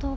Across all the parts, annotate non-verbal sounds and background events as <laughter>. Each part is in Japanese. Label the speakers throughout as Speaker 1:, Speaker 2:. Speaker 1: 東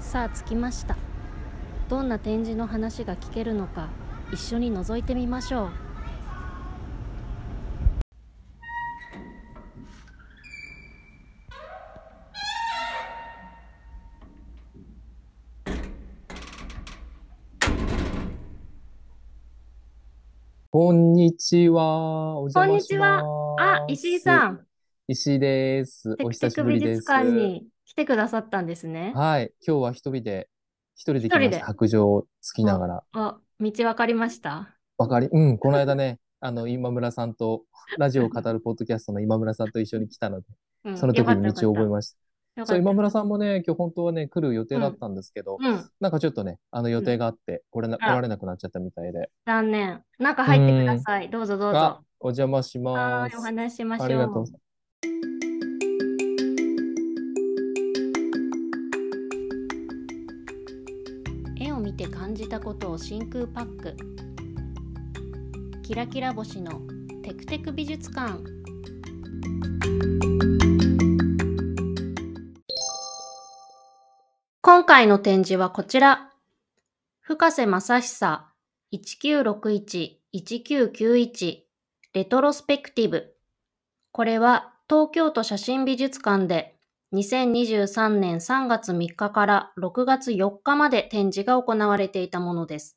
Speaker 1: さあ着きましたどんな展示の話が聞けるのか一緒に覗いてみましょう
Speaker 2: こんにちは。お邪
Speaker 1: こん
Speaker 2: 魔
Speaker 1: に
Speaker 2: し
Speaker 1: ちはあ
Speaker 2: ま
Speaker 1: 石井さ
Speaker 2: す
Speaker 1: ん。
Speaker 2: 石井です。
Speaker 1: テ
Speaker 2: お
Speaker 1: ク
Speaker 2: 久
Speaker 1: テ
Speaker 2: し
Speaker 1: ク
Speaker 2: ぶ
Speaker 1: 美
Speaker 2: りで
Speaker 1: 術
Speaker 2: す。
Speaker 1: 館に来てくださったんですね
Speaker 2: はい。今日は一人で、一人で来
Speaker 1: 一人
Speaker 2: まし
Speaker 1: で
Speaker 2: た。白杖をつきながら。
Speaker 1: あ道わかりました
Speaker 2: わかり、うん、この間ね、 <laughs> あの、今村さんと、ラジオを語るポッドキャストの今村さんと一緒に来たので、
Speaker 1: うん
Speaker 2: その時に道を覚え
Speaker 1: よかっ
Speaker 2: ました。
Speaker 1: たよかったよか
Speaker 2: そ
Speaker 1: った
Speaker 2: う、今村さんもね、今日本当はね、来る予定だったんですけど、
Speaker 1: うん、
Speaker 2: なんかちょっとね、あの予定があって、来れな、来
Speaker 1: あ
Speaker 2: られなくなっちゃったみたいで。
Speaker 1: 残念。中入ってください。どうぞどうぞ。
Speaker 2: あ、お邪魔し
Speaker 1: は
Speaker 2: ま
Speaker 1: ーい、お
Speaker 2: す。
Speaker 1: 話ししましょう。
Speaker 2: ありがとう。
Speaker 1: 絵を見て感じたことを真空パックキラキラ星のテクテク美術館今回の展示はこちら深瀬正久1961-1991レトロスペクティブこれは東京都写真美術館で2023年3月3日から6月4日まで展示が行われていたものです。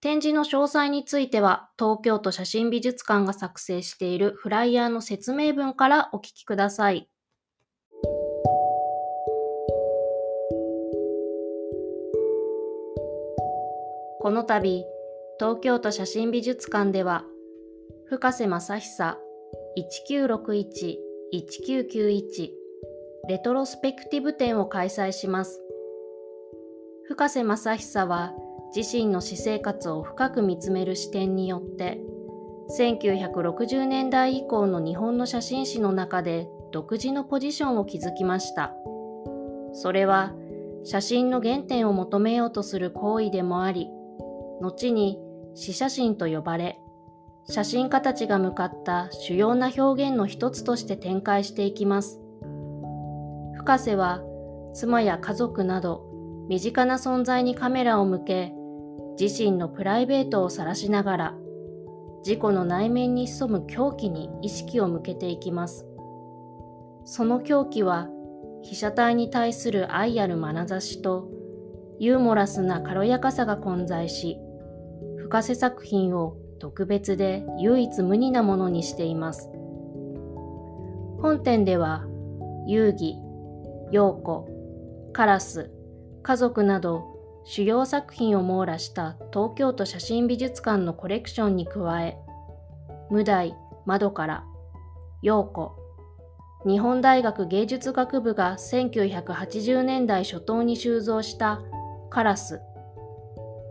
Speaker 1: 展示の詳細については、東京都写真美術館が作成しているフライヤーの説明文からお聞きください。この度、東京都写真美術館では、深瀬正久1961-1991レトロスペクティブ展を開催します深瀬正久は自身の私生活を深く見つめる視点によって1960年代以降の日本の写真史の中で独自のポジションを築きましたそれは写真の原点を求めようとする行為でもあり後に死写真と呼ばれ写真家たちが向かった主要な表現の一つとして展開していきます深瀬は妻や家族など身近な存在にカメラを向け自身のプライベートを晒しながら自己の内面に潜む狂気に意識を向けていきますその狂気は被写体に対する愛ある眼差しとユーモラスな軽やかさが混在し深瀬作品を特別で唯一無二なものにしています本店では遊戯、陽子、カラス、家族など主要作品を網羅した東京都写真美術館のコレクションに加え、無題、窓から、陽子、日本大学芸術学部が1980年代初頭に収蔵したカラス、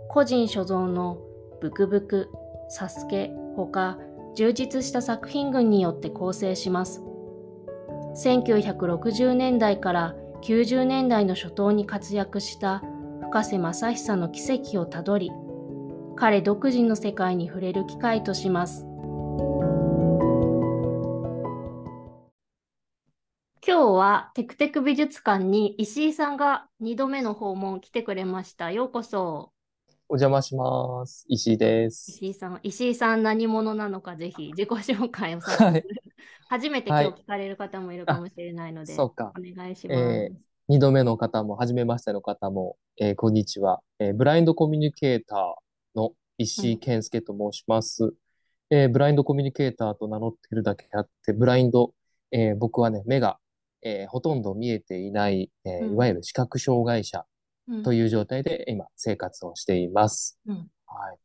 Speaker 1: 個人所蔵のブクブク、サスケほか充実した作品群によって構成します。1960年代から90年代の初頭に活躍した深瀬正久の奇跡をたどり彼独自の世界に触れる機会とします今日はテクテク美術館に石井さんが2度目の訪問来てくれましたようこそ
Speaker 2: お邪魔します。石井です。
Speaker 1: 石井さん石井さん何者なのかぜひ自己紹介をさせて、
Speaker 2: はい。
Speaker 1: 初めて今日聞かれる方もいるかもしれないので、
Speaker 2: そうか。
Speaker 1: お願いします。
Speaker 2: え二度目の方も、初めましての方も、えーこんにちは、えーブラインドコミュニケーターの石井健介と申します。えーブラインドコミュニケーターと名乗ってるだけあって、ブラインド、えー僕はね、目が、えーほとんど見えていない、えー
Speaker 1: うん
Speaker 2: いわゆる視覚障害
Speaker 1: う
Speaker 2: 者
Speaker 1: ん <laughs>
Speaker 2: という状態で今生活をしています。
Speaker 1: うん
Speaker 2: はい。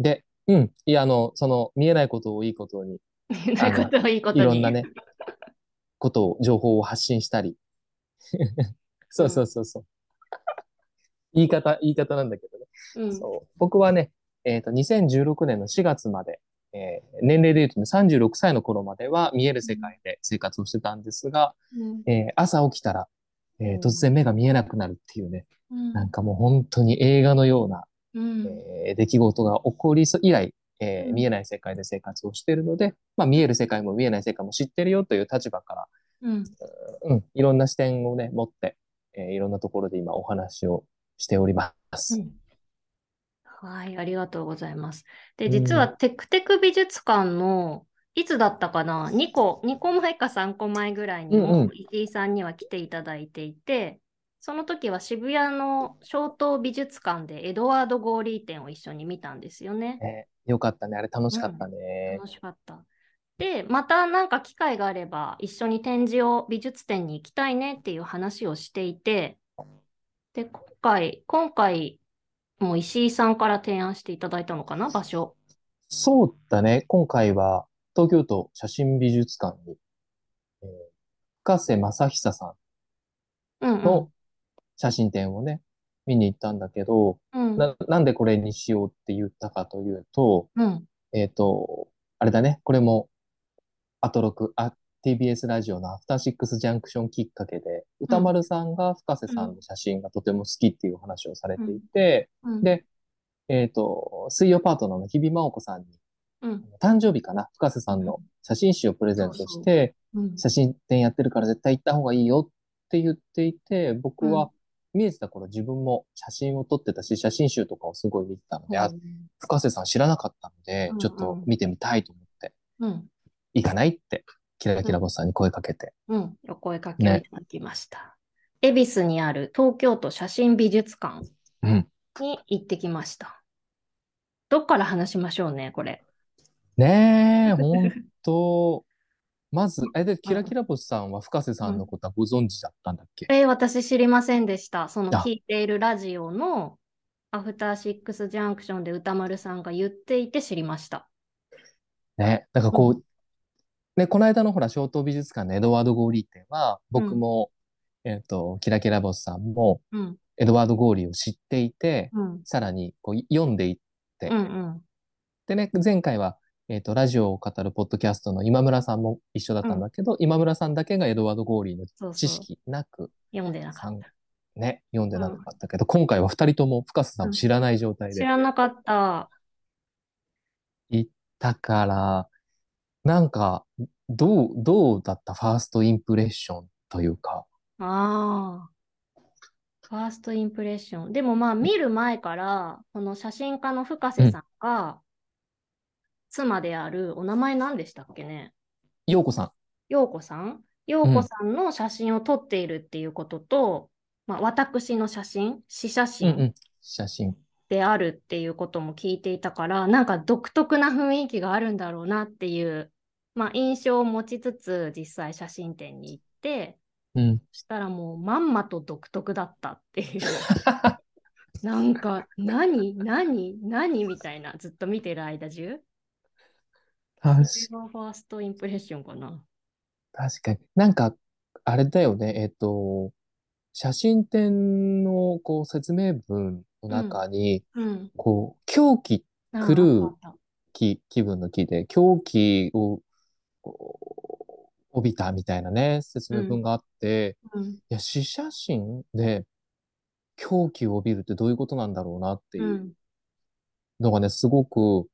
Speaker 2: で、うん。いや、あの、その、見えないことをいいことに、
Speaker 1: なことをいいことに。
Speaker 2: いろんなね、ことを、情報を発信したり、 <laughs> そうそうそうそう。言い方、言い方なんだけどね。
Speaker 1: うん。
Speaker 2: そう僕はね、えっと、2016年の4月まで、えー年齢で言うとね、36歳の頃までは見える世界で生活をしてたんですが、
Speaker 1: うん。
Speaker 2: えー朝起きたら、えー
Speaker 1: うん
Speaker 2: 突然目が見えなくなるっていうね、
Speaker 1: うん
Speaker 2: なんかもう本当に映画のような、
Speaker 1: うん。
Speaker 2: えー出来事が起こりそ以来、えー
Speaker 1: うん
Speaker 2: 見えない世界で生活をしているので、まあ、見える世界も見えない世界も知ってるよという立場から、
Speaker 1: うん。
Speaker 2: うん、いろんな視点をね、持って、えーいろんなところで今お話をしております。
Speaker 1: はい、ありがとうございます。で、
Speaker 2: うん
Speaker 1: 実はテクテク美術館のいつだったかな、2個、2個前か3個前ぐらいに
Speaker 2: うんう
Speaker 1: も
Speaker 2: ん
Speaker 1: 石井さんには来ていただいていて、その時は渋谷の小東美術館でエドワード・ゴーリー展を一緒に見たんですよね。
Speaker 2: えーよかったね。あれ楽しかったね。
Speaker 1: 楽しかった。で、またなんか機会があれば一緒に展示を美術展に行きたいねっていう話をしていて、で、今回、今回も石井さんから提案していただいたのかな、場所。
Speaker 2: そうだね。今回は東京都写真美術館に、えー深瀬正久さ
Speaker 1: うんうん
Speaker 2: んの写真展をね、見に行ったんだけど、
Speaker 1: うん
Speaker 2: な、なんでこれにしようって言ったかというと、
Speaker 1: うん
Speaker 2: えっと、あれだね。これも、アトロク、あ、TBS ラジオのアフターシックスジャンクションきっかけで、歌丸さんが深瀬さんの写真がとても好きっていう話をされていて、
Speaker 1: うん
Speaker 2: で、えっと、水曜パートナーの日比真央子さんに、
Speaker 1: うん
Speaker 2: 誕生日かな、深瀬さんの写真集をプレゼントして、
Speaker 1: うん
Speaker 2: 写真展やってるから絶対行った方がいいよって言っていて、僕
Speaker 1: うん
Speaker 2: は見えてた頃自分も写真を撮ってたし、写真集とかをすごい見てたので、あ、深瀬さん知らなかったので
Speaker 1: うんうん、
Speaker 2: ちょっと見てみたいと思って、
Speaker 1: うん
Speaker 2: 行かないって、キラキラボスさんに声かけて。
Speaker 1: うんお声かけをいただきました。恵比寿にある東京都写真美術館
Speaker 2: うん。
Speaker 1: に行ってきました。どっから話しましょうね、これ。
Speaker 2: <laughs> ねえ、本当まず、え、で、キラキラボスさんは深瀬さんのことはご存知だったんだっけ
Speaker 1: えー私知りませんでした。その
Speaker 2: あ
Speaker 1: 聞いているラジオのアフターシックスジャンクションで歌丸さんが言っていて知りました。
Speaker 2: ね、なんかこ
Speaker 1: う
Speaker 2: う、ね、この間のほら、小東美術館のエドワード・ゴーリー展は、僕も、えっと、キラキラボスさんも、
Speaker 1: うん、
Speaker 2: エドワード・ゴーリーを知っていて、
Speaker 1: うん、
Speaker 2: さらにこう読んでいっ
Speaker 1: うん、うん、
Speaker 2: てね、前回は、えっと、ラジオを語るポッドキャストの今村さんも一緒だったんだけど、今村さんだけがエドワード・ゴーリーの
Speaker 1: そう
Speaker 2: 知
Speaker 1: そう、
Speaker 2: 識なく、
Speaker 1: 読んでなか
Speaker 2: さん
Speaker 1: った。
Speaker 2: ね、読んでなかったけど、今回は二人とも深瀬さんを知らない状態
Speaker 1: 知
Speaker 2: で、
Speaker 1: らなかった。
Speaker 2: だから、なんか、どう、どうだったファーストインプレッションというか、
Speaker 1: ああ。ファーストインプレッション。でもまあ見る前から、この写真家の深瀬さんが、妻である、お名前何でしたっけね
Speaker 2: ようこさん。
Speaker 1: 陽子さん、陽子さんの写真を撮っているっていうことと、まあ、私の写真、私写
Speaker 2: うんう
Speaker 1: 真
Speaker 2: ん。写真。
Speaker 1: であるっていうことも聞いていたから、なんか独特な雰囲気があるんだろうなっていう、まあ、印象を持ちつつ、実際写真展に行って、
Speaker 2: うん。
Speaker 1: そしたらもうまんまと独特だったっていう。なんか何何何みたいなずっと見てる間中
Speaker 2: <laughs> 確
Speaker 1: それがファーストインプレッションかな。
Speaker 2: 確かに。なんか、あれだよね。えっと、写真展のこう説明文の中に、
Speaker 1: うん。
Speaker 2: こう、狂気、
Speaker 1: あー
Speaker 2: 狂う
Speaker 1: あった
Speaker 2: 気、気分の気で、狂気を、こう帯びたみたいなね、説明文があって、
Speaker 1: うん。
Speaker 2: いや、死写真で狂気を帯びるってどういうことなんだろうなっていううんのがね、すごく、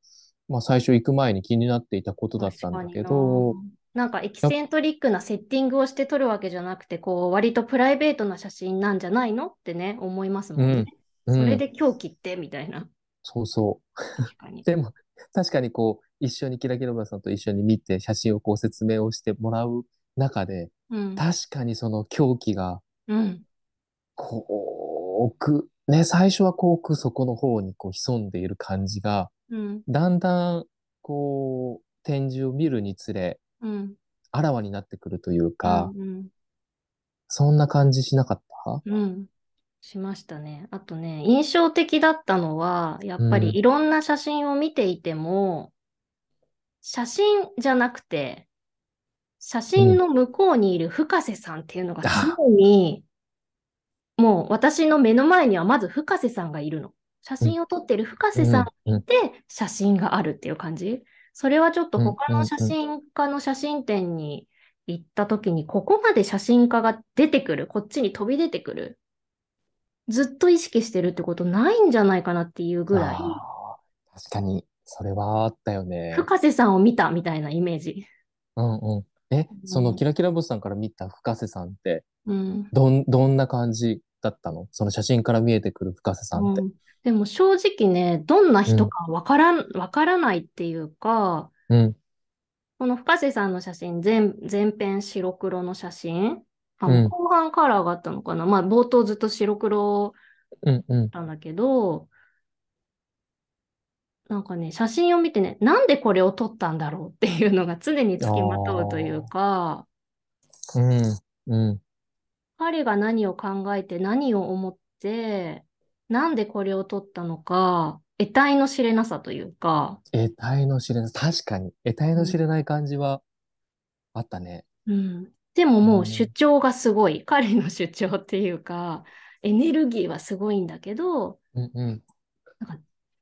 Speaker 2: まあ最初行く前に気になっていたことだったんだけど、
Speaker 1: 確かにな、なんかエキセントリックなセッティングをして撮るわけじゃなくて、こう割とプライベートな写真なんじゃないのってね、思いますもんね。
Speaker 2: うん
Speaker 1: それで狂気ってみたいな。
Speaker 2: そうそ
Speaker 1: 確かに
Speaker 2: う。。でも、確かにこう、一緒にキラキラ村さんと一緒に見て、写真をこう説明をしてもらう中で、
Speaker 1: うん。
Speaker 2: 確かにその狂気が、
Speaker 1: うん。
Speaker 2: こう、奥、ね、最初はこう奥底の方にこう潜んでいる感じが、
Speaker 1: うん。
Speaker 2: だんだん、こう、展示を見るにつれ、
Speaker 1: うん。
Speaker 2: あらわになってくるというか、
Speaker 1: うん。
Speaker 2: そんな感じしなかった
Speaker 1: うん。しましたね。あとね、印象的だったのは、やっぱ
Speaker 2: うん
Speaker 1: りいろんな写真を見ていても、写真じゃなくて、写真の向こうにいる深瀬さんっていうのが常にもう私の目の前にはまず深瀬さんがいるの。写真を撮ってる深瀬さん
Speaker 2: うんうん
Speaker 1: で写真があるっていう感じ。それはちょっと他の写真家の写真展に行った時に、ここまで写真家が出てくる、こっちに飛び出てくる。ずっと意識してるってことないんじゃないかなっていうぐらい、
Speaker 2: あー確かに、それはあったよね。
Speaker 1: 深瀬さんを見たみたいなイメージ。
Speaker 2: うんうん。え、その
Speaker 1: うん
Speaker 2: キラキラ星さんから見た深瀬さんって、
Speaker 1: うん。
Speaker 2: どん、どんな感じだったのその写真から見えてくる深瀬さんって
Speaker 1: う。んでも正直ね、どんな人かわからん、わからないっていうか、
Speaker 2: うん、
Speaker 1: この深瀬さんの写真、全、全編白黒の写真。あ
Speaker 2: うん
Speaker 1: 後半カラーがあったのかな。まあ、冒頭ずっと白黒
Speaker 2: うん、うん。
Speaker 1: なんだけど、なんかね、写真を見てね、なんでこれを撮ったんだろうっていうのが常につきまとうというか、
Speaker 2: うん、うん、
Speaker 1: 彼が何を考えて、何を思って、なんでこれを撮ったのか、得体の知れなさというか、
Speaker 2: 得体の知れない、確かに、得体の知れない感じはあったね。
Speaker 1: うん、でもも
Speaker 2: うん
Speaker 1: う主張がすごい、彼の主張っていうか、エネルギーはすごいんだけど、
Speaker 2: うん、うん、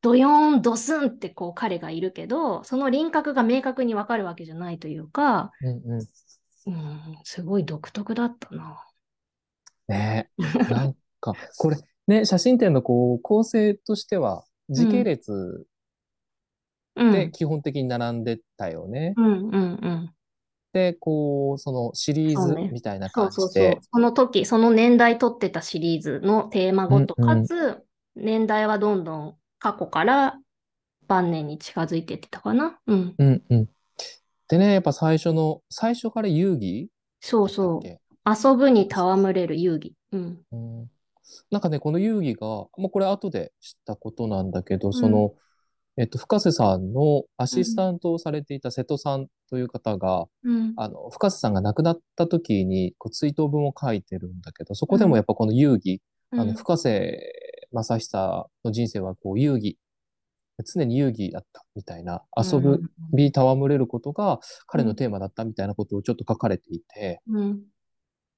Speaker 1: ドヨーン、ドスンってこう彼がいるけど、その輪郭が明確にわかるわけじゃないというか、
Speaker 2: うん、うん。
Speaker 1: うん、すごい独特だったな。
Speaker 2: ね
Speaker 1: <laughs>
Speaker 2: え、なんか、これ、ね、写真展のこう、構成としては、時系列
Speaker 1: うん、
Speaker 2: で基本的に並んでたよね。
Speaker 1: うん、うん、うん。
Speaker 2: で、こう、そのシリー
Speaker 1: そう
Speaker 2: ズ
Speaker 1: ね
Speaker 2: みたいな
Speaker 1: そ
Speaker 2: 感
Speaker 1: うそう
Speaker 2: じ
Speaker 1: そう
Speaker 2: で。。
Speaker 1: その時、その年代撮ってたシリーズのテーマごと、
Speaker 2: うんうん
Speaker 1: かつ、年代はどんどん過去から晩年に近づいていってたかな。うん、
Speaker 2: うんうん。でね、やっぱ最初の、最初から遊戯
Speaker 1: そう
Speaker 2: だっ
Speaker 1: そう
Speaker 2: たっ。け
Speaker 1: 遊ぶに戯れる遊戯。うん。
Speaker 2: うん、なんかね、この遊戯が、もうこれ後で知ったことなんだけど、その、えっと、深瀬さんのアシスタントをされていた瀬戸さんという方が、
Speaker 1: うん。
Speaker 2: あの、深瀬さんが亡くなった時に、こう、追悼文を書いてるんだけど、そこでもやっぱこの遊戯、あの、深瀬正久の人生はこう、遊戯、常に遊戯だったみたいな、遊ぶ、び戯れることが彼のテーマだったみたいなことをちょっと書かれていて、
Speaker 1: うん。うん。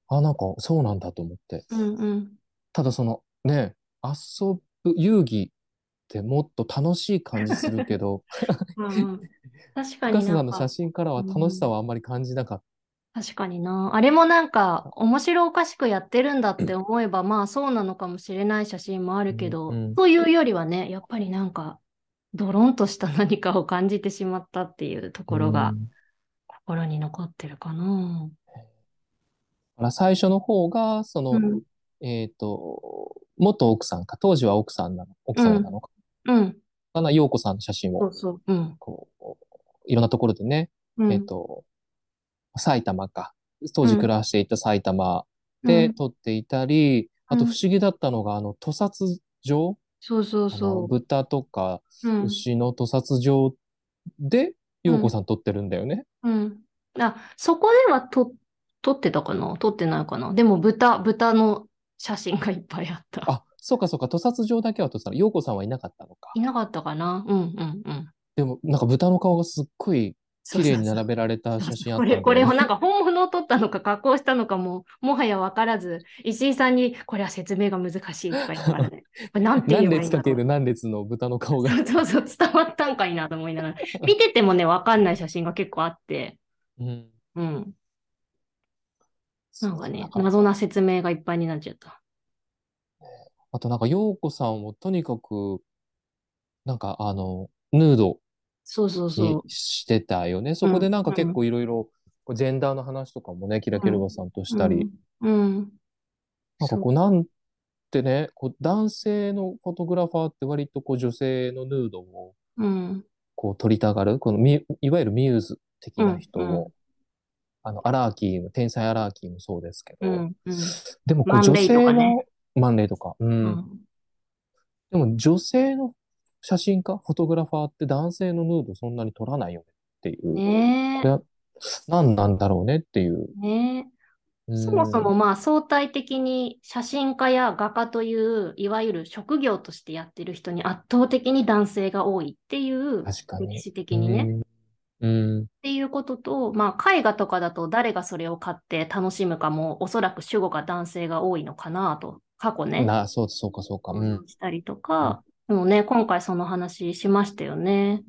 Speaker 2: あ、なんかそうなんだと思って。
Speaker 1: うん。うん。
Speaker 2: ただそのね、遊ぶ、遊戯ってもっと楽しい感じするけど、
Speaker 1: うん
Speaker 2: <laughs>
Speaker 1: うん <laughs> 確か
Speaker 2: 深
Speaker 1: に
Speaker 2: 瀬
Speaker 1: な
Speaker 2: さ
Speaker 1: ん
Speaker 2: んの
Speaker 1: か
Speaker 2: 写、真からは楽しさはあんまり感じなかっ
Speaker 1: 確かにな。あれもなんか、面白おかしくやってるんだって思えば、まあそうなのかもしれない写真もあるけど、
Speaker 2: うんうん
Speaker 1: というよりはね、やっぱりなんか、ドロンとした <laughs> 何かを感じてしまったっていうと
Speaker 2: た。
Speaker 1: ころ
Speaker 2: う
Speaker 1: が
Speaker 2: ん
Speaker 1: 心に残ってるかな。
Speaker 2: だから最初の方が、その、
Speaker 1: うん。
Speaker 2: えっと、元奥さんか、当時は奥さんなの、奥様なのか
Speaker 1: うん。
Speaker 2: な、陽子さんの写真
Speaker 1: そ
Speaker 2: を、
Speaker 1: うそう。うん。
Speaker 2: こう、いろんなところでね、
Speaker 1: うん
Speaker 2: えっと、埼玉か。当時暮らしていた埼玉で
Speaker 1: うん
Speaker 2: 撮っていたり、あと
Speaker 1: うん
Speaker 2: 不思議だったのが、あの、屠殺場
Speaker 1: そうそう
Speaker 2: あの、
Speaker 1: そ
Speaker 2: 豚とか
Speaker 1: う。うん。
Speaker 2: 牛の屠殺場で、
Speaker 1: うん
Speaker 2: 陽子さん撮ってるんだよね。
Speaker 1: うん。あ、そこではと、撮ってたかな撮ってないかなでも豚、豚の写真がいっぱいあった。
Speaker 2: あ、そうかそうか、屠殺場だけは撮ってたの。陽子さんはいなかったのか。
Speaker 1: いなかったかなうんうんうん。
Speaker 2: でも、なんか豚の顔がすっごい
Speaker 1: そ
Speaker 2: 綺
Speaker 1: うそう
Speaker 2: 麗
Speaker 1: そう
Speaker 2: に並べられた写真あっ
Speaker 1: こ
Speaker 2: たん
Speaker 1: れ、
Speaker 2: だ
Speaker 1: これ
Speaker 2: よ
Speaker 1: を
Speaker 2: ね。
Speaker 1: なんか本物を撮ったのか加工したのかも、もはや分からず、石井さんにこれは説明が難しいとか言って
Speaker 2: <laughs>
Speaker 1: たからね。これなんて言え
Speaker 2: 何
Speaker 1: ばいいん
Speaker 2: 列
Speaker 1: だ
Speaker 2: かけ
Speaker 1: ろう
Speaker 2: る何列の豚の顔が。
Speaker 1: <laughs> そうそうそう、伝わったんかいなと思いながら。見ててもね、分かんない写真が結構あって、
Speaker 2: うん。
Speaker 1: うん。なんかね、
Speaker 2: そうだら
Speaker 1: 謎な説明がいっぱいになっちゃった。
Speaker 2: あとなんか、陽子さんをとにかく、なんかあの、ヌード
Speaker 1: そうそう
Speaker 2: に
Speaker 1: そう。
Speaker 2: してたよね。そこでなんか結構いろいろ、こうジェンダーの話とかもね、キラキラおばさんとしたり、
Speaker 1: うん。うん。
Speaker 2: なんか
Speaker 1: そう
Speaker 2: こう、なんてね、こう男性のフォトグラファーって割とこう女性のヌードを
Speaker 1: うん、
Speaker 2: こう撮りたがる、このミ、いわゆるミューズ的な人
Speaker 1: うんう
Speaker 2: を、あの、アラーキーの、天才アラーキーもそうですけ
Speaker 1: う
Speaker 2: ど、
Speaker 1: ん、うん、
Speaker 2: でもこう
Speaker 1: マン
Speaker 2: 女
Speaker 1: レイと
Speaker 2: 性
Speaker 1: かね
Speaker 2: の、マンレイとか、う。
Speaker 1: うんん。
Speaker 2: でも女性の写真家、フォトグラファーって男性のヌードそんなに撮らないよねっていう。
Speaker 1: ね
Speaker 2: これは何なんだろうねっていう。
Speaker 1: え、ね
Speaker 2: う
Speaker 1: え。
Speaker 2: ん
Speaker 1: そもそもまあ相対的に写真家や画家という、いわゆる職業としてやってる人に圧倒的に男性が多いっていう、
Speaker 2: 確か
Speaker 1: 歴
Speaker 2: に。
Speaker 1: 史的にね。っ
Speaker 2: うん。
Speaker 1: ていうことと、まあ絵画とかだと誰がそれを買って楽しむかも、おそらく主語が男性が多いのかなと過去ね、
Speaker 2: な、そう、そうか、そうか。うん。
Speaker 1: したりとか、でもね、今回その話しましたよね。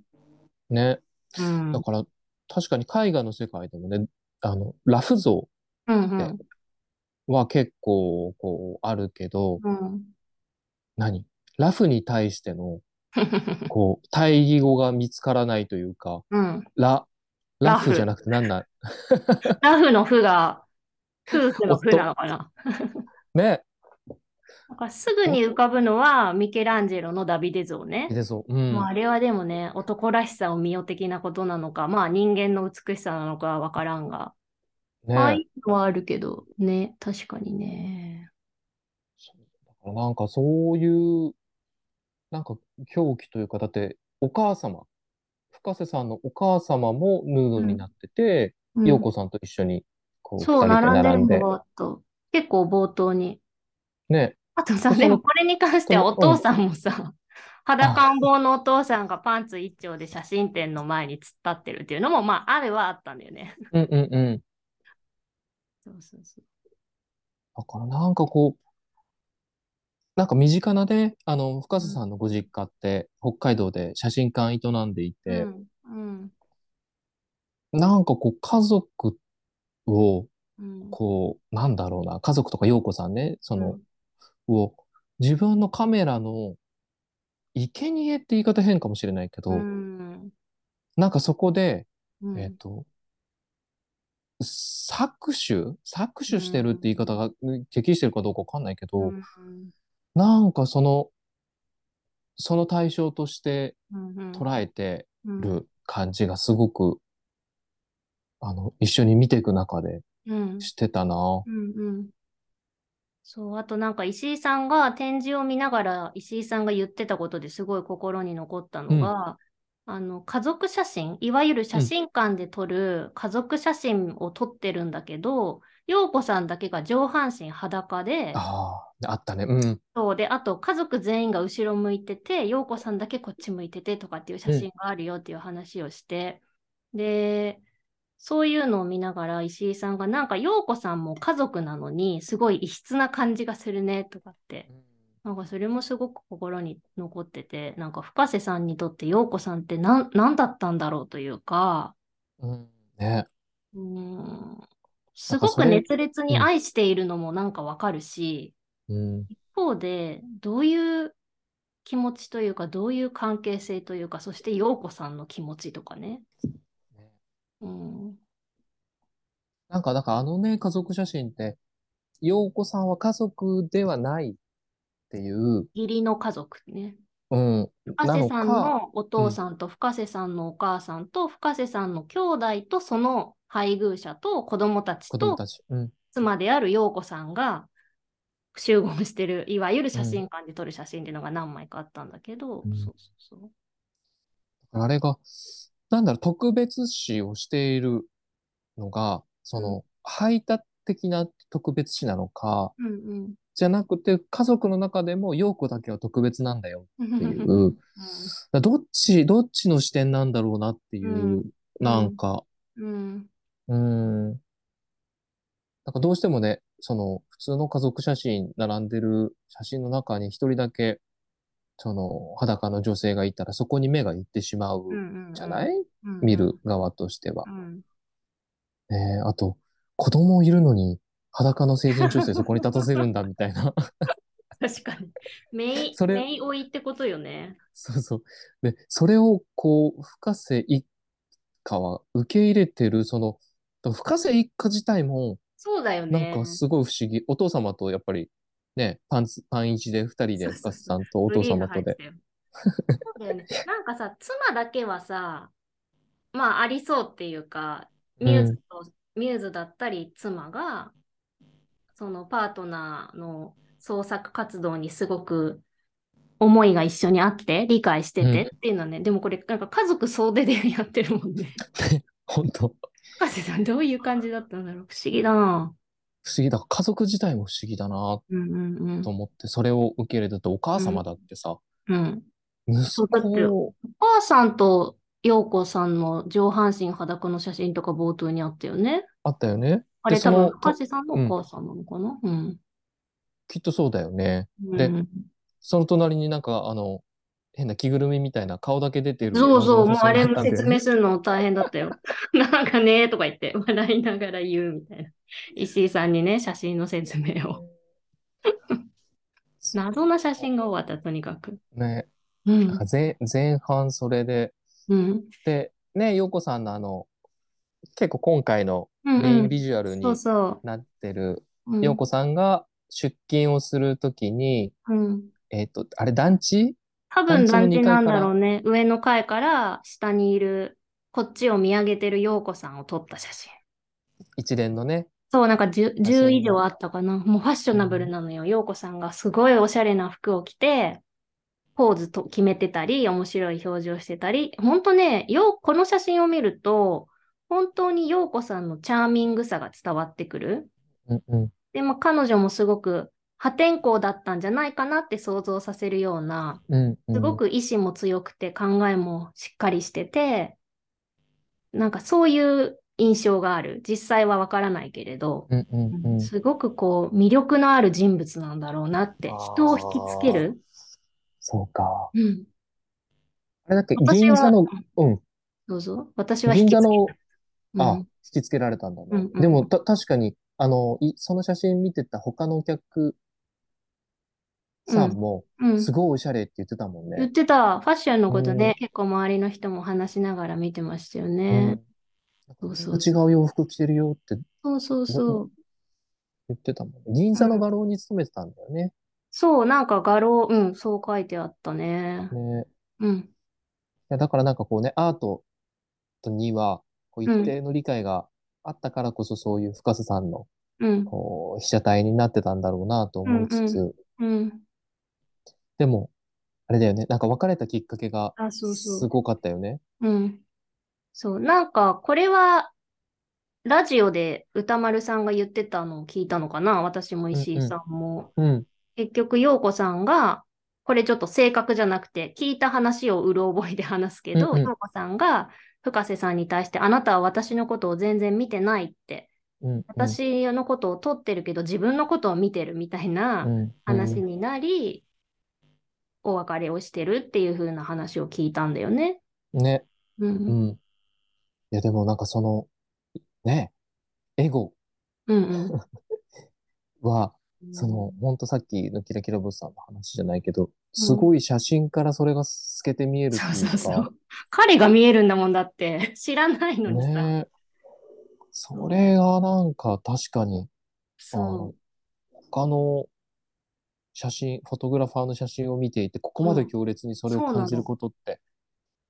Speaker 2: ね。
Speaker 1: うん。
Speaker 2: だから、確かに絵画の世界でもね、あの、ラフ像
Speaker 1: うん
Speaker 2: ねは結構、こう、あるけど、
Speaker 1: うん。うん。
Speaker 2: 何ラフに対して
Speaker 1: <laughs>
Speaker 2: の、こう、対義語が見つからないというか、
Speaker 1: うん。
Speaker 2: ラ、
Speaker 1: ラ
Speaker 2: ラ
Speaker 1: フ
Speaker 2: フじゃなくてなんなん
Speaker 1: ラフのフが、夫婦のフなのかな。
Speaker 2: ね。
Speaker 1: なんかすぐに浮かぶのはミケランジェロのダビデ像ね
Speaker 2: い。てそう。う
Speaker 1: まあ、
Speaker 2: ん
Speaker 1: あ。れはでもね、男らしさを見よ的なことなのか、まあ人間の美しさなのかはわからんが、
Speaker 2: ね。
Speaker 1: ああいうのはあるけど、ね、確かにね。
Speaker 2: なんかそういう、なんか狂気というか、だってお母様、深瀬さんのお母様もヌードになってて、
Speaker 1: うん
Speaker 2: 陽子さんと一緒にこう
Speaker 1: そう、
Speaker 2: 二人
Speaker 1: 並
Speaker 2: で
Speaker 1: んでる
Speaker 2: 並ん
Speaker 1: の
Speaker 2: で、
Speaker 1: があった結構冒頭に。
Speaker 2: ね、
Speaker 1: あとさ、
Speaker 2: その
Speaker 1: でもこれに関してはお
Speaker 2: そのうん
Speaker 1: 父さんもさ、裸ん坊のお父さんがパンツ一丁で写真展の前に突っ立ってるっていうのも、まあ、あれはあったんだよね。
Speaker 2: うんうんうん。
Speaker 1: そうそうそう。
Speaker 2: だからなんかこう、なんか身近なね、あの、深瀬さんのご実家って北海道で写真館営んでいて、
Speaker 1: うん、
Speaker 2: なんかこう家族を、
Speaker 1: うん、うん。
Speaker 2: こう、なんだろうな、家族とか陽子さんね、その
Speaker 1: う、ん
Speaker 2: を自分のカメラの生贄って言い方変かもしれないけど、
Speaker 1: うん。
Speaker 2: なんかそこで、
Speaker 1: うん
Speaker 2: えっ、と、搾取搾取してるって言い方がうん適してるかどうかわかんないけど、
Speaker 1: うん
Speaker 2: なんかその、その対象として
Speaker 1: うん
Speaker 2: 捉えて
Speaker 1: うん
Speaker 2: る感じがすごく、あの、一緒に見ていく中で
Speaker 1: うん
Speaker 2: してたな。
Speaker 1: うんうんそう、あとなんか石井さんが展示を見ながら石井さんが言ってたことですごい心に残ったのが、あの家族写真、いわゆる写真館で撮る家族写真を撮ってるんだけど、陽子さんだけが上半身裸で、
Speaker 2: ああ、あったね。うん。
Speaker 1: そうで、あと家族全員が後ろ向いてて、陽子さんだけこっち向いててとかっていう写真があるよっていう話をして、で、そういうのを見ながら石井さんがなんか陽子さんも家族なのにすごい異質な感じがするねとかって、なんかそれもすごく心に残ってて、なんか深瀬さんにとって陽子さんって何、何だったんだろうというか、
Speaker 2: うん、ね。
Speaker 1: うーん、すごく
Speaker 2: それ
Speaker 1: 熱烈に愛しているのもなんかわかるし、
Speaker 2: うん。
Speaker 1: 一方で、どういう気持ちというか、どういう関係性というか、そして陽子さんの気持ちとかね。うん。
Speaker 2: なんか、だからあのね、家族写真って、陽子さんは家族ではないっていう、
Speaker 1: 義理の家族ね。
Speaker 2: うん、
Speaker 1: 深
Speaker 2: な
Speaker 1: 瀬
Speaker 2: の
Speaker 1: さん
Speaker 2: か、
Speaker 1: のお父さんと深瀬さんのお母さんと深瀬さんの兄弟とその配偶者と子供たち
Speaker 2: 子供
Speaker 1: と
Speaker 2: たち。うん、
Speaker 1: 妻である陽子さんが集合してる、いわゆる写真館で撮る写真っていうのが何枚かあったんだけど、
Speaker 2: うん
Speaker 1: そうそうそう。
Speaker 2: あれが、なんだろう、特別視をしているのが、その、排他的な特別視なのか、
Speaker 1: うん
Speaker 2: じゃなくて、家族の中でも陽子だけは特別なんだよ
Speaker 1: うん。
Speaker 2: っていう、
Speaker 1: うん
Speaker 2: だからどっち、どっちの視点なんだろうなっていう、
Speaker 1: うん
Speaker 2: なんか、
Speaker 1: <laughs> うん。
Speaker 2: うん。なんかどうしてもね、その普通の家族写真並んでる写真の中に一人だけ、その裸の女性がいたらそこに目が行ってしまう
Speaker 1: うんうんうん
Speaker 2: じゃない
Speaker 1: うんうん
Speaker 2: 見る側としては
Speaker 1: う。ん。
Speaker 2: えー、あと、子供いるのに裸の成人女性そこに立たせるんだみたいな。 <laughs>
Speaker 1: 確かに。メイ、
Speaker 2: それ
Speaker 1: メイ追いってことよね。
Speaker 2: そうそう。で、それをこう、深瀬一家は受け入れてる、その、深瀬一家自体も、
Speaker 1: そうだよ
Speaker 2: なん
Speaker 1: ね。
Speaker 2: かすごい不思議。お父様とやっぱりね、パンツ、パン一で二人で、
Speaker 1: そうそうそう
Speaker 2: 深瀬さんとお父様と
Speaker 1: グリーンが入っ
Speaker 2: で。
Speaker 1: てるそうだよ
Speaker 2: <laughs>
Speaker 1: ね。なんかさ、妻だけはさ、まあありそうっていうか、ミューズと、ミューズだったり妻が、そのパートナーの創作活動にすごく思いが一緒にあって、理解しててっていうのはね、でもこれなんか家族総出でやってるもんね。
Speaker 2: 本当不
Speaker 1: 深瀬さん、どういう感じだったんだろう。不思議だな。
Speaker 2: 思議だ。家族自体も不思議だな
Speaker 1: うんうんうん
Speaker 2: と。思って、それを受け入れたと、お母様だってさ、
Speaker 1: うん
Speaker 2: 息
Speaker 1: そうだって
Speaker 2: 子を、
Speaker 1: お母さんと陽子さんの上半身裸の写真とか冒頭にあったよね。
Speaker 2: あったよね。
Speaker 1: あれ
Speaker 2: でそ
Speaker 1: 多分、
Speaker 2: の
Speaker 1: 高橋さんのお母さんなのかなうん。
Speaker 2: きっとそうだよね。で
Speaker 1: うん
Speaker 2: その隣になんか、あの、変な着ぐるみみたいな顔だけ出てる
Speaker 1: そうそう、
Speaker 2: 謎の
Speaker 1: もう
Speaker 2: 写
Speaker 1: あ
Speaker 2: 真
Speaker 1: れ
Speaker 2: が
Speaker 1: も
Speaker 2: ったんだよ
Speaker 1: 説
Speaker 2: ね
Speaker 1: 明するの大変だったよ。 <laughs> なんかね、とか言って笑いながら言うみたいな。石井さんにね、写真の説明
Speaker 2: <laughs>
Speaker 1: を。謎な写真が終わった、とにかく。
Speaker 2: ね。
Speaker 1: うん。
Speaker 2: 前、前半それで、
Speaker 1: うん。
Speaker 2: で、ね、陽子さんのあの、結構今回の
Speaker 1: うん
Speaker 2: メイン
Speaker 1: うん。
Speaker 2: ビジュアルに
Speaker 1: そうそ
Speaker 2: なってる、
Speaker 1: う。うん
Speaker 2: 陽子さんが出勤をするときに、
Speaker 1: うん。
Speaker 2: えっと、あれ団地
Speaker 1: 多分
Speaker 2: 団地の
Speaker 1: 団地
Speaker 2: 二階
Speaker 1: なんだ
Speaker 2: から
Speaker 1: ろうね。上の階から下にいる、こっちを見上げてる陽子さんを撮った写真。
Speaker 2: 一連のね。
Speaker 1: そう、なんか 10,
Speaker 2: 写真
Speaker 1: 10以上あったかな。もうファッショナブルなのよ。陽子さんがすごいおしゃれな服を着て、ポーズと決めてたり、面白い表情してたり、本当ね、ようこの写真を見ると、本当に陽子さんのチャーミングさが伝わってくる。
Speaker 2: うんうん。
Speaker 1: で、まあ、彼女もすごく破天荒だったんじゃないかなって想像させるような、
Speaker 2: うんうん。
Speaker 1: すごく意志も強くて考えもしっかりしてて、なんかそういう印象がある。実際はわからないけれど。
Speaker 2: うんうんうん。
Speaker 1: すごくこう魅力のある人物なんだろうなって
Speaker 2: あー
Speaker 1: 人を引きつける、
Speaker 2: そうか。
Speaker 1: うん、
Speaker 2: あれだっけ、
Speaker 1: 私
Speaker 2: 銀
Speaker 1: は
Speaker 2: 座の、うん、
Speaker 1: どうぞ私は引
Speaker 2: 銀
Speaker 1: きつ
Speaker 2: 座
Speaker 1: け
Speaker 2: の、
Speaker 1: た、
Speaker 2: あ
Speaker 1: うん、
Speaker 2: 引きつけられたんだね。
Speaker 1: うんうん
Speaker 2: でも、た、確かに、あの、い、その写真見てた他のお客さんも、
Speaker 1: うん
Speaker 2: すごいおしゃれって言ってたもん
Speaker 1: 言っ
Speaker 2: ね。
Speaker 1: てたファッションのこと
Speaker 2: う
Speaker 1: ね
Speaker 2: ん
Speaker 1: 結構周りの人も話しながら見てましたよ
Speaker 2: うん
Speaker 1: ね、そうそう
Speaker 2: 違う洋服着てるよって
Speaker 1: そうそうそう
Speaker 2: 言ってたもんね。銀座の画廊に勤めてたんだよね。
Speaker 1: そうなんか画廊うんそう書いてあったね
Speaker 2: ね。い
Speaker 1: うん
Speaker 2: や、だからなんかこうね、アートには、こう一定の理解があったからこそ、そういう深瀬さんの、
Speaker 1: うん
Speaker 2: こう、被写体になってたんだろうなと思いつつ、
Speaker 1: うん
Speaker 2: でも、あれだよね。なんか別れたきっかけが
Speaker 1: あそうそう
Speaker 2: すごかったよね。
Speaker 1: うん。そう、なんか、これは、ラジオで歌丸さんが言ってたのを聞いたのかな私も石井さんも。
Speaker 2: うん。
Speaker 1: 結局、陽子さんが、これちょっと正確じゃなくて、聞いた話をうろ覚えで話すけど、
Speaker 2: うんうん
Speaker 1: 陽子さんが、深瀬さんに対して、あなたは私のことを全然見てないって、
Speaker 2: うん。
Speaker 1: 私のことを撮ってるけど、自分のことを見てるみたいな
Speaker 2: うん、うん。
Speaker 1: 話になり、お別れをしてるっていう風な話を聞いたんだよね。
Speaker 2: ね。
Speaker 1: う。
Speaker 2: うんん。いや、でもなんかその、ね、エゴ
Speaker 1: うんうん。
Speaker 2: は、その、ほんとさっきのキラキラボスさんの話じゃないけど、すごい写真からそれが透けて見えるって
Speaker 1: そう
Speaker 2: い
Speaker 1: そううそ
Speaker 2: か
Speaker 1: う。。彼が見えるんだもんだって、 <laughs> 知らないのにさ。
Speaker 2: ね。それがなんか確かに、あ
Speaker 1: そ
Speaker 2: の他の写真、フォトグラファーの写真を見ていて、ここまで強烈にそれを
Speaker 1: うんそうなの
Speaker 2: 感じることって
Speaker 1: う。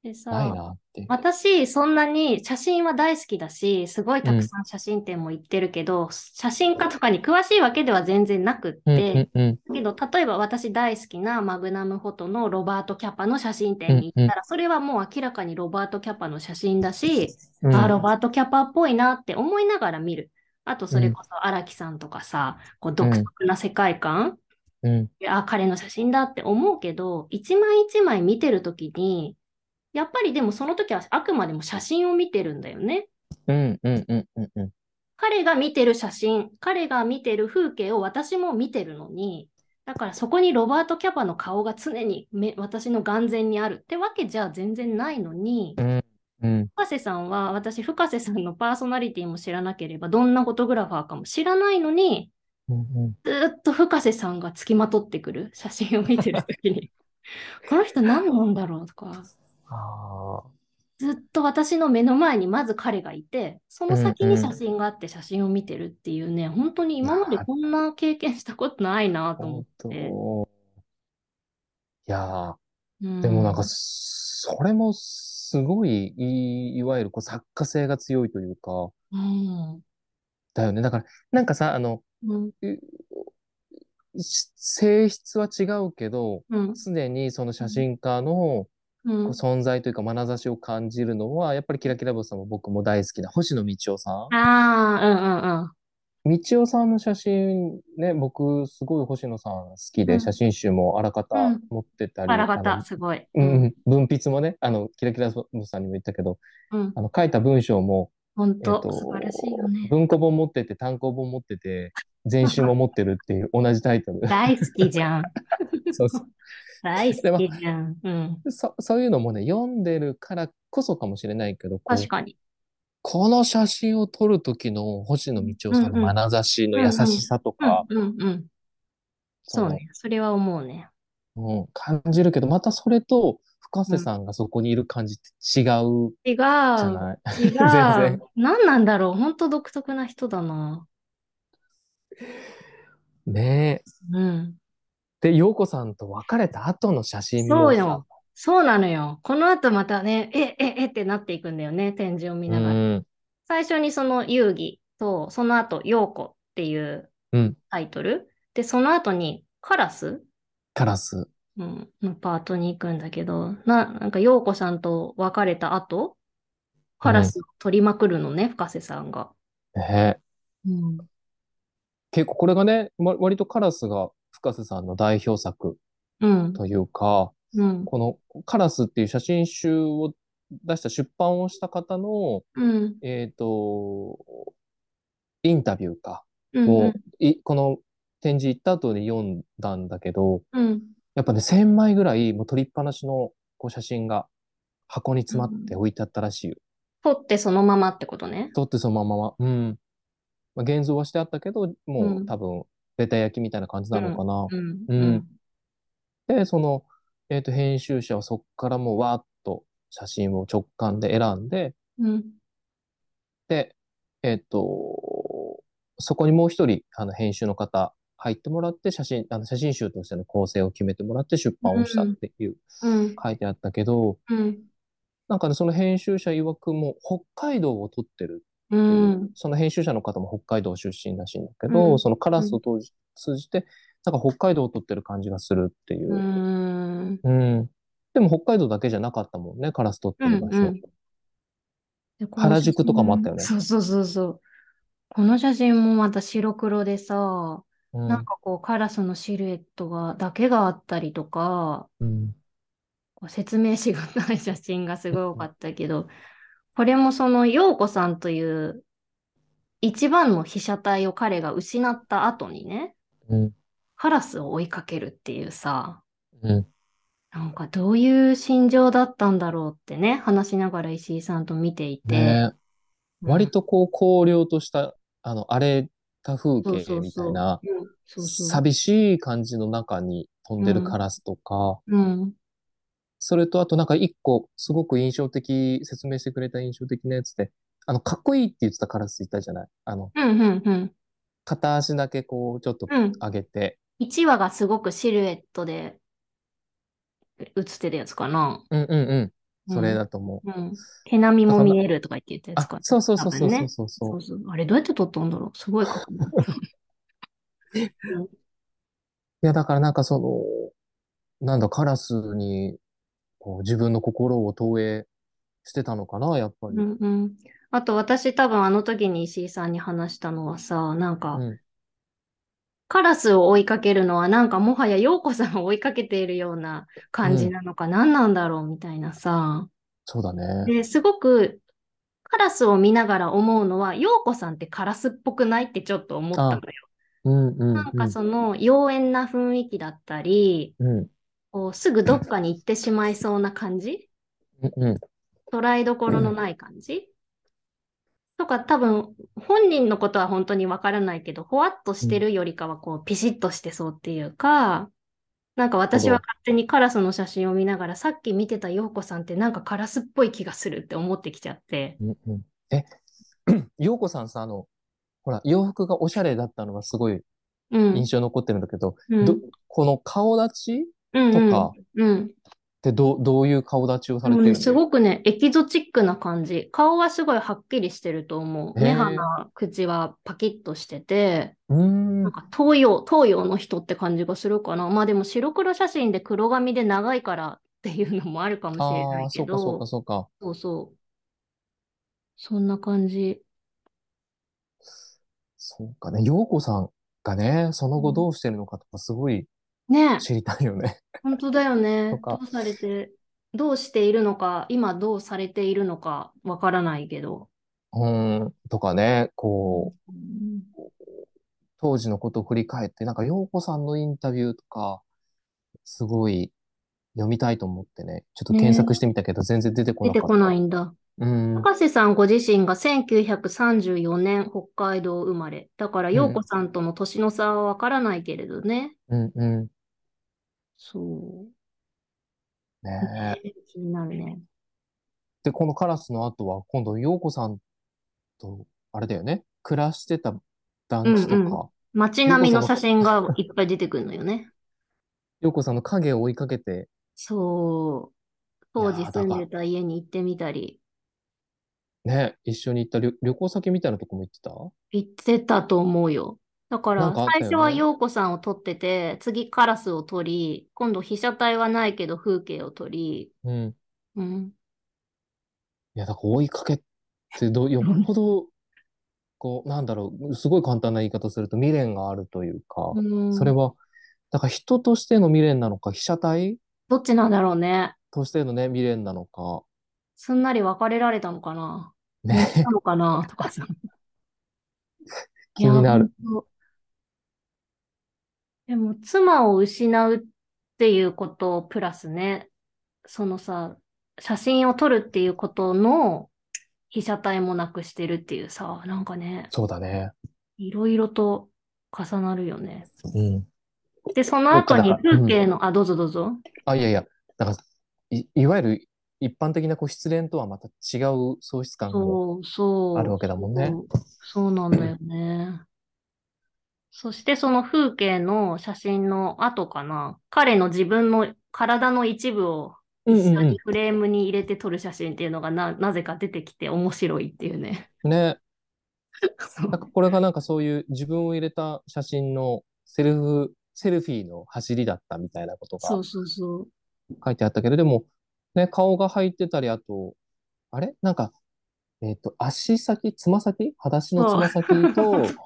Speaker 1: で
Speaker 2: ない
Speaker 1: さ、
Speaker 2: なっていう。
Speaker 1: 私、そんなに写真は大好きだし、すごいたくさん写真展も行ってるけど、写真家とかに詳しいわけでは全然なくって、
Speaker 2: うんうん
Speaker 1: だけど、例えば私大好きなマグナムフォトのロバート・キャパの写真展に行ったら、それはもう明らかにロバート・キャパの写真だし、
Speaker 2: うん。うん
Speaker 1: あ、ロバート・キャパっぽいなって思いながら見る。あと、それこそ荒木さんとかさ、こう独特な世界観、
Speaker 2: うん。
Speaker 1: であ、彼の写真だって思うけど、一枚一枚見てるときに、やっぱりでもその時はあくまでも写真を見てるんだよね。
Speaker 2: うんうんうんうんうん。
Speaker 1: 彼が見てる写真、彼が見てる風景を私も見てるのに、だからそこにロバート・キャパの顔が常にめ私の眼前にあるってわけじゃ全然ないのに、
Speaker 2: うん。
Speaker 1: 深瀬さんは私、深瀬さんのパーソナリティも知らなければ、どんなフォトグラファーかも知らないのに、
Speaker 2: うん
Speaker 1: ずーっと深瀬さんがつきまとってくる <laughs> 写真を見てるときに <laughs> この人何なんだろうとか
Speaker 2: ああ。
Speaker 1: ずっと私の目の前にまず彼がいてその先に写真があって写真を見てるっていうね、本当に今までこんな経験したことないなと思
Speaker 2: 本
Speaker 1: っ
Speaker 2: 当。
Speaker 1: て、
Speaker 2: いや
Speaker 1: うん
Speaker 2: ー、でもなんか、それもすごい、いい、いわゆるこう作家性が強いというか、
Speaker 1: うん
Speaker 2: だよね。だから、なんかさ、あの、
Speaker 1: うん
Speaker 2: し性質は違うけど、
Speaker 1: うん
Speaker 2: すでにその写真家のこ
Speaker 1: う
Speaker 2: うん存在というか眼差しを感じるのは、やっぱりキラキラボスさんも僕も大好きな星野道夫さん。
Speaker 1: ああ
Speaker 2: 道夫さんの写真ね、僕すごい星野さん好き
Speaker 1: う
Speaker 2: で
Speaker 1: ん
Speaker 2: 写真集もあらかた
Speaker 1: うん
Speaker 2: 持ってた
Speaker 1: うんうん
Speaker 2: り、
Speaker 1: あらが
Speaker 2: あ
Speaker 1: た
Speaker 2: の
Speaker 1: すごい、
Speaker 2: うんうん、文筆もね、あの、キラキラボスさんにも言ったけど、
Speaker 1: うん
Speaker 2: あの、書いた文章も、
Speaker 1: 本
Speaker 2: えっ
Speaker 1: 当
Speaker 2: と
Speaker 1: 素晴らしいよね
Speaker 2: 文庫本持ってて、単行本持ってて、全集も持ってる
Speaker 1: <laughs>
Speaker 2: っていう同じタイトル。
Speaker 1: 大好きじゃん。
Speaker 2: そうそう
Speaker 1: 大好きじゃん。うん。
Speaker 2: そそういうのもね、読んでるからこそかもしれないけど、こう
Speaker 1: 確かに。
Speaker 2: この写真を撮る時の星野道夫さん
Speaker 1: うんう
Speaker 2: の
Speaker 1: ん
Speaker 2: 眼差しの優しさと
Speaker 1: うん
Speaker 2: か、
Speaker 1: うんうん。そうね。それは思うね。
Speaker 2: そのうん、感じるけど、またそれと深瀬さんがそこにいる感じって違う
Speaker 1: 違う。違う。
Speaker 2: じゃない、
Speaker 1: <laughs>
Speaker 2: 然
Speaker 1: 何なんだろう。本当独特な人だな。
Speaker 2: ねえ。
Speaker 1: うん。
Speaker 2: で、陽子さんと別れた後の写真
Speaker 1: そ
Speaker 2: を
Speaker 1: う
Speaker 2: さ
Speaker 1: よ。そうなのよ。この後またね、え、え、えってなっていくんだよね。展示を見
Speaker 2: う
Speaker 1: ながら。
Speaker 2: ん。
Speaker 1: 最初にその遊戯と、その後、陽子っていう
Speaker 2: うん
Speaker 1: タイトル。で、その後にカラス
Speaker 2: カラス。
Speaker 1: うんのパートに行くんだけど、な、なんか、陽子さんと別れた後、カラスを取りまくるのね、深瀬さんが。
Speaker 2: ねえ
Speaker 1: うん。
Speaker 2: 結構これがね、わ割とカラスが深瀬さんの代表作
Speaker 1: うん。
Speaker 2: というか、
Speaker 1: うん。
Speaker 2: このカラスっていう写真集を出した出版をした方の、
Speaker 1: うん。
Speaker 2: えっと、インタビューか、
Speaker 1: うん。
Speaker 2: を、い、この展示行った後で読んだんだけど、
Speaker 1: うん。
Speaker 2: やっぱね、1000枚ぐらいもう取りっぱなしのこう写真が箱に詰まって置いてあったらしいよ。
Speaker 1: 取ってそのままってことね。
Speaker 2: 取ってそのまま、うん。まあ、現像はしてあったけど、
Speaker 1: う
Speaker 2: も
Speaker 1: ん
Speaker 2: う多分、ベタ焼きみたいな感じなのかな。
Speaker 1: うん。
Speaker 2: うんで、その、えっと、編集者はそこからもうわーっと写真を直感で選んで、
Speaker 1: うん。
Speaker 2: で、えっと、そこにもう一人、あの、編集の方入ってもらって、写真、あの、写真集としての構成を決めてもらって出版をしたっていう、
Speaker 1: うん。
Speaker 2: 書いてあったけど、
Speaker 1: うん。
Speaker 2: なんかね、その編集者曰くもう北海道を撮ってる
Speaker 1: う。
Speaker 2: っていうんその編集者の方も北海道出身らしいんだけ
Speaker 1: う
Speaker 2: ど、
Speaker 1: ん
Speaker 2: そのカラスを通じ通じて、なんか北海道を撮ってる感じがするっていうう。
Speaker 1: ん。
Speaker 2: うん。でも北海道だけじゃなかったもんね、カラス撮ってる場所。
Speaker 1: うんうんでこの
Speaker 2: 原宿とかもあったよね
Speaker 1: 写真そうそうそうそう。この写真もまた白黒でさ、
Speaker 2: うん
Speaker 1: なんかこうカラスのシルエットがだけがあったりとか、
Speaker 2: うん
Speaker 1: こう説明しがたい写真がすごい多かったけど、これもその陽子さんという一番の被写体を彼が失った後にね、
Speaker 2: うん
Speaker 1: カラスを追いかけるっていうさ、
Speaker 2: うん
Speaker 1: なんかどういう心情だったんだろうってね、話しながら石井さんと見ていて、
Speaker 2: ねえ
Speaker 1: うん
Speaker 2: 割とこう、荒涼とした、あの、荒れた風
Speaker 1: そう
Speaker 2: 景
Speaker 1: そう
Speaker 2: み
Speaker 1: そ
Speaker 2: た
Speaker 1: う
Speaker 2: いな、
Speaker 1: うんそうそう
Speaker 2: 寂しい感じの中に飛んで
Speaker 1: う
Speaker 2: る
Speaker 1: ん
Speaker 2: カラスとか、
Speaker 1: うん、
Speaker 2: それと、あとなんか一個、すごく印象的、説明してくれた印象的なやつで、あの、かっこいいって言ってたカラスいたじゃないあの、
Speaker 1: うん、うん、うん。
Speaker 2: 片足だけこう、ちょっと
Speaker 1: うん
Speaker 2: 上げて、
Speaker 1: 1話がすごくシルエットで写ってるやつかな。
Speaker 2: うんうんうん、それ
Speaker 1: うん
Speaker 2: だと思う。
Speaker 1: うん。毛並みも見えるとか言って言ったや
Speaker 2: あ
Speaker 1: つか、
Speaker 2: そうそうそうそう
Speaker 1: 多分ね
Speaker 2: そうそう
Speaker 1: そ
Speaker 2: そう
Speaker 1: そう。あれどうやって撮ったんだろうすごいかっこいい
Speaker 2: <laughs> う。いや、だからなんかその、なんだ、カラスに、こう、自分の心を投影してたのかな、やっぱり。
Speaker 1: うんうん。あと私多分あの時に石井さんに話したのはさ、なんか、
Speaker 2: うん
Speaker 1: カラスを追いかけるのはなんかもはや陽子さんを追いかけているような感じなのか、何なんだろうみたいなさ。
Speaker 2: そうだね。
Speaker 1: ですごくカラスを見ながら思うのは陽子さんってカラスっぽくないってちょっと思ったのよ。
Speaker 2: うんうん
Speaker 1: なん
Speaker 2: う
Speaker 1: か
Speaker 2: ん。
Speaker 1: その妖艶な雰囲気だったり、
Speaker 2: うん
Speaker 1: こうすぐどっかに行ってしまいそうな感じ、
Speaker 2: うんうん。
Speaker 1: 捉えどころのない感じとか多分本人のことは本当にわからないけど、ほわっとしてるよりかはこうピシッとしてそうっていうか、なんか私は
Speaker 2: なるほど
Speaker 1: 勝手にカラスの写真を見ながら、さっき見てた陽子さんってなんかカラスっぽい気がするって思ってきちゃって。
Speaker 2: うんうん。え、 <clears throat> 洋子さんさ、あの、ほら、洋服がおしゃれだったのがすごい
Speaker 1: うん。
Speaker 2: 印象に残ってるんだけど、
Speaker 1: うん
Speaker 2: ど、この顔立ちっ
Speaker 1: うん
Speaker 2: とか
Speaker 1: うんうん
Speaker 2: てどう、どういう顔立ちをされ
Speaker 1: も
Speaker 2: て
Speaker 1: う
Speaker 2: る
Speaker 1: ね、
Speaker 2: の
Speaker 1: すごくね、エキゾチックな感じ。顔はすごいはっきりしてると思う。
Speaker 2: へ
Speaker 1: 目
Speaker 2: え
Speaker 1: 鼻、口はパキッとしてて、
Speaker 2: うーん
Speaker 1: なん。か東洋、東洋の人って感じがするかな。まあでも白黒写真で黒髪で長いから <laughs> っていうのもあるかもしれな
Speaker 2: あ
Speaker 1: い
Speaker 2: あ、
Speaker 1: け
Speaker 2: そうかそう
Speaker 1: ど
Speaker 2: か、そうか。
Speaker 1: そうそう。そんな感じ。
Speaker 2: そうかね。陽子さんがね、その
Speaker 1: う
Speaker 2: 後
Speaker 1: ん
Speaker 2: どうしてるのかとかすごい
Speaker 1: ねえ、
Speaker 2: 知りたいよね。 <laughs>
Speaker 1: 本当だよね。
Speaker 2: と
Speaker 1: ど
Speaker 2: か
Speaker 1: うされて、どうしているのか、今どうされているのかわからないけど。
Speaker 2: うん、とかね、こう、当時のことを振り返って、なんか、陽子さんのインタビューとか、すごい読みたいと思ってね、ちょっと検
Speaker 1: ね
Speaker 2: 索してみたけど、全然出てこ
Speaker 1: 出
Speaker 2: な
Speaker 1: て
Speaker 2: かっ
Speaker 1: こな
Speaker 2: た。
Speaker 1: いんだ。
Speaker 2: うん、
Speaker 1: 博士さんご自身が1934年北海道生まれ。だから、
Speaker 2: う
Speaker 1: 陽
Speaker 2: ん、
Speaker 1: 子さんとの年の差はわからないけれどね。
Speaker 2: うん、う
Speaker 1: そ
Speaker 2: ん。
Speaker 1: う。
Speaker 2: ねえ。
Speaker 1: ね気になるね。
Speaker 2: で、このカラスの後は、今度、陽子さんと、あれだよね、暮らしてた
Speaker 1: う
Speaker 2: 団
Speaker 1: ん
Speaker 2: 地と
Speaker 1: うん。
Speaker 2: か、
Speaker 1: 街
Speaker 2: 陽
Speaker 1: 並
Speaker 2: 子
Speaker 1: み
Speaker 2: さん
Speaker 1: の写
Speaker 2: のか、
Speaker 1: 真がいっぱい出てくるのよね。
Speaker 2: 陽子さんの影を追いかけて、
Speaker 1: そう。
Speaker 2: い
Speaker 1: 当時
Speaker 2: やー、だ
Speaker 1: 住んで
Speaker 2: が、
Speaker 1: た家に行ってみたり、
Speaker 2: ね、一緒に行った旅、旅行先みたいなとこも行ってた
Speaker 1: 行ってたと思うよ。だか
Speaker 2: なん
Speaker 1: ら、
Speaker 2: かあっ
Speaker 1: 最
Speaker 2: た
Speaker 1: 初
Speaker 2: よ
Speaker 1: は
Speaker 2: ね。
Speaker 1: 陽子さんを撮ってて、次カラスを撮り、今度被写体はないけど風景を撮り、
Speaker 2: うん。
Speaker 1: うん。
Speaker 2: いや、だから追いかけってど、よっぽど、こう、なんだろう、すごい簡単な言い方すると未練があるという
Speaker 1: う
Speaker 2: か、それ
Speaker 1: ん。
Speaker 2: は、だから人としての未練なのか、被写体
Speaker 1: どっちなんだろうね。
Speaker 2: としてのね、未練なのか、
Speaker 1: すんなり別れられたのかな。浮気な
Speaker 2: ね、
Speaker 1: のか
Speaker 2: <laughs>
Speaker 1: なとかさ。い
Speaker 2: 気
Speaker 1: や、
Speaker 2: にな
Speaker 1: 本
Speaker 2: る。
Speaker 1: 当。でも、妻を失うっていうことプラスね、そのさ、写真を撮るっていうことの被写体もなくしてるっていうさ、なんかね、
Speaker 2: そうだね。
Speaker 1: いろいろと重なるよね。
Speaker 2: うん。
Speaker 1: で、その
Speaker 2: そう
Speaker 1: 後
Speaker 2: か、だ
Speaker 1: に
Speaker 2: から、
Speaker 1: 風
Speaker 2: うん。
Speaker 1: 景の、あ、どうぞどうぞ。
Speaker 2: あ、いやいや、だから、い、いわゆる一般的なこう失恋とはまた違う喪失感も
Speaker 1: そう、
Speaker 2: ある
Speaker 1: そう、
Speaker 2: わけだもんね。
Speaker 1: そう、そうなんだよね。そしてその風景の写真の後かな、彼の自分の体の一部を
Speaker 2: う
Speaker 1: 一
Speaker 2: ん
Speaker 1: 緒
Speaker 2: うん
Speaker 1: に
Speaker 2: う
Speaker 1: フレームに入れて撮る写真っていうのがな、なぜか出てきて面白いっていうね。
Speaker 2: ん。ね。
Speaker 1: そ
Speaker 2: なん
Speaker 1: う。
Speaker 2: かこれがなんかそういう自分を入れた写真のセルフ、セルフィーの走りだったみたいなこと
Speaker 1: そ
Speaker 2: が
Speaker 1: うそうそう。
Speaker 2: 書いてあったけど、でも、ね、顔が入ってたり、あと、あれなんか、えっと、足先、つま先裸足の
Speaker 1: <laughs>
Speaker 2: つ
Speaker 1: そう。
Speaker 2: ま先と、ふ、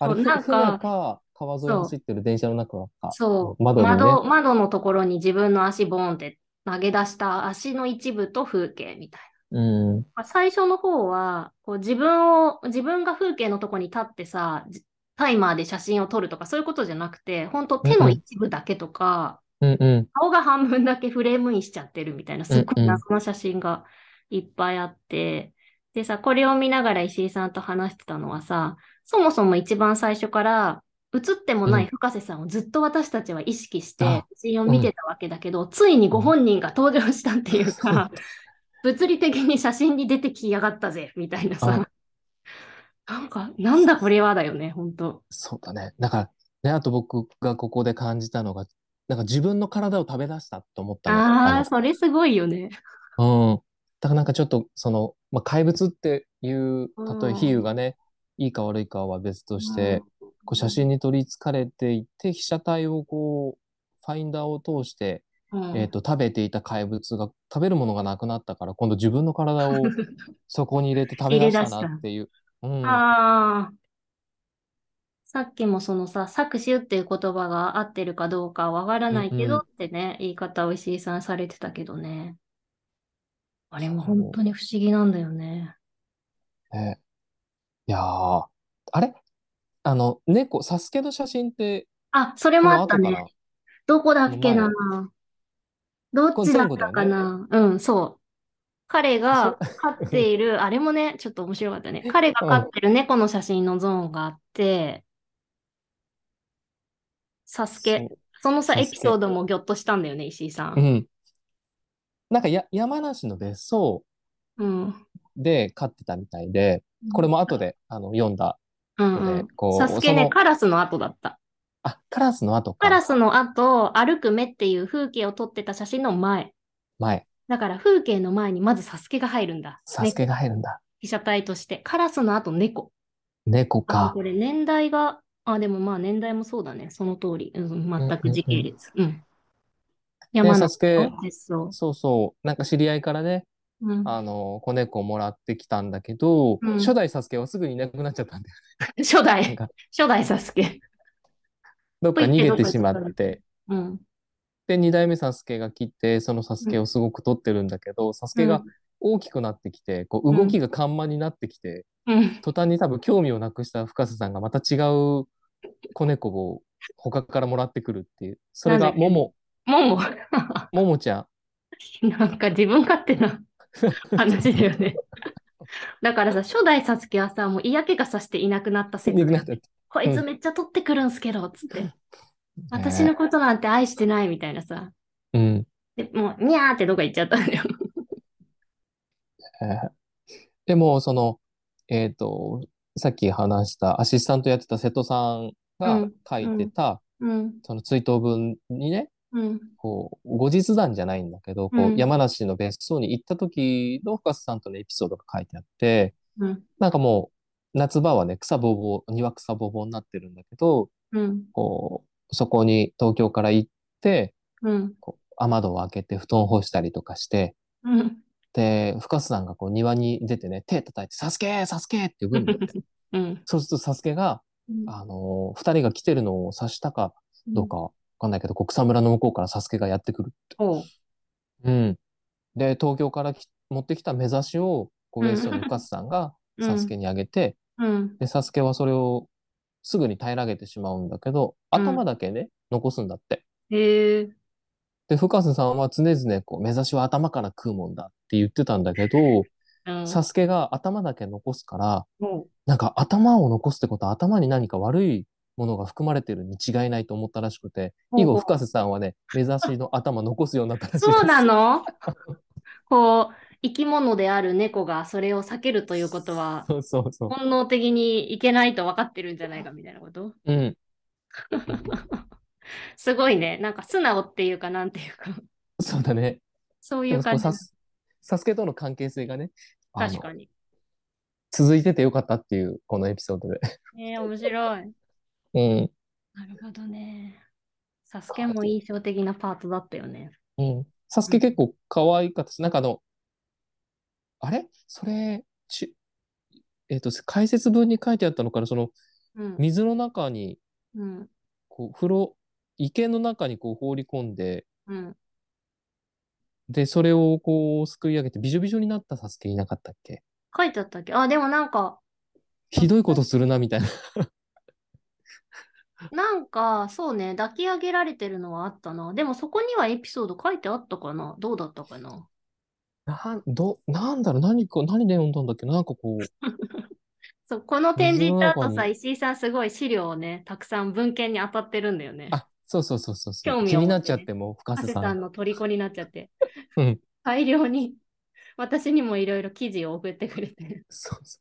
Speaker 2: あ
Speaker 1: そ
Speaker 2: れ、
Speaker 1: う、
Speaker 2: ふ、
Speaker 1: なん
Speaker 2: 船
Speaker 1: か、
Speaker 2: か川沿い
Speaker 1: そ
Speaker 2: 走
Speaker 1: う、
Speaker 2: ってる電車の中か、
Speaker 1: そう、
Speaker 2: 窓にね、
Speaker 1: 窓、窓のところに自分の足ボーンって投げ出した足の一部と風景みたいな。
Speaker 2: うん、
Speaker 1: まあ最初の方は、こう自分を、自分が風景のとこに立ってさ、じタイマーで写真を撮るとかそういうことじゃなくて、本当
Speaker 2: うん
Speaker 1: 手
Speaker 2: う
Speaker 1: の
Speaker 2: ん、
Speaker 1: 一部だけとか、
Speaker 2: うんうん、
Speaker 1: 顔が半分だけフレームインしちゃってるみたいな、
Speaker 2: う
Speaker 1: す
Speaker 2: ん
Speaker 1: ごい
Speaker 2: うん、
Speaker 1: 謎の写真がいっぱいあって、でさ、これを見ながら石井さんと話してたのはさ、そもそも一番最初から、映っても
Speaker 2: う
Speaker 1: ない
Speaker 2: ん、
Speaker 1: 深瀬さんをずっと私たちは意識して
Speaker 2: あ、
Speaker 1: 写真を
Speaker 2: う
Speaker 1: 見て
Speaker 2: ん、
Speaker 1: たわけだけど、ついに
Speaker 2: う
Speaker 1: ご
Speaker 2: ん。
Speaker 1: 本人が登場したっていう
Speaker 2: <laughs>
Speaker 1: か、物理的に写真に出てきやがったぜ、みたいな
Speaker 2: あ、
Speaker 1: さ、なんか、なんだこれはだよね、ほんと。
Speaker 2: そうだね。だから、ね、あと僕がここで感じたのが、なんか自分の体を食べ出したと思ったの。あ
Speaker 1: ああ、
Speaker 2: の、
Speaker 1: それすごいよね。
Speaker 2: うん。だからなんかちょっと、その、まあ、怪物っていう、
Speaker 1: う
Speaker 2: たとえ比喩
Speaker 1: ん。
Speaker 2: がね、いいか悪いかは別として、こう写
Speaker 1: う
Speaker 2: 真に取りつかれていて、被写体をこう、ファインダーを通して、えっ
Speaker 1: ん。
Speaker 2: と、食べていた怪物が、食べるものがなくなったから、今度自分の体をそこに入れて食べ
Speaker 1: 入
Speaker 2: 出
Speaker 1: れ出
Speaker 2: した
Speaker 1: し
Speaker 2: な
Speaker 1: た。
Speaker 2: っていう。うん。
Speaker 1: ああ、さっきもそのさ、搾取っていう言葉が合ってるかどうかわから
Speaker 2: う
Speaker 1: なんいうけど
Speaker 2: ん。
Speaker 1: ってね、言い方を石井さんされてたけどね。あれも本
Speaker 2: そ
Speaker 1: 当に不思議なんだよね。
Speaker 2: う。ね。いやー。あれあの、猫、サスケの写真って、
Speaker 1: あ、それ
Speaker 2: こ
Speaker 1: もあ
Speaker 2: の
Speaker 1: った
Speaker 2: 後か
Speaker 1: ね。
Speaker 2: な
Speaker 1: どこだ
Speaker 2: この
Speaker 1: っけ
Speaker 2: 前
Speaker 1: な。
Speaker 2: だ。
Speaker 1: どっ
Speaker 2: この
Speaker 1: ちだ
Speaker 2: 前
Speaker 1: っ
Speaker 2: 後だ
Speaker 1: た
Speaker 2: よ
Speaker 1: か
Speaker 2: ね。
Speaker 1: な。うん、そう。彼
Speaker 2: そ
Speaker 1: が
Speaker 2: れ、
Speaker 1: 飼ってい
Speaker 2: <laughs>
Speaker 1: る、あれもね、ちょっと面白かったね。彼が
Speaker 2: う
Speaker 1: 飼っ
Speaker 2: ん。
Speaker 1: てる猫の写真のゾーンがあって、サスケ。
Speaker 2: そう、
Speaker 1: そのさ、
Speaker 2: サ
Speaker 1: エ
Speaker 2: ス
Speaker 1: ピソー
Speaker 2: ケ。
Speaker 1: ドもぎょっとしたんだよね、石井さ。
Speaker 2: うんん。なんかや、山梨の別荘
Speaker 1: うん。
Speaker 2: で飼ってたみたいで、
Speaker 1: う
Speaker 2: これ
Speaker 1: ん
Speaker 2: も後で、あの、読んだ
Speaker 1: う
Speaker 2: の
Speaker 1: んうん。
Speaker 2: で、
Speaker 1: サ
Speaker 2: こ
Speaker 1: ス
Speaker 2: う、
Speaker 1: ケ
Speaker 2: そ
Speaker 1: ね、
Speaker 2: の、
Speaker 1: カラスの後だった。
Speaker 2: あ、カラスの後
Speaker 1: カラ
Speaker 2: か、
Speaker 1: スの後、歩く目っていう風景を撮ってた写真の前。
Speaker 2: 前、
Speaker 1: だから風景の前にまずサスケが入るんだ。
Speaker 2: サス
Speaker 1: ね、
Speaker 2: ケが入るんだ。
Speaker 1: 被写体として。カラスの後、猫。
Speaker 2: 猫
Speaker 1: あ、もう
Speaker 2: か。
Speaker 1: これ年代が、あ、でもまあ年代もそうだね。その通り。うん、
Speaker 2: うん
Speaker 1: 全く
Speaker 2: うん
Speaker 1: 時
Speaker 2: う
Speaker 1: 系
Speaker 2: ん。
Speaker 1: 列。うん。
Speaker 2: ね、
Speaker 1: 山
Speaker 2: サ
Speaker 1: 梨
Speaker 2: スケ、
Speaker 1: の別荘。
Speaker 2: そうそう、なんか知り合いからね、
Speaker 1: うん。
Speaker 2: あの、子猫をもらってきたんだけど、
Speaker 1: う
Speaker 2: 初
Speaker 1: ん。
Speaker 2: 代サスケはすぐにいなくなっちゃったんだよ。
Speaker 1: 初
Speaker 2: なん
Speaker 1: 代、
Speaker 2: か、
Speaker 1: 初代サスケ。
Speaker 2: どっ
Speaker 1: と
Speaker 2: か
Speaker 1: 言っ
Speaker 2: 逃
Speaker 1: て
Speaker 2: げ
Speaker 1: どってか行っ
Speaker 2: し
Speaker 1: ちゃっ
Speaker 2: ま
Speaker 1: た
Speaker 2: っ
Speaker 1: んだけど。
Speaker 2: て、
Speaker 1: うん。
Speaker 2: で、二代目サスケが来て、そのサス
Speaker 1: う
Speaker 2: ケ
Speaker 1: ん。
Speaker 2: をすごく撮ってるんだけど、サス
Speaker 1: う
Speaker 2: ケが
Speaker 1: ん。
Speaker 2: 大きくなってきて、こう動きが緩慢になってきて、
Speaker 1: うん。
Speaker 2: 途端に多分興味をなくした深瀬さんがまた違う子猫を他からもらってくるっていう。それ
Speaker 1: な
Speaker 2: が
Speaker 1: んだっけ
Speaker 2: もも、
Speaker 1: も
Speaker 2: ももちゃん。
Speaker 1: う、 <laughs> なんか自分勝手な話だよね。だからさ、初代サスケはさ、もう嫌気がさしていなくなった説
Speaker 2: よくなっちゃった
Speaker 1: こいつめっちゃ取ってくるんすけど、つって。私のことなんて愛してないみたいなさ。
Speaker 2: うん。
Speaker 1: で、もう、にゃーってどっか行っちゃったんだよ。
Speaker 2: えー <laughs> でも、その、えっと、さっき話したアシスタントやってた瀬戸さん
Speaker 1: う
Speaker 2: が
Speaker 1: ん
Speaker 2: 書いてた、
Speaker 1: うん、
Speaker 2: その追悼文にね、
Speaker 1: うん、
Speaker 2: こう、後日談じゃないんだけど、こ
Speaker 1: うん
Speaker 2: う、山梨の別荘に行った時の深瀬さんとのエピソードが書いてあって、
Speaker 1: うん、
Speaker 2: なんかもう、夏場はね、草ぼうぼう、庭草ぼうぼうになってるんだけど、
Speaker 1: うん、
Speaker 2: こう、そこに東京から行って、
Speaker 1: うん、
Speaker 2: こう、雨戸を開けて布団干したりとかして、
Speaker 1: うん。
Speaker 2: で、深瀬さんがこう庭に出てね、手叩いて、サスケサスケって呼ぶんだ
Speaker 1: <laughs>
Speaker 2: よ。
Speaker 1: うん。
Speaker 2: そうするとサスケが、あのー二人が来てるのを察したかどうかわかんないけど、こう草むらの向こうからサスケがやってくるって。
Speaker 1: おう。
Speaker 2: うん。で、東京からき持ってきた目指しを、こう、
Speaker 1: うん
Speaker 2: ゲストの深瀬さんが
Speaker 1: うん
Speaker 2: サスケにあげて、
Speaker 1: うん。
Speaker 2: で、サスケはそれをすぐに平らげてしまうんだけど、
Speaker 1: うん
Speaker 2: 頭だけね、残すんだって。
Speaker 1: へえ。
Speaker 2: で、深瀬さんは常々、こう、目指しは頭から食うもんだって言ってたんだけど、
Speaker 1: うん。
Speaker 2: サスケが頭だけ残すから、
Speaker 1: おう
Speaker 2: なんか頭を残すってことは頭に何か悪いものが含まれてるに違いないと思ったらしくて、
Speaker 1: ほう
Speaker 2: 以
Speaker 1: ほう
Speaker 2: 後深瀬さんはね、目指しの頭残すようになったらしいです。
Speaker 1: そうな
Speaker 2: <laughs>
Speaker 1: のこう、生き物である猫がそれを避けるということは、
Speaker 2: <laughs> そうそうそう。
Speaker 1: 本能的にいけないと分かってるんじゃないかみたいなこと
Speaker 2: うん。
Speaker 1: すごいね。なんか素直っていうか、なんていうか、
Speaker 2: そうだね。
Speaker 1: そうい
Speaker 2: で
Speaker 1: う
Speaker 2: も
Speaker 1: 感じ
Speaker 2: サ。ス、サスケとの関係性がね、あ
Speaker 1: 確
Speaker 2: の、
Speaker 1: かに。
Speaker 2: 続いててよかったっていう、このエピソードで。 <laughs>
Speaker 1: えー、面白い。
Speaker 2: うん。
Speaker 1: なるほどね。サスケも印象的なパートだったよね。
Speaker 2: うん。サスケ結構可愛かったし、なんかあの、あれそれ、ち、えっと、解説文に書いてあったのかな、その、
Speaker 1: うん。
Speaker 2: 水の中に、
Speaker 1: うん。
Speaker 2: こう、風呂、池の中にこう放り込んで、
Speaker 1: うん。
Speaker 2: で、それをこう、すくい上げて、びしょびしょになったサスケいなかったっけ
Speaker 1: 書いてあったっけあ、でもなんか、
Speaker 2: ひどいことするな、みたいな。 <laughs>
Speaker 1: なんか、そうね、抱き上げられてるのはあったな。でもそこにはエピソード書いてあったかなどうだったかな
Speaker 2: なん、ど、なんだろう、何か、何で読んだんだっけなんかこう、
Speaker 1: そう、この展示行った後さ、
Speaker 2: 水の中
Speaker 1: 石井さんすごい資料をね、たくさん文献に当たってるんだよね。
Speaker 2: あ、そうそうそうそうそう、
Speaker 1: 興味を
Speaker 2: 気に
Speaker 1: 持
Speaker 2: な
Speaker 1: っ
Speaker 2: ってちゃってもう、深
Speaker 1: 加
Speaker 2: 瀬
Speaker 1: 瀬
Speaker 2: さ
Speaker 1: さん
Speaker 2: ん。
Speaker 1: の虜になっちゃって。
Speaker 2: うん、
Speaker 1: 大量に、私にもいろいろ記事を送ってくれて、
Speaker 2: そうそ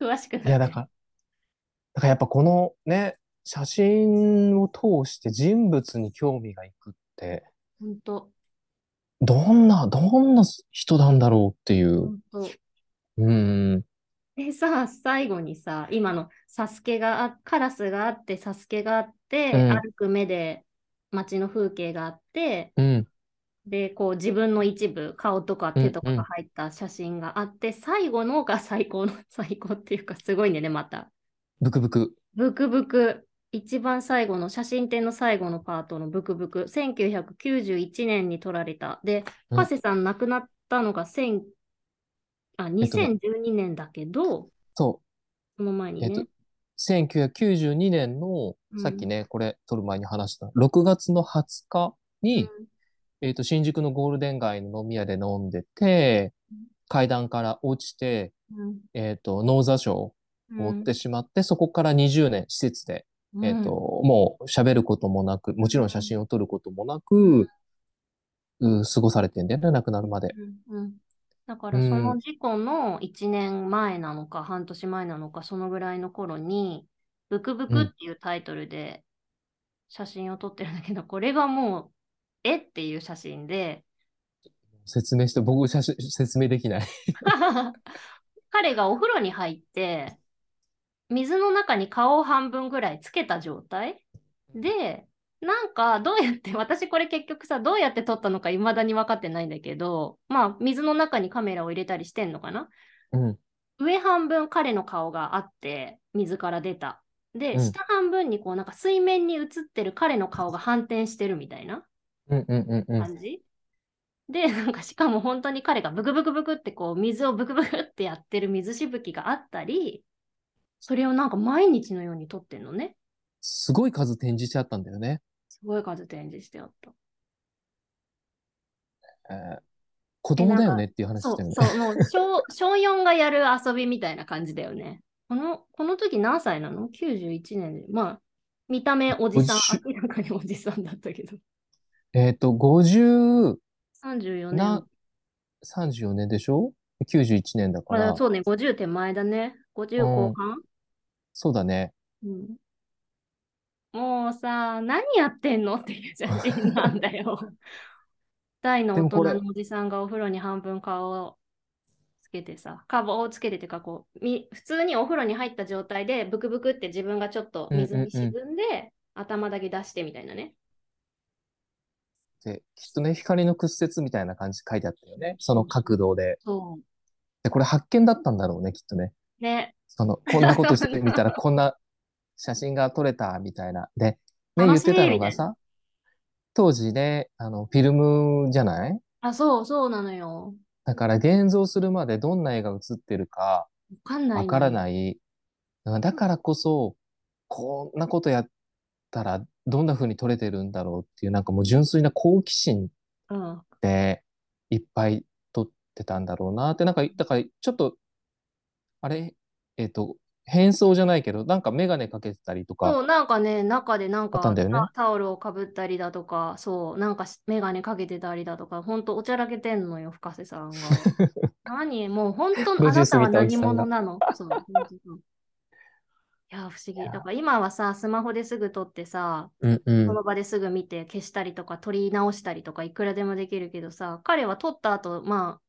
Speaker 1: 詳しくなっ
Speaker 2: う。いや、だ
Speaker 1: て。
Speaker 2: から、だからやっぱこのね、写真を通して人物に興味がいくって、
Speaker 1: ほんと、
Speaker 2: どんな、どんな人なんだろうってい
Speaker 1: ほ
Speaker 2: う。
Speaker 1: んと。
Speaker 2: うん、
Speaker 1: でさ、最後にさ、今のサスケがあ、カラスがあって、サスケがあって、
Speaker 2: うん
Speaker 1: 歩く目で街の風景があって、
Speaker 2: うん、
Speaker 1: で、こう自分の一部、顔とか手とかが入った写真があって、最後のが最高の、最高っていうか、すごいんだよね、また。
Speaker 2: ブクブク。
Speaker 1: ブクブク、一番最後の、写真展の最後のパートのブクブク、1991年に撮られた。で、
Speaker 2: うん
Speaker 1: 加瀬さん亡くなったのが1000、あ、2012年だけど、
Speaker 2: そう。
Speaker 1: その前に
Speaker 2: えっと
Speaker 1: ね。
Speaker 2: 1992年の
Speaker 1: う、ん
Speaker 2: さっきね、これ撮る前に話した、6月の20日に、えっと、新宿のゴールデン街の飲み屋で飲んでて
Speaker 1: うん、
Speaker 2: 階段から落ちて、
Speaker 1: うん
Speaker 2: えっと、脳挫傷を
Speaker 1: うん
Speaker 2: 負ってしまって、そこから20年施設で、えっと、
Speaker 1: うん
Speaker 2: もう喋ることもなく、もちろん写真を撮ることもなく、う過ごされてんだよね、亡くなるまで。
Speaker 1: うんうんだからその事故の1年前なのか、半年前なのか、そのぐらいの頃に、ブクブクっていうタイトルで写真を撮ってるんだけど、これがもう、えっていう写真で、
Speaker 2: 説明して、僕、写真説明できない。 <laughs>
Speaker 1: <laughs> 彼がお風呂に入って、水の中に顔を半分ぐらいつけた状態で、なんかどうやって、 <laughs> 私これ結局さ、どうやって撮ったのか未だに分かってないんだけど、まあ水の中にカメラを入れたりしてんのかな
Speaker 2: うん、
Speaker 1: 上半分彼の顔があって、水から出た。で、
Speaker 2: うん
Speaker 1: 下半分にこうなんか水面に映ってる彼の顔が反転してるみたいな
Speaker 2: うん、うん、うん、うん。
Speaker 1: 感じで、なんかしかも本当に彼がブクブクブクってこう水をブクブクってやってる水しぶきがあったり、それをなんか毎日のように撮ってんのね。
Speaker 2: すごい数展示してあったんだよね。
Speaker 1: すごい数展示してあった。
Speaker 2: えー子供だよねっていう話
Speaker 1: そ
Speaker 2: して
Speaker 1: う
Speaker 2: るね。
Speaker 1: そう、もう小 <laughs> 小4がやる遊びみたいな感じだよね。このこの時何歳なの ?91 年で。まあ、見た目おじさん、
Speaker 2: 50
Speaker 1: 明らかにおじさんだったけど。
Speaker 2: <laughs> えっと、50
Speaker 1: 34
Speaker 2: な
Speaker 1: 年。、
Speaker 2: 34年でしょ ?91 年だか
Speaker 1: ま
Speaker 2: ら
Speaker 1: あ、、そうね、50手前だね。50後半、
Speaker 2: そうだね。
Speaker 1: うんもうさ、何やってんのっていう写真なんだ <laughs> よ。大の大
Speaker 2: でもこれ
Speaker 1: 人のおじさんがお風呂に半分顔をつけてさ、カバーをつけててかこうみ、普通にお風呂に入った状態で、ブクブクって自分がちょっと水に沈んで、頭だけ出してみたいなね。
Speaker 2: で、きっとね、光の屈折みたいな感じ書いてあったよね。その角度で。
Speaker 1: そ
Speaker 2: で、これ発見だったんだろうね、きっとね。
Speaker 1: う。ね、
Speaker 2: その、こんなこ
Speaker 1: <laughs>
Speaker 2: としてみたら、こんな写真が撮れた、みたいな。で、ね、言
Speaker 1: 楽
Speaker 2: っ
Speaker 1: しい
Speaker 2: てたの
Speaker 1: みた
Speaker 2: が
Speaker 1: いな。
Speaker 2: さ、当時ね、あの、フィルムじゃない
Speaker 1: あ、そう、そうなのよ。
Speaker 2: だから現像するまでどんな絵が写ってるか
Speaker 1: わかんな
Speaker 2: わ
Speaker 1: いの
Speaker 2: から
Speaker 1: よ。
Speaker 2: ない。うんだからこそ、こんなことやったらどんな風に撮れてるんだろうっていう、なんかもう純粋な好奇心
Speaker 1: うん。
Speaker 2: でいっぱい撮ってたんだろうなって、なんか、だからちょっと、あれ、えっと、変装じゃないけど、なんかメガネかけてたりとか、
Speaker 1: そう、なんかね、中でなん
Speaker 2: あったん
Speaker 1: か
Speaker 2: だよね
Speaker 1: タ、タオルをかぶったりだとか、そう、なんかしメガネかけてたりだとか、ほんとおちゃらけてんのよ、深瀬さ
Speaker 2: <laughs>
Speaker 1: んが。何もう本当、あな
Speaker 2: 50
Speaker 1: た
Speaker 2: 過
Speaker 1: は
Speaker 2: ぎたお
Speaker 1: 何
Speaker 2: じさん
Speaker 1: 者
Speaker 2: が。
Speaker 1: なのそう、本当そういや、不思
Speaker 2: い
Speaker 1: 議。
Speaker 2: や
Speaker 1: だから今はさ、スマホですぐ撮ってさ、
Speaker 2: うんう
Speaker 1: そ
Speaker 2: ん。
Speaker 1: の場ですぐ見て消したりとか、撮り直したりとか、いくらでもできるけどさ、彼は撮った後、まあ、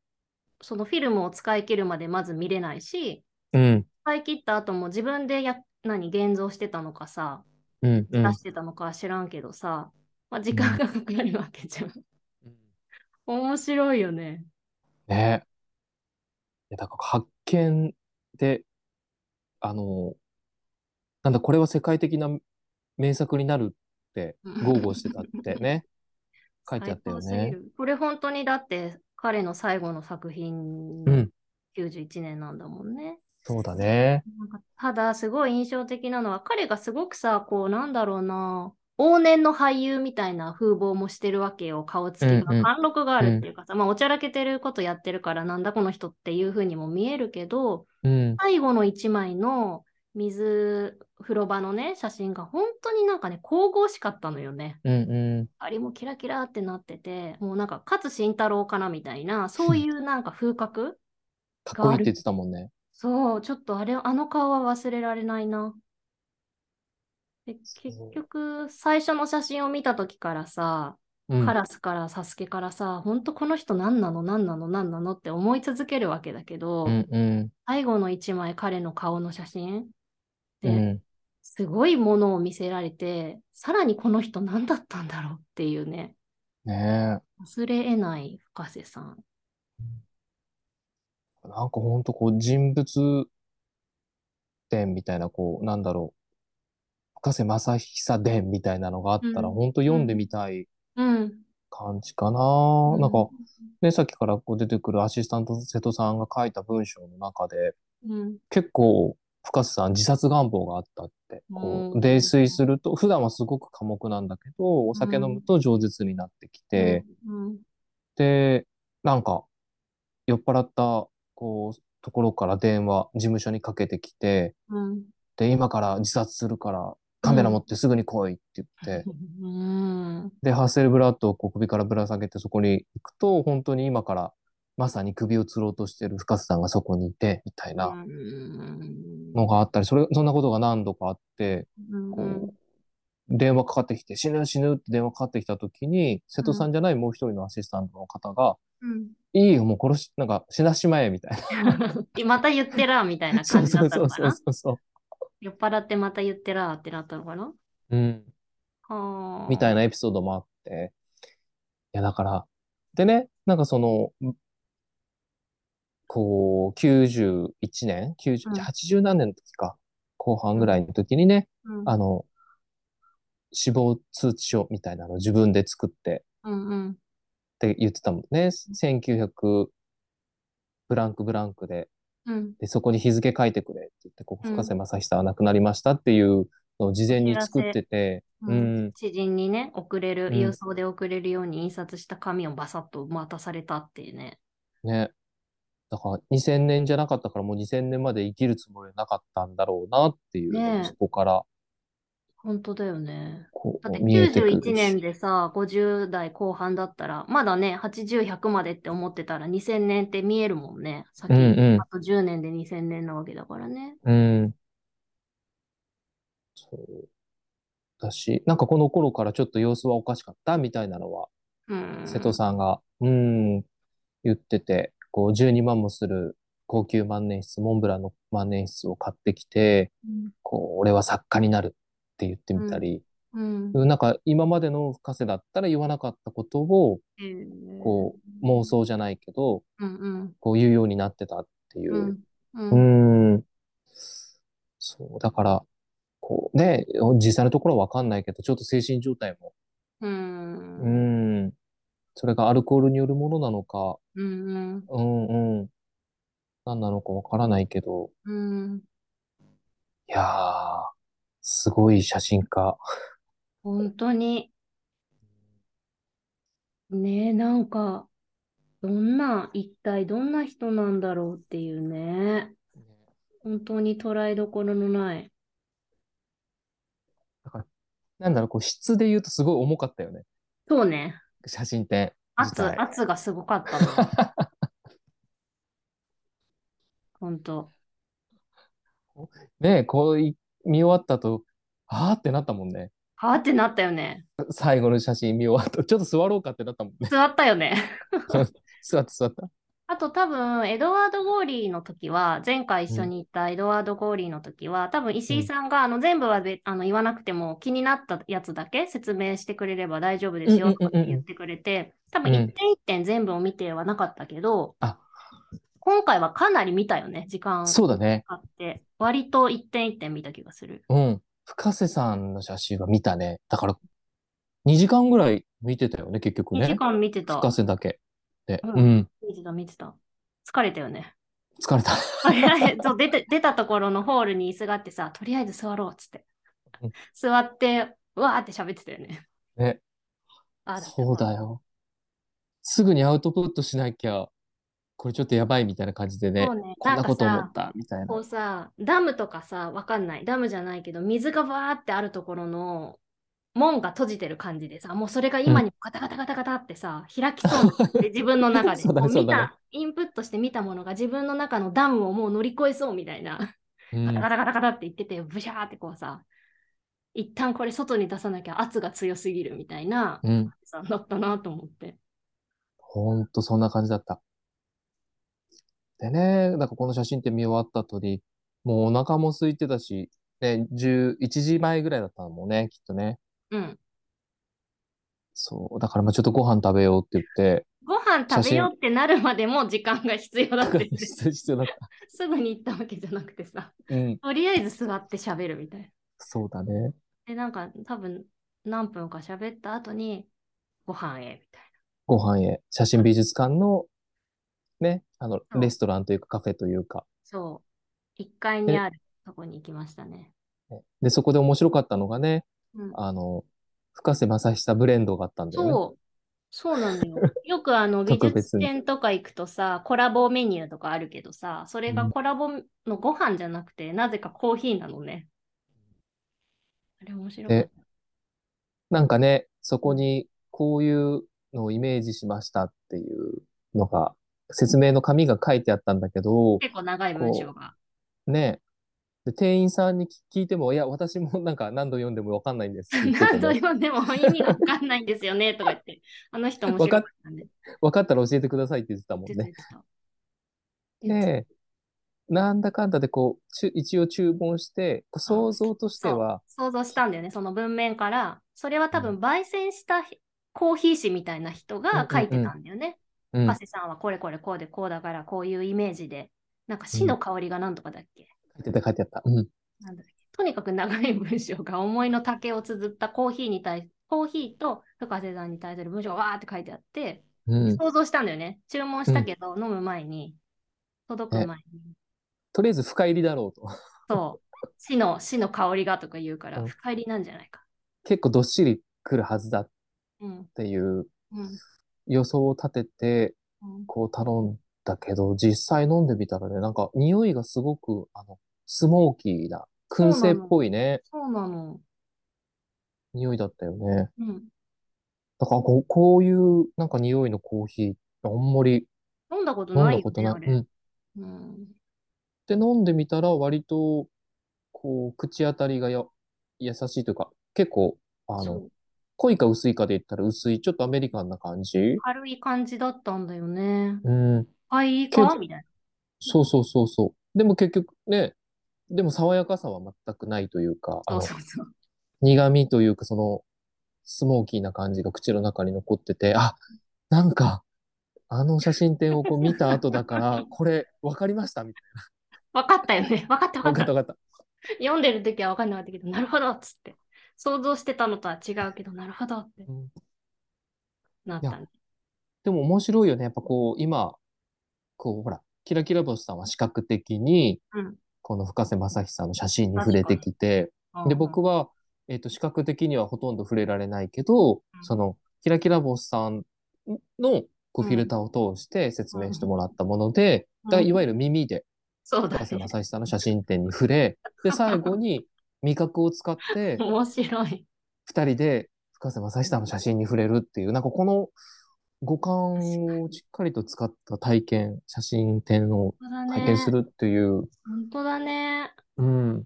Speaker 1: そのフィルムを使い切るまでまず見れないし、
Speaker 2: うん
Speaker 1: 使い切った後も自分でや、何、現像してたのかさ、
Speaker 2: うんう
Speaker 1: 出
Speaker 2: ん。
Speaker 1: してたのかは知らんけどさ、まあ、
Speaker 2: う
Speaker 1: 時間
Speaker 2: ん
Speaker 1: がかかるわけじ
Speaker 2: <laughs>
Speaker 1: ゃん。面白いよね。
Speaker 2: ねいやだから発見で、あの、なんだ、これは世界的な名作になるって、豪語してたって <laughs> ね、書いてあ
Speaker 1: 最
Speaker 2: ったよ
Speaker 1: 高すぎ
Speaker 2: ね。
Speaker 1: る。これ本当にだって彼の最後の作
Speaker 2: う
Speaker 1: 品
Speaker 2: ん、
Speaker 1: 91年なんだもんね。
Speaker 2: そうだね。
Speaker 1: なんかただすごい印象的なのは彼がすごくさ、こうなんだろうな、往年の俳優みたいな風貌もしてるわけよ。顔つ
Speaker 2: う
Speaker 1: き
Speaker 2: ん
Speaker 1: が。
Speaker 2: うん、
Speaker 1: 貫禄があ
Speaker 2: う
Speaker 1: るってい
Speaker 2: ん、
Speaker 1: うかさ、まあおちゃらけてることやってるからなんだこの人っていう風にも見えるけど、
Speaker 2: うん。
Speaker 1: 最後の一枚の水風呂場のね写真が本当になんかね神々しかったのよね。
Speaker 2: うんう
Speaker 1: あれもキラキラってなっててもうなんか勝慎太郎かなみたいなそういうなんか風格 <laughs>
Speaker 2: かっこ
Speaker 1: が
Speaker 2: いい
Speaker 1: あ
Speaker 2: って
Speaker 1: る。
Speaker 2: 言ってたもんね。
Speaker 1: そうちょっとあれあの顔は忘れられないな。で結
Speaker 2: そ
Speaker 1: 局最初の写真を見た時からさ
Speaker 2: う。う
Speaker 1: カ
Speaker 2: ん。
Speaker 1: ラスからサスケからさ本当この人何なの何なの何なのって思い続けるわけだけ
Speaker 2: う
Speaker 1: ど
Speaker 2: んう
Speaker 1: 最後の一枚彼の顔の写真
Speaker 2: ん。
Speaker 1: で
Speaker 2: うん。
Speaker 1: すごいものを見せられて、さらにこの人何だったんだろうっていうね、
Speaker 2: ね
Speaker 1: 忘れ得ない深瀬さん。
Speaker 2: え。なんかほんとこう人物展みたいな、こう、なんだろう。深瀬正久伝みたいなのがあっ
Speaker 1: う
Speaker 2: たら、
Speaker 1: ん、
Speaker 2: ほんと
Speaker 1: う
Speaker 2: 読んで
Speaker 1: ん、
Speaker 2: みたい
Speaker 1: うん、
Speaker 2: 感じか
Speaker 1: う
Speaker 2: な。なん
Speaker 1: ん、
Speaker 2: か、ね、さっきからこう出てくるアシスタント瀬戸さんが書いた文章の中で、
Speaker 1: うん、
Speaker 2: 結構、深瀬さん自殺願望があったって、
Speaker 1: う
Speaker 2: こ
Speaker 1: ん、
Speaker 2: う、泥酔すると、普段はすごく寡黙なんだけど、お
Speaker 1: う
Speaker 2: 酒飲む
Speaker 1: ん、
Speaker 2: と饒舌になってき
Speaker 1: うん、
Speaker 2: て、で、なんか、酔っ払った、こう、ところから電話、事務所にかけてきて、
Speaker 1: うん、
Speaker 2: で、今から自殺するから、
Speaker 1: う
Speaker 2: カメラ持
Speaker 1: ん、
Speaker 2: ってすぐに来いって言って、
Speaker 1: うん
Speaker 2: で、ハッセルブラッドをこう首からぶら下げてそこに行くと、本当に今から、まさに首を吊ろうとしてる深瀬さんがそこにいて、みたいうなんのがあったり、それ、そんなことが何度かあって、
Speaker 1: うん
Speaker 2: こう、電話かかってきて、死ぬ死ぬって電話かかってきた時に、瀬戸さんじゃないもう一人のアシスタントの方が、
Speaker 1: うん
Speaker 2: いいよ、もう殺し、なんか死なしまえ、みたいな。
Speaker 1: また言ってらみたいな
Speaker 2: <laughs> そ
Speaker 1: 感
Speaker 2: う
Speaker 1: じだ
Speaker 2: そ
Speaker 1: っ
Speaker 2: う
Speaker 1: た
Speaker 2: そ
Speaker 1: のか
Speaker 2: うそう
Speaker 1: な
Speaker 2: そうそ
Speaker 1: 酔っ払ってまた言ってらってなったのかな
Speaker 2: う。うん。みたい
Speaker 1: は
Speaker 2: なエピソードもあって。いや、だから、でね、なんかその、こう、91年、
Speaker 1: あ。
Speaker 2: 90、
Speaker 1: うん、
Speaker 2: 80何年の時か、後半
Speaker 1: う
Speaker 2: ぐ
Speaker 1: ん、
Speaker 2: らいの時にね、
Speaker 1: うん、
Speaker 2: あの、死亡通知書みたいなのを自分で作って、
Speaker 1: うん、うん、
Speaker 2: って言ってたもんね。1900ブランクブランクで、
Speaker 1: うん。
Speaker 2: で、そこに日付書いてくれって言って、ここ、
Speaker 1: うん
Speaker 2: 深瀬正久は亡くなりましたっていうのを事前に作ってて、
Speaker 1: う
Speaker 2: うん
Speaker 1: ん、知人にね、送れる、
Speaker 2: うん
Speaker 1: 郵送で送れるように印刷した紙をバサッと渡されたっていうね。
Speaker 2: ね。だから2000年じゃなかったからもう2000年まで生きるつもりはなかったんだろうなっていうのも
Speaker 1: ねえ
Speaker 2: そこから
Speaker 1: 本当だよね。
Speaker 2: こ
Speaker 1: だって
Speaker 2: う見えてくる
Speaker 1: 91年
Speaker 2: し。
Speaker 1: でさ、50代後半だったら、まだね、80、100までって思ってたら2000年って見えるもんね。先、
Speaker 2: うんうん
Speaker 1: あと10年で2000年なわけだからね。
Speaker 2: うん。そう。だし、なんかこの頃からちょっと様子はおかしかったみたいなのは、
Speaker 1: うん。
Speaker 2: 瀬戸さんが、うん、言ってて、こう12万もする高級万年筆、モンブランの万年筆を買ってきて、
Speaker 1: うん。
Speaker 2: こう、俺は作家になるって言ってみたり、
Speaker 1: うん。
Speaker 2: なんか今までの深瀬だったら言わなかったことを、こう、妄想じゃないけど、
Speaker 1: うんうん。
Speaker 2: こう言うようになってたっていうう。
Speaker 1: ん。うん。
Speaker 2: う
Speaker 1: うん。
Speaker 2: ん。そう、だから、こう、ね、実際のところはわかんないけど、ちょっと精神状態も、
Speaker 1: うん。
Speaker 2: う
Speaker 1: うん。
Speaker 2: ん。それがアルコールによるものなのか、
Speaker 1: うん。
Speaker 2: うんうん。何なのかわからないけど、
Speaker 1: うん。
Speaker 2: いやー、すごい写真家。
Speaker 1: 本当に。ねえ、なんか、どんな、一体どんな人なんだろうっていうね。本当に捉えどころのない。
Speaker 2: なんだろう、こう、質で言うとすごい重かったよね。
Speaker 1: そうね。
Speaker 2: 写真って。
Speaker 1: 圧、
Speaker 2: 自体
Speaker 1: 圧がすごかったの。 <laughs> 本当。
Speaker 2: ね、こうい、見終わった後、あーってなったもんね。
Speaker 1: はあってなったよね。
Speaker 2: 最後の写真見終わった。ちょっと座ろうかってなったもんね。
Speaker 1: 座ったよね。
Speaker 2: 座った座
Speaker 1: <laughs>
Speaker 2: った。
Speaker 1: あと多分、エドワード・ゴーリーの時は、前回一緒に行ったエドワード・ゴーリーの時は、多分石井さんが、あの全部はべあの言わなくても気になったやつだけ説明してくれれば大丈夫ですよとかって言ってくれて、多分
Speaker 2: うん
Speaker 1: 一点一点全部を見てはなかったけど
Speaker 2: あ、
Speaker 1: 今回はかなり見たよね、時間
Speaker 2: そうだね。
Speaker 1: あって。割と一点一点見た気がする。
Speaker 2: うん。深瀬さんの写真は見たね。だから、2時間ぐらい見てたよね、結局
Speaker 1: 2
Speaker 2: ね。
Speaker 1: 時間見てた。
Speaker 2: 深瀬だけ。で、
Speaker 1: うん
Speaker 2: うん。
Speaker 1: 見てた、見てた。疲れたよね。 <laughs>
Speaker 2: 疲れた。
Speaker 1: とりあえずそう出て出たところのホールに椅子があってさ、とりあえず座ろうっつって
Speaker 2: うん。
Speaker 1: 座って、うわーって喋ってたよね。
Speaker 2: ね、
Speaker 1: あ
Speaker 2: そうだよ。すぐにアウトプットしなきゃ、これちょっとやばいみたいな感じでね
Speaker 1: そ。うね
Speaker 2: こんなこと
Speaker 1: なん
Speaker 2: 思
Speaker 1: かさ
Speaker 2: った、みたい
Speaker 1: こ
Speaker 2: な。
Speaker 1: うさ、ダムとかさ、わかんない。ダムじゃないけど、水がわーってあるところの門が閉じてる感じでさ、もうそれが今にもガタガタガタガタってさ、開きそうなで自分の中で。
Speaker 2: <laughs> そうだね
Speaker 1: こう見
Speaker 2: そうだね
Speaker 1: た、インプットして見たものが自分の中のダムをもう乗り越えそうみたいな。
Speaker 2: うん
Speaker 1: ガタガタガタガタって言ってて、ブシャーってこうさ、一旦これ外に出さなきゃ圧が強すぎるみたいな、
Speaker 2: うん。
Speaker 1: さんだったなと思って。
Speaker 2: ほんとそんな感じだった。でね、なんかこの写真って見終わった後に、もうお腹も空いてたし、ね、11時前ぐらいだったのもんね、きっとね。
Speaker 1: うん。
Speaker 2: そう。だからまあちょっとご飯食べようって言って、
Speaker 1: ご飯食べようってなるまでも時間が必要だって言って、
Speaker 2: 必要だった。
Speaker 1: すぐに行ったわけじゃなくてさ、
Speaker 2: <laughs> うん。
Speaker 1: とりあえず座って喋るみたいな。
Speaker 2: そうだね。
Speaker 1: で、なんか多分何分か喋った後に、ご飯へみたい
Speaker 2: ご飯へ。写真美術館の、ね、あの、
Speaker 1: うん
Speaker 2: レストランというかカフェというか。
Speaker 1: な。そう。1階にあるとこに行きましたね。
Speaker 2: ねで、そこで面白かったのがね、
Speaker 1: うん、
Speaker 2: あの、深瀬正久ブレンドがあったんだよね。
Speaker 1: そう。そうなの
Speaker 2: <laughs>
Speaker 1: よ。よくあの美
Speaker 2: 特
Speaker 1: 術
Speaker 2: 別に
Speaker 1: 展とか行くとさ、コラボメニューとかあるけどさ、それが
Speaker 2: うん
Speaker 1: コラボのご飯じゃなくて、なぜかコーヒーなのね。あれ面白かった
Speaker 2: え。なんかね、そこにこういうのをイメージしましたっていうのが、説明の紙が書いてあったんだけど、
Speaker 1: 結構長い文章が。
Speaker 2: ね、で店員さんに聞聞いても、いや、私もなんか何度読んでもわかんないんですって言
Speaker 1: <laughs>
Speaker 2: ってて <laughs>
Speaker 1: 何度
Speaker 2: も、
Speaker 1: 読んでも意味がわかんないんですよね、とか言って。あの人面白かったんで。
Speaker 2: 分かったら教えてくださいって言ってたもん
Speaker 1: 出
Speaker 2: ね。
Speaker 1: て
Speaker 2: <laughs>
Speaker 1: た。
Speaker 2: で、なんだかんだでこう、ちゅ一応注文して、こう想像としては、
Speaker 1: 想像したんだよね、その文面から。それは多分焙煎したひコーヒー誌みたいな人が書いてたんだよね。
Speaker 2: うん
Speaker 1: 深瀬さんはこれこれこうでこうだからこういうイメージで、なんか死の香りがなんとかだっけ、
Speaker 2: 書いてた書いてあった。うん。
Speaker 1: なんだっけとにかく長い文章が思いの丈を綴ったコーヒーに対コーヒーと深瀬さんに対する文章がわーって書いてあって、
Speaker 2: うん。
Speaker 1: 想像したんだよね。注文したけど、飲む前に、届く前に。
Speaker 2: とりあえず深入りだろうと。
Speaker 1: そう。死の、死の香りがとか言うから、
Speaker 2: うん
Speaker 1: 深入りなんじゃないか。
Speaker 2: 結構どっしり来るはずだっ
Speaker 1: うん。
Speaker 2: ていう
Speaker 1: うん。
Speaker 2: 予想を立てて、
Speaker 1: うん
Speaker 2: こう頼んだけど、実際飲んでみたらね、なんか匂いがすごく、あの、スモーキーな、燻製っぽいね、
Speaker 1: そうなの。
Speaker 2: 匂いだったよね。
Speaker 1: うん。
Speaker 2: だからこう、こういうなんか匂いのコーヒー、あんまり
Speaker 1: 飲んだこと
Speaker 2: 飲ん
Speaker 1: な
Speaker 2: だ
Speaker 1: いよ
Speaker 2: こと
Speaker 1: ね、
Speaker 2: ない。
Speaker 1: あ
Speaker 2: う
Speaker 1: れ。
Speaker 2: ん。
Speaker 1: うん。
Speaker 2: で、飲んでみたら割と、こう、口当たりがや優しいというか、結構、あ
Speaker 1: そ
Speaker 2: の、
Speaker 1: う。
Speaker 2: 濃いか薄いかで言ったら薄い、ちょっとアメリカンな感じ。
Speaker 1: 軽い感じだったんだよね。
Speaker 2: うん。
Speaker 1: あ、いい
Speaker 2: け
Speaker 1: か
Speaker 2: ど
Speaker 1: みたい
Speaker 2: そうそうそうそう。でも結局ね、でも爽やかさは全くないというか、あ
Speaker 1: な。
Speaker 2: の、
Speaker 1: そうそうそう。
Speaker 2: 苦味というか、その、スモーキーな感じが口の中に残ってて、あ、なんか、あの写真展をこう見た後
Speaker 1: <laughs>
Speaker 2: だから、これ、わかりましたみたい
Speaker 1: 分かったよ
Speaker 2: <laughs>
Speaker 1: ね。分かった分
Speaker 2: な。
Speaker 1: か
Speaker 2: わか
Speaker 1: っ
Speaker 2: った
Speaker 1: た。
Speaker 2: わかっ
Speaker 1: 読んでる時は分かんなかったけど、なるほどっつって。想像してたのとは違うけど、なるほどって
Speaker 2: た。うん
Speaker 1: なったね。
Speaker 2: でも面白いよね。やっぱこう、今、こう、ほら、キラキラ星さんは視覚的に、
Speaker 1: うん
Speaker 2: この深瀬正史さんの写真に触れてきて、
Speaker 1: うん
Speaker 2: で、僕は、えっと、視覚的にはほとんど触れられないけど、その、キラキラ星さんの、こう、
Speaker 1: うん
Speaker 2: フィルターを通して説明してもらったもので、
Speaker 1: うん
Speaker 2: だいわゆる耳で
Speaker 1: そうだ
Speaker 2: 深瀬
Speaker 1: ね。
Speaker 2: 正史さんの写真展に触れ、で、最後に味覚を使って、
Speaker 1: 面白い。
Speaker 2: 二人で深瀬正史さんの写真に触れるっていう、なんかこの五感をしっかりと使った体験、写真展を
Speaker 1: 本当だ
Speaker 2: 体験す
Speaker 1: ね。
Speaker 2: るっていう、
Speaker 1: 本当だね。
Speaker 2: うん、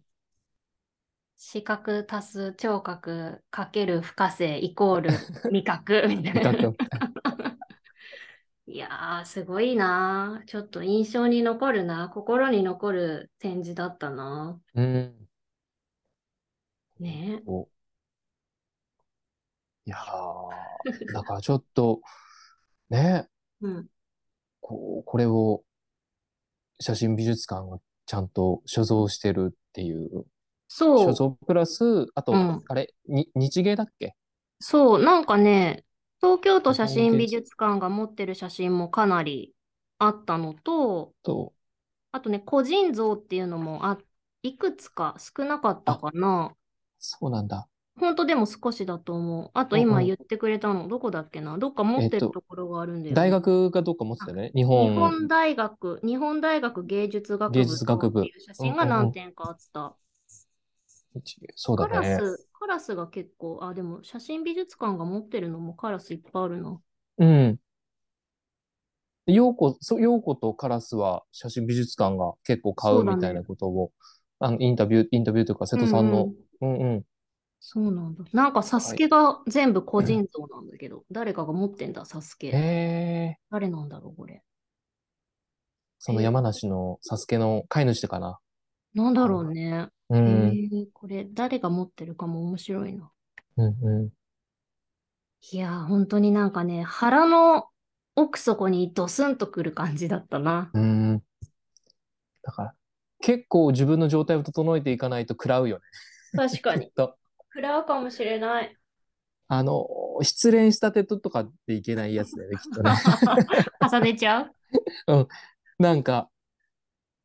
Speaker 1: 視覚足す聴覚かける不可性イコール味覚みたい
Speaker 2: 見
Speaker 1: な
Speaker 2: た。く、
Speaker 1: いやー、すごいなー。ちょっと印象に残るな。心に残る展示だったな。
Speaker 2: うん、
Speaker 1: ね。
Speaker 2: こういやー、だからちょっと、ね、
Speaker 1: うん。
Speaker 2: こう、これを写真美術館がちゃんと所蔵してるっていう、
Speaker 1: そ
Speaker 2: 所
Speaker 1: う、
Speaker 2: 蔵プラス、あと、
Speaker 1: うん
Speaker 2: あれ、に、日芸だっけ
Speaker 1: そう、なんかね、東京都写
Speaker 2: 日
Speaker 1: 真
Speaker 2: 本芸
Speaker 1: 美
Speaker 2: 術
Speaker 1: 術館が持ってる写真もかなりあったのと、
Speaker 2: と、
Speaker 1: あとね、個人像っていうのもあ、いくつか少なかったかな。
Speaker 2: そうなんだ。
Speaker 1: ほんとでも少しだと思う。あと
Speaker 2: うん
Speaker 1: 今
Speaker 2: うん
Speaker 1: 言ってくれたの、どこだっけなどっか持
Speaker 2: え
Speaker 1: っ
Speaker 2: って
Speaker 1: る
Speaker 2: と
Speaker 1: ところがあるんだよ
Speaker 2: 大
Speaker 1: ね。
Speaker 2: 学がどっか持ってたよね。日
Speaker 1: 日
Speaker 2: 本
Speaker 1: 本大学、日本大学芸術学
Speaker 2: 芸
Speaker 1: 部
Speaker 2: 術
Speaker 1: と
Speaker 2: 学部
Speaker 1: っていう写真が
Speaker 2: うんうんうん
Speaker 1: 何点かあった。
Speaker 2: そうだ
Speaker 1: カラ
Speaker 2: ね。
Speaker 1: ス、カラスが結構、あ、でも写真美術館が持ってるのもカラスいっぱいあるな。
Speaker 2: うん。陽子、そう、陽子とカラスは写真美術館が結構買
Speaker 1: そううだ
Speaker 2: みたい
Speaker 1: ね
Speaker 2: なことを、あの、インタビュー、インタビューというか、瀬戸さん
Speaker 1: うんう
Speaker 2: の
Speaker 1: ん、
Speaker 2: うんうん。
Speaker 1: そうなんだ。なんかサスケが全部個人像なんだけど、誰かが持ってんだ、サス
Speaker 2: へ
Speaker 1: ケ。
Speaker 2: え、
Speaker 1: 誰なんだろう、これ。
Speaker 2: その
Speaker 1: え
Speaker 2: 山梨のサスケの飼い主かな。
Speaker 1: なんだろうね。
Speaker 2: う
Speaker 1: え
Speaker 2: ん、
Speaker 1: ー、これ、誰が持ってるかも面白いな。
Speaker 2: うん、う
Speaker 1: いやー、本当になんかね、腹の奥底にドスンとくる感じだったな。
Speaker 2: ん、うん。だから、結構自分の状態を整えていかないと食らうよね。
Speaker 1: 確か
Speaker 2: き
Speaker 1: に
Speaker 2: っ。と。
Speaker 1: 食らうかもしれない。
Speaker 2: あの、失恋したてとかっていけないやつだよね、きっ <laughs> とね。
Speaker 1: 重ねちゃう
Speaker 2: なんか、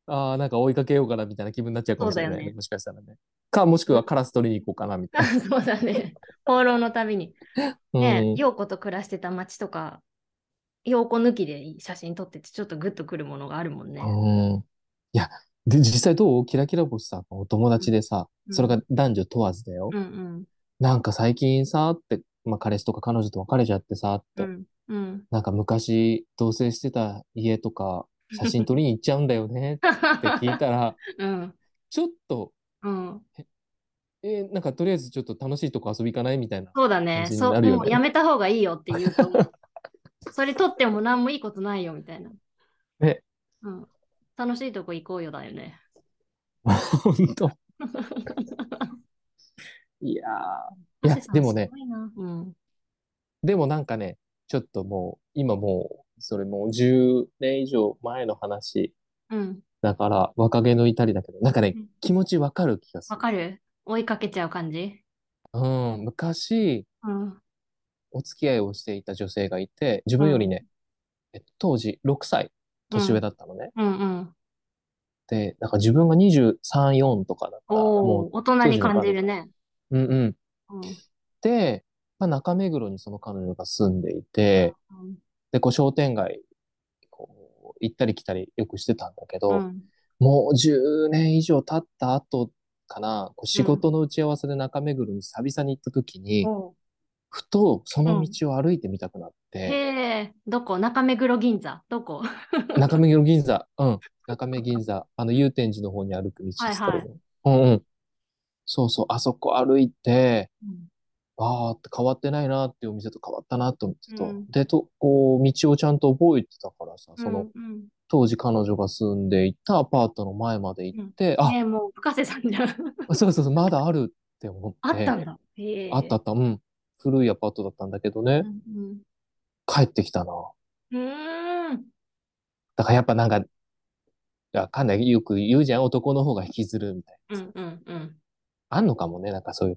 Speaker 2: ああ、なんか追いかけようかなみたいな気分になっちゃうかもしれない
Speaker 1: そうだ
Speaker 2: ね。
Speaker 1: よね
Speaker 2: もしかしたらね。か、もしくはカラス取りに行こうかなみたい
Speaker 1: <laughs> そうだね。放浪の旅に。
Speaker 2: な。
Speaker 1: ね、
Speaker 2: うん。
Speaker 1: 陽子と暮らしてた町とか、陽子抜きで写真撮ってて、ちょっとグッとくるものがあるもんね。
Speaker 2: うん。いや、で、実際どうキラキラ星さんお友達でさ、
Speaker 1: うん
Speaker 2: それが男女問わずだよ
Speaker 1: う。ん
Speaker 2: なんか最近さ、って、まあ彼氏とか彼女と別れちゃってさ、っ
Speaker 1: うん。う
Speaker 2: て、
Speaker 1: んうん。
Speaker 2: なんか昔同棲してた家とか写真撮りに行っちゃうんだよねって聞いたら、
Speaker 1: <laughs> うん。
Speaker 2: ちょっと、
Speaker 1: うん。
Speaker 2: えーなんかとりあえずちょっと楽しいとこ遊び行かないみたいな。
Speaker 1: そうだね。
Speaker 2: 感じに
Speaker 1: そう、
Speaker 2: なるよね
Speaker 1: もうやめた方がいいよって言う <laughs> と思う。それ撮っても何もいいことないよみたいな。
Speaker 2: ね。
Speaker 1: うん。楽しいとこ行こうよだよね。
Speaker 2: 本当。いや
Speaker 1: <laughs>
Speaker 2: ーいや、でもね
Speaker 1: す、ごいな。うん。
Speaker 2: でもなんかね、ちょっともう、今もう、それもう10年以上前の話
Speaker 1: うん。
Speaker 2: だから、若気の至りだけど、なんかね
Speaker 1: うん、
Speaker 2: 気持ちわかる気がす
Speaker 1: わ
Speaker 2: る。
Speaker 1: かる追いかけちゃう感じ
Speaker 2: うん、昔、
Speaker 1: うん。
Speaker 2: お付き合いをしていた女性がいて、自分よりね、え当時6歳年上だったのね。
Speaker 1: うんうん。
Speaker 2: で、なんか自分が23、4とかだから、
Speaker 1: お
Speaker 2: も
Speaker 1: お、大人に感じるね。
Speaker 2: う、うんうん。
Speaker 1: うん
Speaker 2: で、まあ、中目黒にその彼女が住んでいて、で、こう商店街、こう、行ったり来たりよくしてたんだけ
Speaker 1: う
Speaker 2: ど、
Speaker 1: ん。
Speaker 2: もう10年以上経った後かな、こう仕事の打ち合わせで中目黒に久々に行った時に、
Speaker 1: おう
Speaker 2: ふとその道を歩いてみたくなって、
Speaker 1: へえ、どこ中目黒銀座どこ <laughs>
Speaker 2: 中目黒銀座、うん、中目銀座、あの、祐天寺の方に歩く道ですけ
Speaker 1: はい
Speaker 2: れど、うんうん。そうそう、あそこ歩いて、
Speaker 1: うん
Speaker 2: ああって変わってないなっていうお店と変わったなってお店と、
Speaker 1: うん
Speaker 2: で、と、こう、道をちゃんと覚えてたからさ、 <laughs> その、
Speaker 1: うんうん
Speaker 2: 当時彼女が住んでいたアパートの前まで行って、
Speaker 1: ねえ、もう深瀬さんじゃん。
Speaker 2: あ、そうそうそう、まだあるって思
Speaker 1: あっ
Speaker 2: って、
Speaker 1: たんだ。へえ。
Speaker 2: あったあった、うん。古いアパートだったんだけどね
Speaker 1: う、ん
Speaker 2: 帰ってきたな。
Speaker 1: うん。うーん。
Speaker 2: だからやっぱなんか、わかんない、よく言うじゃん、男の方が引きずるみたいな
Speaker 1: う。んうんうん。
Speaker 2: あんのかもね、なんかそういう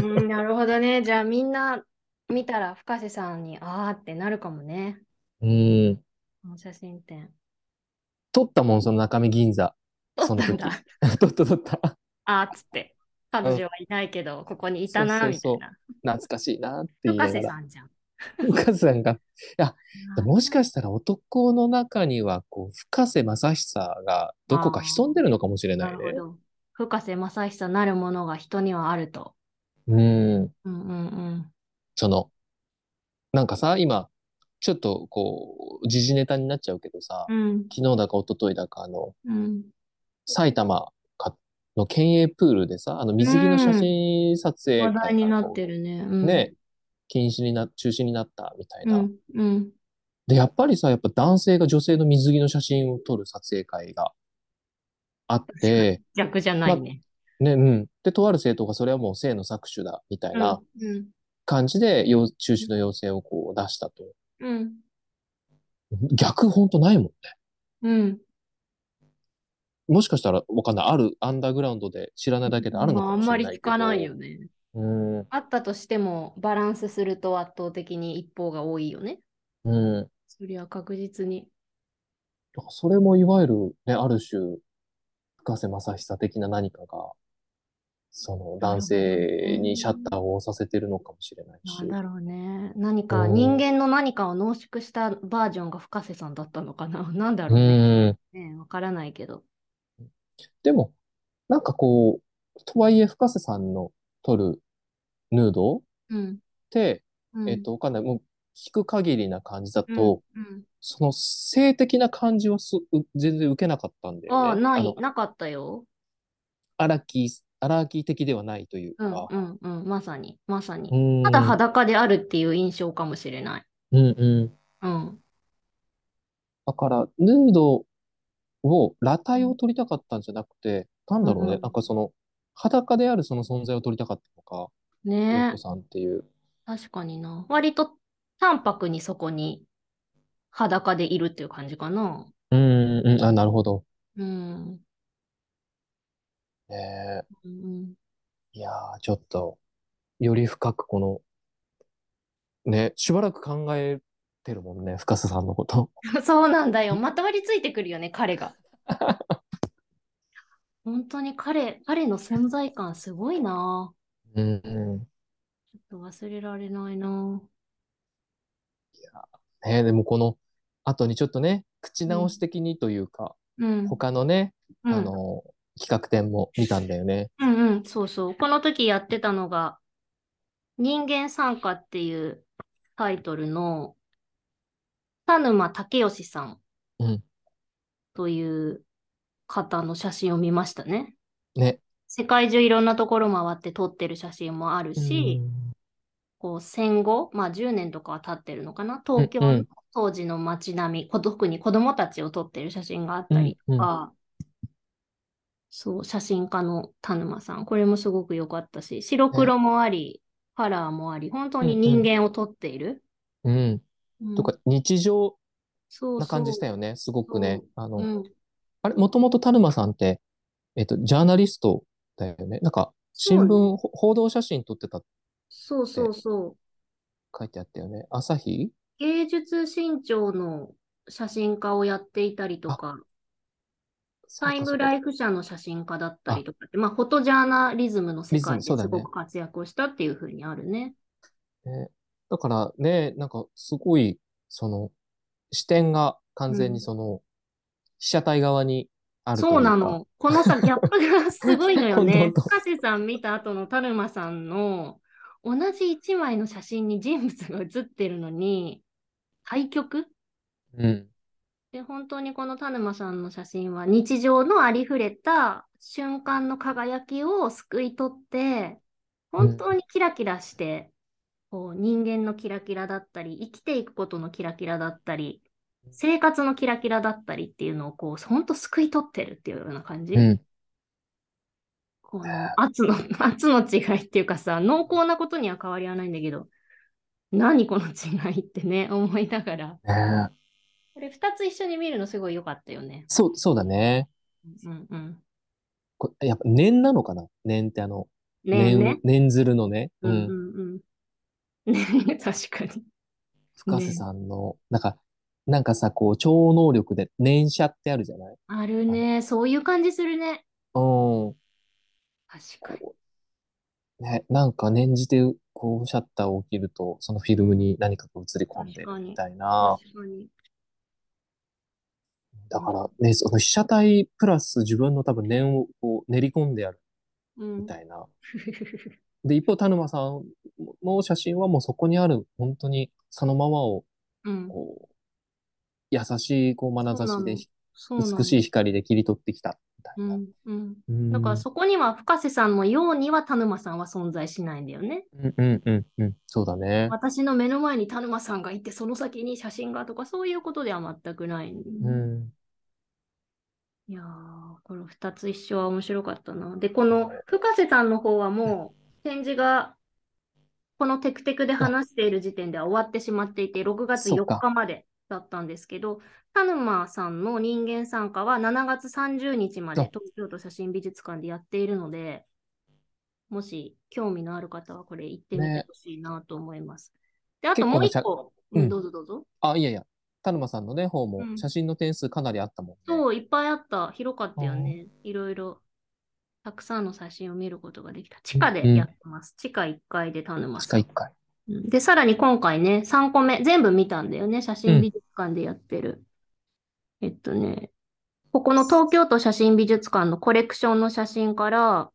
Speaker 2: のが。
Speaker 1: う
Speaker 2: <laughs>
Speaker 1: んなるほどね。じゃあみんな見たら深瀬さんにあーってなるかもね。
Speaker 2: うん。
Speaker 1: この写真展。
Speaker 2: 撮ったもん、その中身銀座。
Speaker 1: 撮
Speaker 2: そ
Speaker 1: っ
Speaker 2: の
Speaker 1: たん
Speaker 2: 時。 <laughs>
Speaker 1: だ。
Speaker 2: 撮った撮った。
Speaker 1: あーっつって。彼女はいないけど、ここにいたな、
Speaker 2: そう
Speaker 1: みた
Speaker 2: そうそう
Speaker 1: いな。
Speaker 2: 懐かしいなって言いな
Speaker 1: 深
Speaker 2: が
Speaker 1: 瀬
Speaker 2: ら。
Speaker 1: さんじゃん。
Speaker 2: 深瀬さんが。もしかしたら男の中には、こう、深瀬正久がどこか潜んでるのかもしれ
Speaker 1: な
Speaker 2: ない
Speaker 1: るほ
Speaker 2: ね。
Speaker 1: ど。深瀬正久なるものが人にはあると。
Speaker 2: うん。
Speaker 1: うんうんうん。
Speaker 2: その、なんかさ、今、ちょっとこう、時事ネタになっちゃうけどさ、
Speaker 1: うん
Speaker 2: 昨日だか一昨日だか、あの、
Speaker 1: うん。
Speaker 2: 埼玉かの県営プールでさ、あの水着の写真撮影
Speaker 1: 話
Speaker 2: が
Speaker 1: 題になってるね。う。
Speaker 2: こうんね、禁止にな、中止になったみたいうな。
Speaker 1: ん。うん。
Speaker 2: で、やっぱりさ、やっぱ男性が女性の水着の写真を撮る撮影会があって、
Speaker 1: 逆じゃないね。
Speaker 2: ね、うん。で、とある政党がそれはもう性の搾取だ、みたいな
Speaker 1: うん。
Speaker 2: 感じで、要中止の要請をこう出したと。
Speaker 1: うん。
Speaker 2: 逆ほんとないもんね。
Speaker 1: うん。
Speaker 2: もしかしたらわかんない。あるアンダーグラウンドで知らないだけであるの
Speaker 1: ま
Speaker 2: か
Speaker 1: あ、あ
Speaker 2: も
Speaker 1: ん
Speaker 2: し
Speaker 1: ま
Speaker 2: れ
Speaker 1: り
Speaker 2: ない
Speaker 1: 聞
Speaker 2: け
Speaker 1: かない
Speaker 2: ど。
Speaker 1: よね。
Speaker 2: うん。
Speaker 1: あったとしても、バランスすると圧倒的に一方が多いよね。
Speaker 2: うん。
Speaker 1: そりゃ確実に。
Speaker 2: それもいわゆる、ね、ある種、深瀬正久的な何かが、その男性にシャッターを押させてるのかもしれないし。
Speaker 1: なんだろうね。何か
Speaker 2: うん
Speaker 1: 人間の何かを濃縮したバージョンが深瀬さんだったのかな。 <laughs> なんだろうね。
Speaker 2: うん。
Speaker 1: ねわからないけど。
Speaker 2: でも、なんかこう、とはいえ深瀬さんの撮るヌードっ
Speaker 1: うん。
Speaker 2: て、
Speaker 1: うん
Speaker 2: えっと、わかんない。もう聞く限りな感じだ
Speaker 1: うん
Speaker 2: と、
Speaker 1: うん
Speaker 2: その性的な感じはすう全然受けなかったんだよ
Speaker 1: ああ、
Speaker 2: ね。
Speaker 1: な
Speaker 2: の
Speaker 1: い、なかったよ。
Speaker 2: 荒木、荒木的ではないという
Speaker 1: うん
Speaker 2: か。
Speaker 1: うんうん、まさに、まさに。
Speaker 2: うん。
Speaker 1: ただ裸であるっていう印象かもしれない。
Speaker 2: うんうん。
Speaker 1: うん。
Speaker 2: だから、ヌードを、裸体を撮りたかったんじゃなくて、なんだろう
Speaker 1: うん
Speaker 2: ね、
Speaker 1: うん
Speaker 2: なんかその、裸であるその存在を撮りたかったのか、よっ
Speaker 1: ね
Speaker 2: こさんっていう。
Speaker 1: 確かにな。割と淡白にそこに裸でいるっていう感じかな。
Speaker 2: うん、うん、あ、なるほど。
Speaker 1: うん。
Speaker 2: ねえ
Speaker 1: うん、
Speaker 2: いやー、ちょっと、より深くこの、ね、しばらく考えてるもんね、深瀬さんのこと。
Speaker 1: <laughs> そうなんだよ。まとわりついてくるよね、彼
Speaker 2: <laughs>
Speaker 1: が。本当に彼、彼の存在感すごいな。
Speaker 2: うん、う
Speaker 1: ちょっと忘れられないな。
Speaker 2: ん。ねえ、でもこの、後にちょっとね、口直し的にというか、
Speaker 1: うん。
Speaker 2: 他のね、
Speaker 1: うん
Speaker 2: あの、企画展も見たんだよね。
Speaker 1: うんうん、そうそう。この時やってたのが、人間参加っていうタイトルの、田沼武義さん
Speaker 2: うん
Speaker 1: という方の写真を見ましたね。
Speaker 2: ね。
Speaker 1: 世界中いろんなところ回って撮ってる写真もあるし、こう戦後、まあ10年とかは経ってるのかな、東京
Speaker 2: う
Speaker 1: の
Speaker 2: ん
Speaker 1: 当時の街並み、こ特に子供たちを撮ってる写真があったりとか、そう、写真家の田沼さん、これもすごく良かったし、白黒もあり、カラーもあり、本当に人間を撮っている。
Speaker 2: うん。うん。
Speaker 1: うん
Speaker 2: とか、日常
Speaker 1: そう
Speaker 2: な感じした
Speaker 1: よ。
Speaker 2: よね、すごくね。あ
Speaker 1: う
Speaker 2: の、
Speaker 1: ん、
Speaker 2: あれ、もともと田沼さんって、えっと、ジャーナリストだよね。なんか、新聞、
Speaker 1: そう
Speaker 2: ほ報道写真撮ってた。
Speaker 1: そうそうそう。
Speaker 2: 書いてあったよね。朝日
Speaker 1: 芸術新潮の写真家をやっていたりとか、タイムライフ社の写真家だったりとかって、まあ、フォトジャーナリズムの世界
Speaker 2: リ
Speaker 1: で
Speaker 2: ズムそ
Speaker 1: す
Speaker 2: うだね
Speaker 1: ごく活躍をしたっていうふうにあるね。
Speaker 2: ね、だからね、なんかすごい、その、視点が完全
Speaker 1: うん
Speaker 2: にその、被写体側にあると
Speaker 1: そう
Speaker 2: いう
Speaker 1: な
Speaker 2: か
Speaker 1: の。このさ、ギャップがすごいのよね。
Speaker 2: <laughs> 本当
Speaker 1: 深瀬さん見た後のタルマさんの同じ1枚の写真に人物が写ってるのに、対局
Speaker 2: うん。
Speaker 1: で、本当にこの田沼さんの写真は日常のありふれた瞬間の輝きをすくい取って、本当にキラキラして、こう人間のキラキラだったり、生きていくことのキラキラだったり、生活のキラキラだったりっていうのをこう、本当すくい取ってるっていうような感じ。
Speaker 2: うん。
Speaker 1: この圧の、 <laughs> 圧の違いっていうかさ、濃厚なことには変わりはないんだけど、何この違いってね、思いながら。
Speaker 2: ねえ
Speaker 1: これ2つ一緒に見るのすごい良かったよね。
Speaker 2: そう、そうだね。
Speaker 1: うんうん。
Speaker 2: こやっぱ念なのかな念ってあの、
Speaker 1: ねえね。
Speaker 2: 念、念ずるのね。
Speaker 1: う
Speaker 2: うんん。
Speaker 1: うんうん。 <laughs> ね、確かに。
Speaker 2: 深瀬さんの、なんか、なんかさ、こう、超能力で念写ってあるじゃない
Speaker 1: あるね。そういう感じするね。
Speaker 2: うん。
Speaker 1: 確かに。
Speaker 2: ね、なんか念じて、こう、シャッターを切ると、そのフィルムに何かが映り込んで
Speaker 1: 確か、に
Speaker 2: みたいな。
Speaker 1: 確かに。
Speaker 2: だからね、その被写体プラス自分の多分念をこう練り込んでやる
Speaker 1: うん
Speaker 2: みたいな。で、一方、田沼さんの写真はもうそこにある、本当にそのままを、
Speaker 1: <laughs> うん。
Speaker 2: こう、優しいこう眼差しで、
Speaker 1: そうなの。
Speaker 2: 美しい光で切り取ってきた、みたいうな。
Speaker 1: んうん。
Speaker 2: うん
Speaker 1: だからそこには深瀬さんのようには田沼さんは存在しないんだよね。
Speaker 2: うんうんうんうん。そうだね。
Speaker 1: 私の目の前に田沼さんがいて、その先に写真がとか、そういうことでは全くない。
Speaker 2: うん。
Speaker 1: いやー、この2つ一緒は面白かったな。で、この深瀬さんの方はもう展示がこのテクテクで話している時点では終わってしまっていて、6月
Speaker 2: そ
Speaker 1: 4
Speaker 2: うか
Speaker 1: 日までだったんですけど、田沼さんの人間参加は7月30日まで
Speaker 2: あ
Speaker 1: 東京都写真美術館でやっているので、もし興味のある方はこれ行ってみて
Speaker 2: ね
Speaker 1: ほしいなと思います。で、あと
Speaker 2: 結構
Speaker 1: もう
Speaker 2: ね
Speaker 1: 一個、
Speaker 2: うん
Speaker 1: うんどうぞどうぞ。
Speaker 2: あ、いやいや。田沼さんのね、方も
Speaker 1: うん
Speaker 2: 写真の点数かなりあったもんね。
Speaker 1: そう、いっぱいあった。広かったよね。いろいろ。たくさんの写真を見ることができた。地下でやってます。地下1階で田沼
Speaker 2: し
Speaker 1: さ
Speaker 2: か
Speaker 1: ん。
Speaker 2: 1回。
Speaker 1: うんで、さらに今回ね、3個目、全部見たんだよね。写真美術館でやってる。えっとね、ここの東京都写真美術館のコレクションの写真から、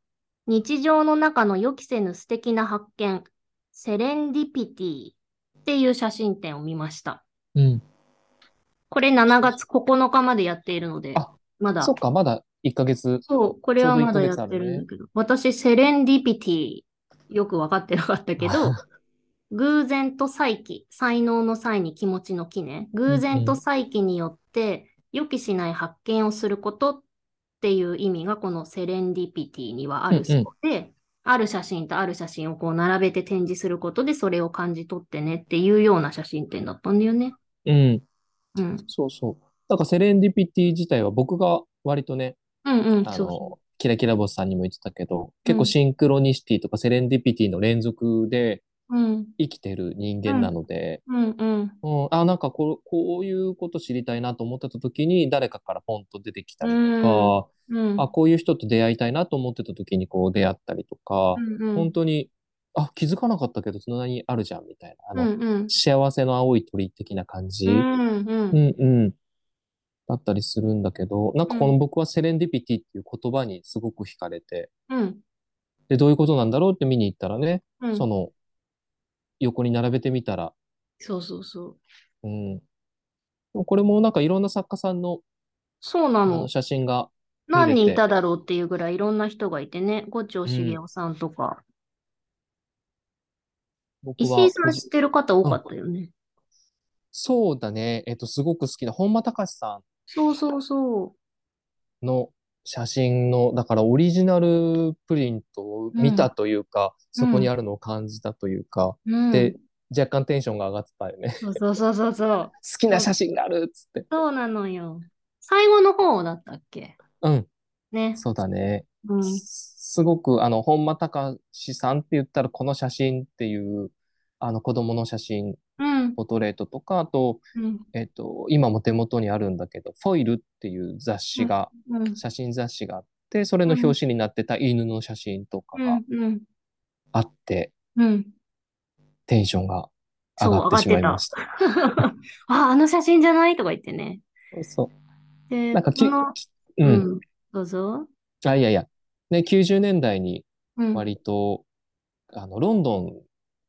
Speaker 1: 日常の中の予期せぬ素敵な発見、セレンディピティっていう写真展を見ました。
Speaker 2: うん。
Speaker 1: これ7月9日までやっているので
Speaker 2: あ、
Speaker 1: まだ
Speaker 2: そっか、まだ1ヶ月。
Speaker 1: そう、これはまだや
Speaker 2: ちょ
Speaker 1: っ
Speaker 2: う
Speaker 1: て
Speaker 2: ど一ヶ月あるね
Speaker 1: るんだけど、私、セレンディピティ、よく分かってなかったけ
Speaker 2: <laughs>
Speaker 1: ど、偶然と再起、才能の際に気持ちの気ね、偶然と再起によって予期しない発見をすることっていう意味がこのセレンディピティにはあるそうで、ある写真とある写真をこう並べて展示することでそれを感じ取ってねっていうような写真展だったんだよね。
Speaker 2: うん。
Speaker 1: うん、
Speaker 2: そうそう。だからセレンディピティ自体は僕が割とね、
Speaker 1: うん、うん、
Speaker 2: あ
Speaker 1: そうそ
Speaker 2: の、キラキラ星さんにも言ってたけど、結構シンクロニシティとかセレンディピティの連続で
Speaker 1: う。うん、
Speaker 2: 生きてる人間なので、
Speaker 1: うん、うん、
Speaker 2: うん、あ、なんかこう、こういうこと知りたいなと思ってた時に誰かからポンと出てきたりとか、
Speaker 1: うん、
Speaker 2: あ、こういう人と出会いたいなと思ってた時にこう出会ったりとか
Speaker 1: う、ん、うん
Speaker 2: 本、当に、あ、気づかなかったけど、そんなにあるじゃんみたいな、
Speaker 1: う
Speaker 2: あの、
Speaker 1: ん、うん。
Speaker 2: 幸せの青い鳥的な感じ。
Speaker 1: うんうん
Speaker 2: うんうん。だったりするんだけど、なんかこ
Speaker 1: う
Speaker 2: の
Speaker 1: ん
Speaker 2: 僕はセレンディピティっていう言葉にすごく惹かれて、
Speaker 1: うん
Speaker 2: で、どういうことなんだろうって見に行ったらね、
Speaker 1: うん
Speaker 2: その、横に並べてみたら、
Speaker 1: そうそうそう。
Speaker 2: うん。これもなんかいろんな作家さんの
Speaker 1: そうな
Speaker 2: あ
Speaker 1: の
Speaker 2: の。写真が、
Speaker 1: 何人
Speaker 2: 見れて
Speaker 1: いただろうっていうぐらいいろんな人がいてね。五丁茂雄さんとか。
Speaker 2: 僕
Speaker 1: 石
Speaker 2: は
Speaker 1: 井、さん知ってる方多かったよね。
Speaker 2: そうだね、えっと、すごく好きな本間隆さ
Speaker 1: そうそうそ
Speaker 2: んの写真の、だからオリジナルプリントを見たというか、そこにあるのを感じたというか、
Speaker 1: う。うん。
Speaker 2: で、若干テンションが上がってたよね。 <laughs>
Speaker 1: そうそうそうそうそう。
Speaker 2: 好きな写真があるっつって。
Speaker 1: そうなのよ。最後の方だったっけ
Speaker 2: うん。
Speaker 1: ね。
Speaker 2: そうだね。
Speaker 1: うん。
Speaker 2: すすごく、あの、本間隆さんって言ったらこの写真っていうあの子供の写真、
Speaker 1: うん。
Speaker 2: ポトレートとか、あと、
Speaker 1: うん。
Speaker 2: えっと、今も手元にあるんだけど、フォイルっていう雑誌が、
Speaker 1: うん。
Speaker 2: 写真雑誌があって、それの表紙になってた犬の写真とかが
Speaker 1: うん。
Speaker 2: あって、 <laughs>
Speaker 1: うん。
Speaker 2: テンションが
Speaker 1: そう、
Speaker 2: 上が
Speaker 1: 上
Speaker 2: って
Speaker 1: がっ
Speaker 2: しま
Speaker 1: て
Speaker 2: い
Speaker 1: た
Speaker 2: ま。した。
Speaker 1: あ、あの写真じゃないとか言ってね。
Speaker 2: そ
Speaker 1: で、
Speaker 2: う。なんかき、
Speaker 1: その、
Speaker 2: きうん。
Speaker 1: うんどうぞ。
Speaker 2: あ、いやいや。ね、90年代に
Speaker 1: うん。
Speaker 2: 割と、あの、ロンドン、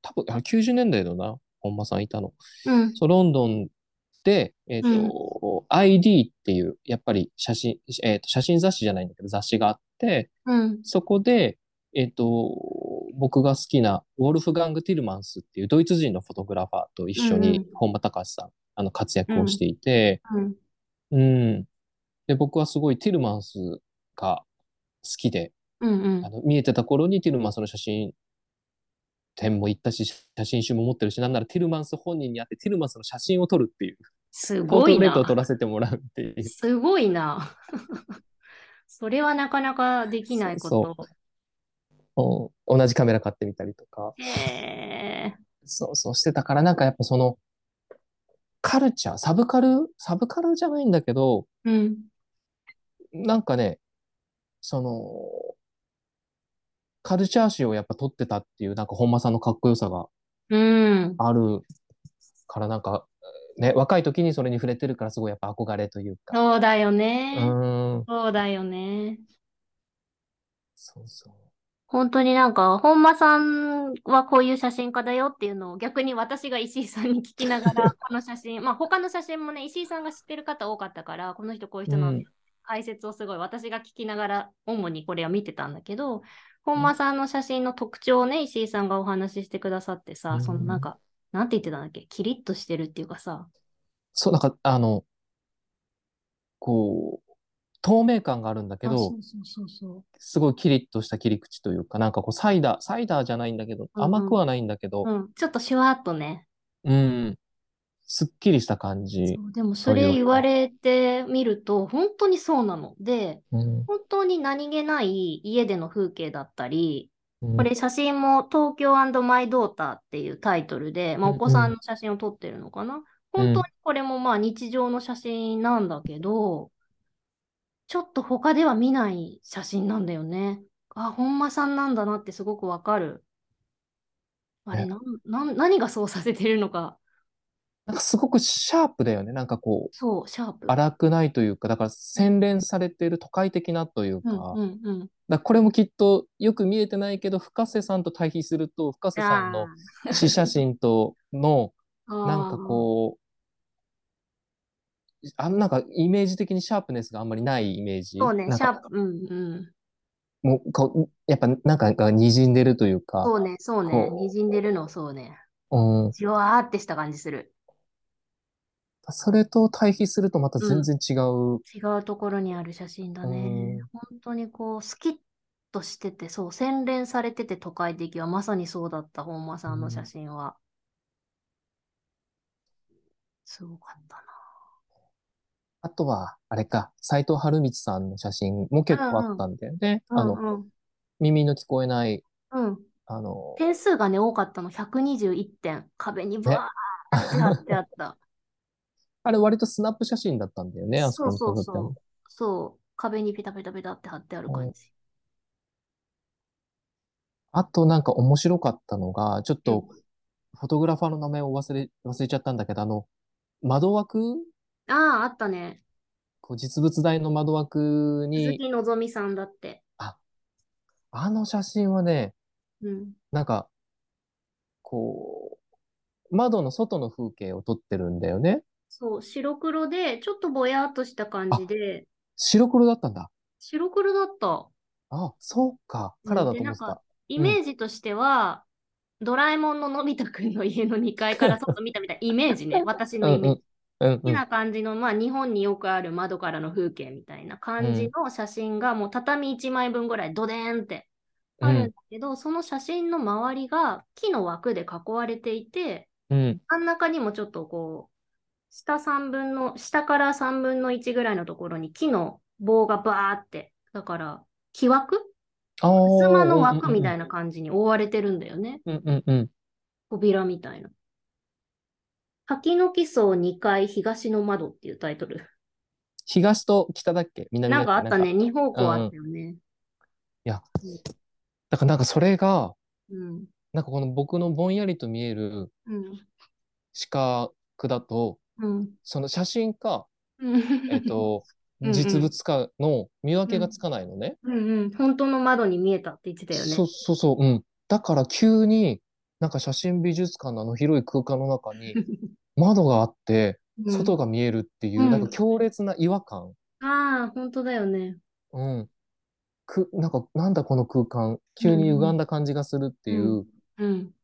Speaker 2: 多分、あれ90年代だよな、本間さんいたの。
Speaker 1: うん。
Speaker 2: そう、ロンドンで、えっと、ID っていう、やっぱり写真、えっと、写真雑誌じゃないんだけど、雑誌があって、
Speaker 1: うん。
Speaker 2: そこで、えっと、僕が好きなウォルフガング・ティルマンスっていうドイツ人のフォトグラファーと一緒
Speaker 1: う
Speaker 2: に
Speaker 1: んう
Speaker 2: 本間隆さん、あの、活躍をしていて、
Speaker 1: うん。
Speaker 2: うん。で、僕はすごいティルマンスが好きで、
Speaker 1: うん。うん
Speaker 2: あ。の、見えてた頃にティルマンスの写真展も行ったし、写真集も持ってるし、なんならティルマンス本人に会ってティルマンスの写真を撮るっていう、
Speaker 1: す
Speaker 2: ポー
Speaker 1: ご
Speaker 2: ト
Speaker 1: い
Speaker 2: レー
Speaker 1: な
Speaker 2: トを。撮らせてもらうっていう。
Speaker 1: すごいな。 <laughs> それはなかなかできないこと。
Speaker 2: お同じカメラ買ってみたりとか、
Speaker 1: へえ。
Speaker 2: そうそうしてたから、なんかやっぱその、カルチャー、サブカル、サブカルじゃないんだけど、
Speaker 1: うん。
Speaker 2: なんかね、その、カルチャー誌をやっぱ撮ってたっていう、なんか本間さんのかっこよさが
Speaker 1: うん。
Speaker 2: あるからなんか、ね、若い時にそれに触れてるからすごいやっぱ憧れというか。
Speaker 1: そうだよ
Speaker 2: う
Speaker 1: ね。
Speaker 2: ーん、
Speaker 1: そうだよね。
Speaker 2: そうそう。
Speaker 1: 本当になんか、本間さんはこういう写真家だよっていうのを逆に私が石井さんに聞きながら、この写真、まあ他の写真もね、石井さんが知ってる方多かったから、この人こういう人なんだよ解説をすごい私が聞きながら、主にこれは見てたんだけど、本間さんの写真の特徴をね、石井さんがお話ししてくださって
Speaker 2: う
Speaker 1: さ、
Speaker 2: ん
Speaker 1: そのなんか、なんて言ってたんだっけ、キリッとしてるっていうかさ、
Speaker 2: そう、なんか、あの、こう、透明感があるんだけ
Speaker 1: あ、
Speaker 2: ど
Speaker 1: そ、うそうそうそう。
Speaker 2: すごいキリッとした切り口というか、なんかこう、サイダー、サイダーじゃないんだけど、
Speaker 1: うんうん
Speaker 2: 甘くはないんだけど、
Speaker 1: うん、ちょっとシュワっとね、
Speaker 2: うん、すっきりした感じ。
Speaker 1: そうでもそ
Speaker 2: という
Speaker 1: れ
Speaker 2: か
Speaker 1: 言われてみると、本当にそうなので、
Speaker 2: うん、
Speaker 1: 本当に何気ない家での風景だったり、
Speaker 2: うん
Speaker 1: これ写真も東京マイドーターっていうタイトルで、まあ、
Speaker 2: うん
Speaker 1: お子さんの写真を撮ってるのかな。
Speaker 2: うん
Speaker 1: 本当にこれもまあ日常の写真なんだけど、ちょっと他では見ない写真なんだよね。あ、本間さんなんだなってすごくわかる。あれ、
Speaker 2: ね
Speaker 1: なん、なん、何がそうさせてるのか。
Speaker 2: なんかすごくシャープだよね。なんかこう、
Speaker 1: そう、シャープ。
Speaker 2: 荒くないというか、だから洗練されている都会的なという
Speaker 1: う
Speaker 2: か、
Speaker 1: ん
Speaker 2: だか
Speaker 1: うんうん。
Speaker 2: らこれもきっとよく見えてないけど、深瀬さんと対比すると、深瀬さんの死写
Speaker 1: <laughs>
Speaker 2: 真との、
Speaker 1: あー
Speaker 2: なんかこう、あんなんかイメージ的にシャープネスがあんまりないイメージ。
Speaker 1: そうね、
Speaker 2: なん
Speaker 1: シ
Speaker 2: か
Speaker 1: ャープ。うんうん。
Speaker 2: もうこう、やっぱなんかが滲んでるというか、
Speaker 1: そうね、そうね。
Speaker 2: こう
Speaker 1: 滲んでるの、そうね。
Speaker 2: うん、
Speaker 1: じわーってした感じする。
Speaker 2: それと対比するとまた全然違う。
Speaker 1: 違うところにある写真だね
Speaker 2: う。
Speaker 1: 本当にこう、スキッとしてて、そう、洗練されてて都会的はまさにそうだった、本間さんの写真は。すごかった
Speaker 2: あとは、あれか、斎藤晴道さんの写真も結構あったんだよね。
Speaker 1: な。
Speaker 2: あの、
Speaker 1: うん
Speaker 2: 耳の聞こえない、
Speaker 1: うん。うん。
Speaker 2: あの、
Speaker 1: 点数がね、多かったの、121点。壁にブワーって貼ってあった。
Speaker 2: <laughs>
Speaker 1: <laughs>
Speaker 2: あれ割とスナップ写真だったんだよね、あそこの
Speaker 1: そうそう
Speaker 2: ところっ
Speaker 1: そう。そう、壁にペタペタペタって貼ってある感じ。
Speaker 2: てあとなんか面白かったのが、ちょっと、フォトグラファーの名前を忘れ、忘れちゃったんだけど、あの、窓枠
Speaker 1: ああ、あったね。
Speaker 2: こう実物大の窓枠
Speaker 1: 鈴
Speaker 2: に、
Speaker 1: 木のぞみさんだって。
Speaker 2: あの写真はね、
Speaker 1: うん。
Speaker 2: なんか、こう、窓の外の風景を撮ってるんだよね。
Speaker 1: そう、白黒で、ちょっとぼやーっとした感じで、
Speaker 2: 白黒だったんだ。
Speaker 1: 白黒だった。
Speaker 2: あ、そうか。
Speaker 1: うん
Speaker 2: カラーだ
Speaker 1: で
Speaker 2: と思
Speaker 1: なん
Speaker 2: って
Speaker 1: か
Speaker 2: た。
Speaker 1: イメージとしては、ドラえもんののび太くんの家の2階から外見たみ
Speaker 2: <laughs>
Speaker 1: たいなイメージね、私
Speaker 2: う
Speaker 1: のイ
Speaker 2: ん
Speaker 1: メー
Speaker 2: う
Speaker 1: ジ。。
Speaker 2: んうん
Speaker 1: 好
Speaker 2: う
Speaker 1: き
Speaker 2: ん。
Speaker 1: な感じの、まあ、日本によくある窓からの風景みたいな感じの写真が、もう畳1枚分ぐらいドデーンってあるんだけど、その写真の周りが木の枠で囲われていて、
Speaker 2: うん。
Speaker 1: 真ん中にもちょっとこう、下3分の、下から3分の1ぐらいのところに木の棒がバーって、だから木枠
Speaker 2: ああ。
Speaker 1: 襖の枠みた
Speaker 2: い
Speaker 1: いな感じに覆われてるんだよね。
Speaker 2: な。うんうんうん。
Speaker 1: 扉みたいな。柿の木層2階東の窓っていうタイトル。
Speaker 2: 東と北だっけ南
Speaker 1: な
Speaker 2: だ
Speaker 1: んかあ
Speaker 2: っけ
Speaker 1: った
Speaker 2: なん
Speaker 1: ね。2方向あ
Speaker 2: うん
Speaker 1: ったよね。
Speaker 2: だからなんかそれが、
Speaker 1: うん。
Speaker 2: なんかこの僕のぼんやりと見える
Speaker 1: うん。
Speaker 2: 視覚だと、
Speaker 1: うん。
Speaker 2: その写真か、
Speaker 1: うん
Speaker 2: えっと、
Speaker 1: <laughs> うんうん
Speaker 2: 実物かの見分けがつかないのね。
Speaker 1: うんうん。本当の窓に見えたって言ってたよね。
Speaker 2: そうそうそう、うん。だから急に、なんか写真美術館のあの広い空間の
Speaker 1: <laughs>
Speaker 2: 中に窓があって、
Speaker 1: うん
Speaker 2: 外が見えるっていう、
Speaker 1: うん
Speaker 2: なんか強烈な違和感。
Speaker 1: ああ、本当だよね。
Speaker 2: うん。く、なんか、なんだこの空間、急に歪んだ感じがするっていう、
Speaker 1: うんうん。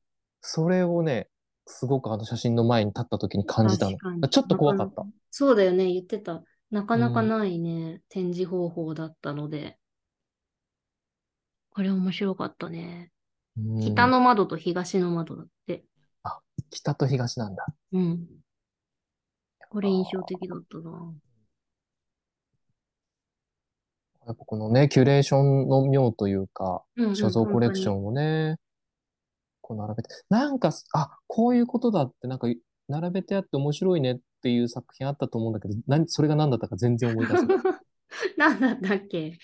Speaker 2: それをね、すごくあの写真の前に立った時に感じたの。
Speaker 1: 確かに
Speaker 2: だからちょっと怖かった。
Speaker 1: そうだよね。言ってた。なかなか
Speaker 2: うん
Speaker 1: ないね。展示方法だったので。これ面白かったね。
Speaker 2: うん
Speaker 1: 北の窓と東の窓だって。
Speaker 2: 北と東なんだ。
Speaker 1: うん。これ印象的だったな。
Speaker 2: やっぱこのね、キュレーションの妙というか、
Speaker 1: うんうん
Speaker 2: 所蔵コレクショ
Speaker 1: <laughs>
Speaker 2: ンをね、こう並べて、なんか、あ、こういうことだって、なんか、並べてあって面白いねっていう作品あったと思うんだけど、何、それが何だったか全然思い出
Speaker 1: <laughs>
Speaker 2: せない。
Speaker 1: 何だったっけ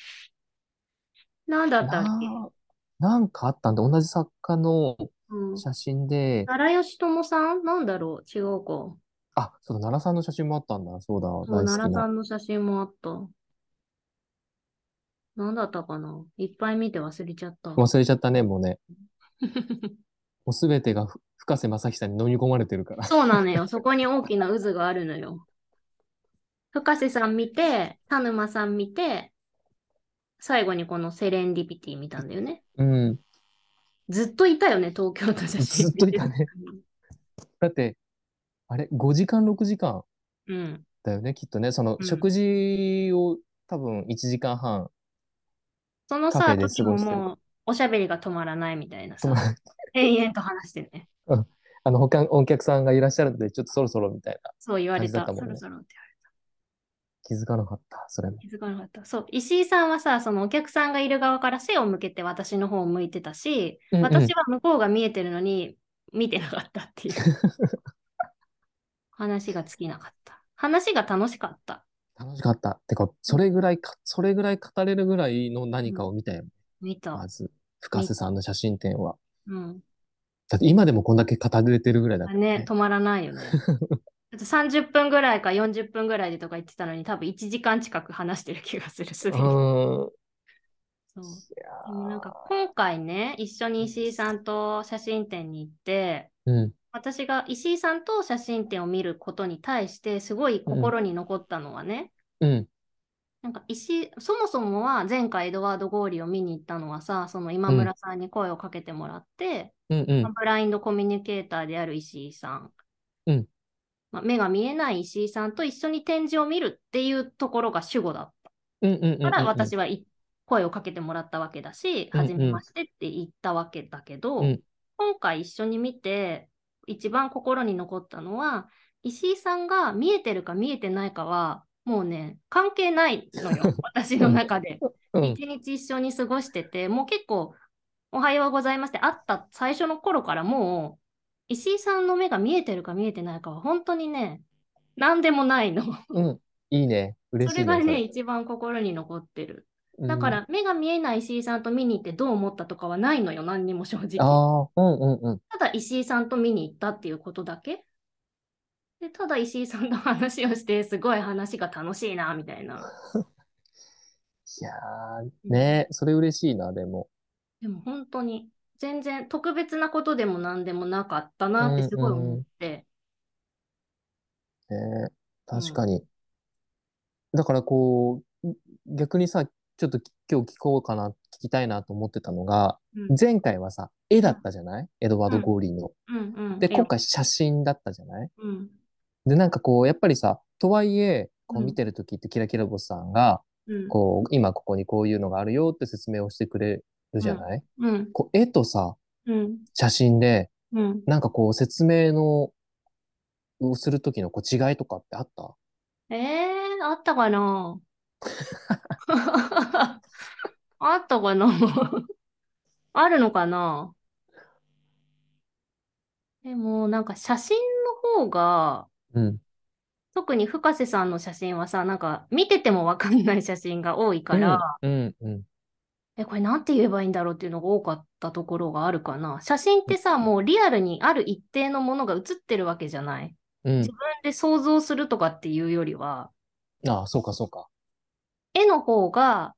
Speaker 1: 何だったっけ
Speaker 2: ななんかあったんで、同じ作家の
Speaker 1: うん。
Speaker 2: 写真で、
Speaker 1: 奈良吉友さんなんだろう違うか。
Speaker 2: あ、そうだ、奈良さんの写真もあったんだ。そうだ、
Speaker 1: そう
Speaker 2: 大好き
Speaker 1: 奈良さ
Speaker 2: な。
Speaker 1: んの写真もあった。何だったかないっぱい見て忘れちゃった。
Speaker 2: 忘れちゃったね、も
Speaker 1: <laughs>
Speaker 2: うね。もうすべてがふ深瀬正久に飲み込まれてる <laughs> から。
Speaker 1: そうなのよ。そこに大きな渦があるのよ。深瀬さん見て、田沼さん見て、最後にこのセレンディピティ見たんだよね。
Speaker 2: うん。
Speaker 1: ずっといたよね、東京の写真。
Speaker 2: ずっといたね。 <laughs> だって、あれ、5時間、6時間
Speaker 1: うん。
Speaker 2: だよね、きっとね。その、
Speaker 1: うん
Speaker 2: 食事を多分1時間半。
Speaker 1: その
Speaker 2: カ
Speaker 1: さ、
Speaker 2: フェで
Speaker 1: 時
Speaker 2: 過
Speaker 1: も
Speaker 2: ごしてる
Speaker 1: もう、おしゃべりが止まらないみたいな
Speaker 2: そ
Speaker 1: さ
Speaker 2: の、
Speaker 1: 延々と話してね。
Speaker 2: あの、他、お客さんがいらっしゃるので、ちょっとそろそろみたいな。
Speaker 1: そう言われた。
Speaker 2: 感じ
Speaker 1: そ
Speaker 2: だったもん
Speaker 1: ろ
Speaker 2: ね
Speaker 1: そろって
Speaker 2: 気づかなかった、それも。
Speaker 1: 気づかなかった。そう、石井さんはさ、そのお客さんがいる側から背を向けて私の方を向いてたし、
Speaker 2: うんうん
Speaker 1: 私は向こうが見えてるのに見てなかったって
Speaker 2: <laughs>
Speaker 1: いう。話が尽きなかった。話が楽しかった。
Speaker 2: 楽しかった。てか、それぐらいか、それぐらい語れるぐらいの何かを見たよ、
Speaker 1: 見た
Speaker 2: ま。ず。深瀬さんの写真展は。
Speaker 1: うん。
Speaker 2: だって今でもこんだけ語れてるぐらいだから
Speaker 1: ね、止まらない
Speaker 2: <laughs>
Speaker 1: よね。あと30分ぐらいか40分ぐらいでとか言ってたのに、多分1時間近く話してる気がする、す
Speaker 2: う
Speaker 1: でに。
Speaker 2: ーん。
Speaker 1: そう
Speaker 2: い
Speaker 1: で
Speaker 2: や
Speaker 1: もなんか今回ね、一緒に石井さんと写真展に行って、
Speaker 2: ーうん。
Speaker 1: 私が石井さんと写真展を見ることに対してすごい心に残ったのはね、
Speaker 2: うん。
Speaker 1: なんか石井そもそもは前回エドワード・ゴーリーを見に行ったのはさその今村さんに声をかけてもらって、
Speaker 2: うん
Speaker 1: まあブラインドコミュニケーターである石井さん、
Speaker 2: うん
Speaker 1: まあ目が見えない石井さんと一緒に展示を見るっていうところが主語だっ
Speaker 2: うん。うんうんうん。
Speaker 1: たから
Speaker 2: うんうん
Speaker 1: 私はい声をかけてもらったわけだし、
Speaker 2: うんうん
Speaker 1: 初めましてって言ったわけだけど、
Speaker 2: うん
Speaker 1: 今回一緒に見て一番心に残ったのは石井さんが見えてるか見えてないかはもうね関係ないの
Speaker 2: <laughs>
Speaker 1: よ私の中で。
Speaker 2: うん。
Speaker 1: 一日一緒に過ごしててもう結構「おはようございます」って会った最初の頃からもう石井さんの目が見えてるか見えてないかは本当にね何でもないの。
Speaker 2: うん。いいね。嬉
Speaker 1: そ
Speaker 2: しい
Speaker 1: れ
Speaker 2: ね。
Speaker 1: がね一番心に残ってる。
Speaker 2: それ
Speaker 1: だから目が見えない石井さんと見に行ってどう思ったとかはないのよ何にも正直。
Speaker 2: ああ、うんうんうん。
Speaker 1: ただ石井さんと見に行ったっていうことだけで、ただ石井さんと話をして、すごい話が楽しいな、みたいな。
Speaker 2: いやー、ねそれ嬉しいな、でも。
Speaker 1: でも本当に、全然特別なことでも何でもなかったなってすごい思って。
Speaker 2: ね確かに。だからこう、逆にさ、ちょっと今日聞こうかな、聞きたいなと思ってたのが、
Speaker 1: うん
Speaker 2: 前回はさ、絵だったじゃないエドワード・ゴーリーの。
Speaker 1: うんうん。
Speaker 2: で、
Speaker 1: え
Speaker 2: 今回写真だったじゃない
Speaker 1: うん
Speaker 2: で、なんかこう、やっぱりさ、とはいえ、こ
Speaker 1: う
Speaker 2: うん見てる時ってキラキラ星さんが、
Speaker 1: うん
Speaker 2: こう、今ここにこういうのがあるよって説明をしてくれるじゃない
Speaker 1: うん
Speaker 2: こう、絵とさ、
Speaker 1: うん
Speaker 2: 写真で、
Speaker 1: うん。
Speaker 2: なんかこう説明の、をするときのこう違いとかってあった
Speaker 1: えー、あったかなあったかなあるのかなでもなんか写真の方が、
Speaker 2: うん。
Speaker 1: 特に深瀬さんの写真はさ、なんか見ててもわかんない写真が多いか
Speaker 2: う
Speaker 1: ら、
Speaker 2: ん、うん、うん。
Speaker 1: え、これなんて言えばいいんだろうっていうのが多かったところがあるかな。写真ってさ、もうリアルにある一定のものが写ってるわけじゃない。
Speaker 2: うん。
Speaker 1: で、想像するとかっていうよりは、
Speaker 2: ああ、そうか、そうか。
Speaker 1: 絵の方が、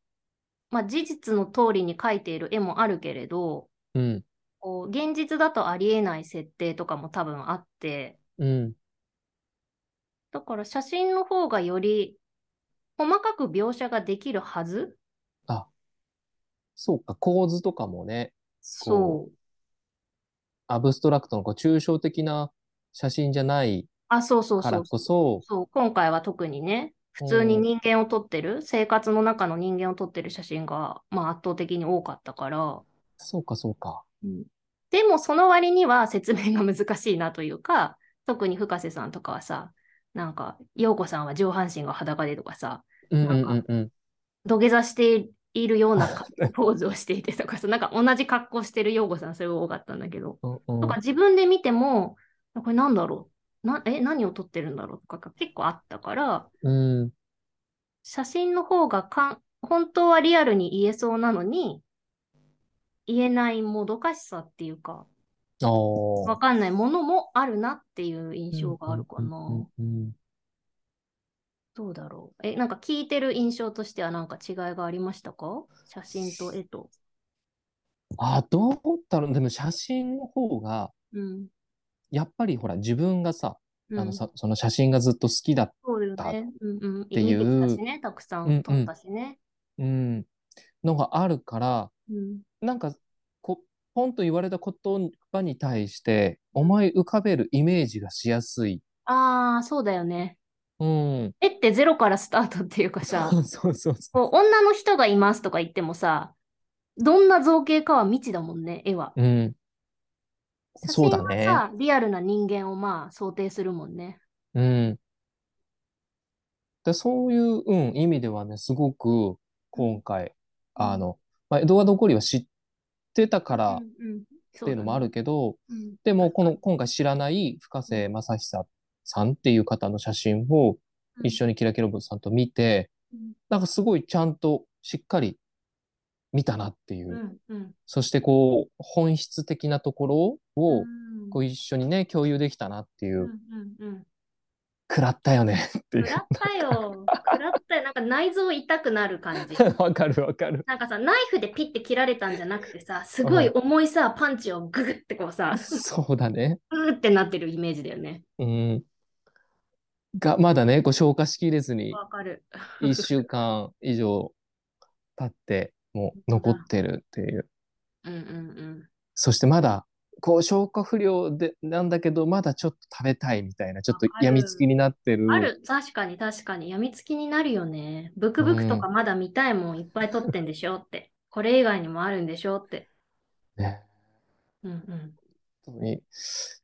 Speaker 1: まあ、事実の通りに描いている絵もあるけれど、
Speaker 2: うん、
Speaker 1: こう現実だとありえない設定とかも多分あって、
Speaker 2: うん、
Speaker 1: だから写真の方がより細かく描写ができるはず
Speaker 2: そうか。構図とかもね、
Speaker 1: そう。
Speaker 2: アブストラクトのこう抽象的な写真じゃない
Speaker 1: あ、そうそう
Speaker 2: か
Speaker 1: そ
Speaker 2: ら
Speaker 1: う
Speaker 2: こそ、
Speaker 1: そう、今回は特にね、普通に人間を撮ってる、生活の中の人間を撮ってる写真が、まあ、圧倒的に多かったから、
Speaker 2: そうか、そうか。
Speaker 1: でもその割には説明が難しいなというか、特に深瀬さんとかはさ、なんか、陽子さんは上半身が裸でとかさ、
Speaker 2: うん、
Speaker 1: なんか
Speaker 2: うん、うん、うん。
Speaker 1: 土下座しているようなポーズをしていてと
Speaker 2: <laughs>
Speaker 1: かさ、なんか同じ格好してる陽子さん、それが多かったんだけど、
Speaker 2: うん、う
Speaker 1: と
Speaker 2: ん
Speaker 1: か自分で見ても、これなんだろうな、え、何を撮ってるんだろうとかが結構あったから、
Speaker 2: うん。
Speaker 1: 写真の方がかん、本当はリアルに言えそうなのに、言えないもどかしさっていうか、
Speaker 2: ああ。
Speaker 1: わかんないものもあるなっていう印象があるかな。
Speaker 2: うんうんうんうん
Speaker 1: どうだろう。え、なんか聞いてる印象としてはなんか違いがありましたか写真と絵と。
Speaker 2: あ、どうだろう。でも写真の方が、
Speaker 1: うん。
Speaker 2: やっぱりほら、自分がさ、
Speaker 1: うん、
Speaker 2: あのさ、その写真がずっと好きだ。
Speaker 1: そうだよ
Speaker 2: だ
Speaker 1: ね。うんうん。
Speaker 2: ていう
Speaker 1: 見てきたしね、たくさ
Speaker 2: うんうん
Speaker 1: ん撮ったしね。
Speaker 2: うん。のがあるから、
Speaker 1: うん。
Speaker 2: なんか、こ、ポンと言われた言葉に対して、思い浮かべるイメージがしやすい。
Speaker 1: ああ、そうだよね。
Speaker 2: うん。
Speaker 1: 絵ってゼロからスタートっていうかさ
Speaker 2: <laughs> そ、うそうそうそ
Speaker 1: こう女の人がいますとか言ってもさ、どんな造形かは未知だもんね、絵は。
Speaker 2: う。うん。
Speaker 1: 写
Speaker 2: そう
Speaker 1: 真
Speaker 2: だ
Speaker 1: は
Speaker 2: ね
Speaker 1: さ、リアルな人間をまあ想定するもんね。
Speaker 2: うん。で、そういう、うん、意味ではね、すごく、今回、あの、まあ、エドワード・コリーは知ってたか
Speaker 1: う
Speaker 2: ら
Speaker 1: ん
Speaker 2: っ
Speaker 1: うん。そ
Speaker 2: ていうのもあ
Speaker 1: る。
Speaker 2: るけど、
Speaker 1: うん
Speaker 2: でも、この、今回知らない深瀬正久さんっていう方の写真を一緒にキラキラボさんと見て、
Speaker 1: うん
Speaker 2: なんかすごいちゃんとしっかり見たなっていうう。
Speaker 1: んうん。
Speaker 2: そして、こう、本質的なところを、
Speaker 1: ん
Speaker 2: こう一緒にね、共有できたなっていうう、
Speaker 1: んうんうん。
Speaker 2: 食らったよねって
Speaker 1: 食
Speaker 2: い
Speaker 1: らったよ。食らったよ。なんか内臓痛くなる感
Speaker 2: <laughs>
Speaker 1: じ。
Speaker 2: う。わかるわかる。
Speaker 1: なんかさ、ナイフでピッて切られたんじゃなくてさ、すごい重いさ、パンチをググってこうさ、
Speaker 2: そうだね。
Speaker 1: グーってなってるイメージだよね。
Speaker 2: うん。が、まだね、こう消化しきれずに、
Speaker 1: わかる。
Speaker 2: 1週間以上経って、もう残ってるっていう。
Speaker 1: うんうん
Speaker 2: そしてまだ、こう消化不良で、なんだけど、まだちょっと食べたいみたいな、ちょっとやみつきになって
Speaker 1: う
Speaker 2: る。
Speaker 1: ん。ある。確かに確かに。やみつきになるよね。ブクブクとかまだ見たいもんいっぱい撮ってんでしょって。これ以外にもあるんでしょって。
Speaker 2: ね。
Speaker 1: うんうん。
Speaker 2: 本当にい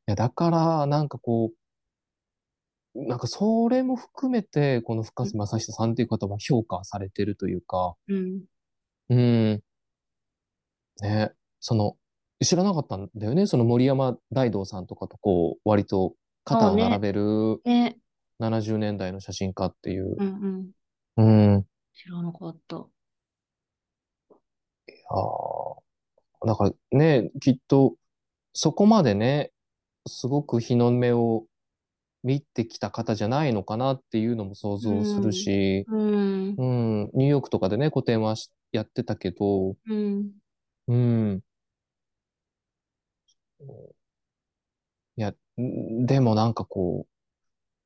Speaker 2: や、だから、なんかこう、なんかそれも含めて、この深瀬正久さんっていう方は評価されてるというか、
Speaker 1: うん。
Speaker 2: うん。ね、その、知らなかったんだよね。その森山大道さんとかとこう、割と肩を並べる
Speaker 1: ね。
Speaker 2: 70年代の写真家っていう。
Speaker 1: うんうん。
Speaker 2: うん。あ
Speaker 1: 知らなかった。
Speaker 2: ーだからね、きっと、そこまでね、すごく日の目を見てきた方じゃないのかなっていうのも想像するし、
Speaker 1: うん。
Speaker 2: うん、ニューヨークとかでね、個展はしやってたけど、
Speaker 1: うん。
Speaker 2: うん。いや、んでもなんかこ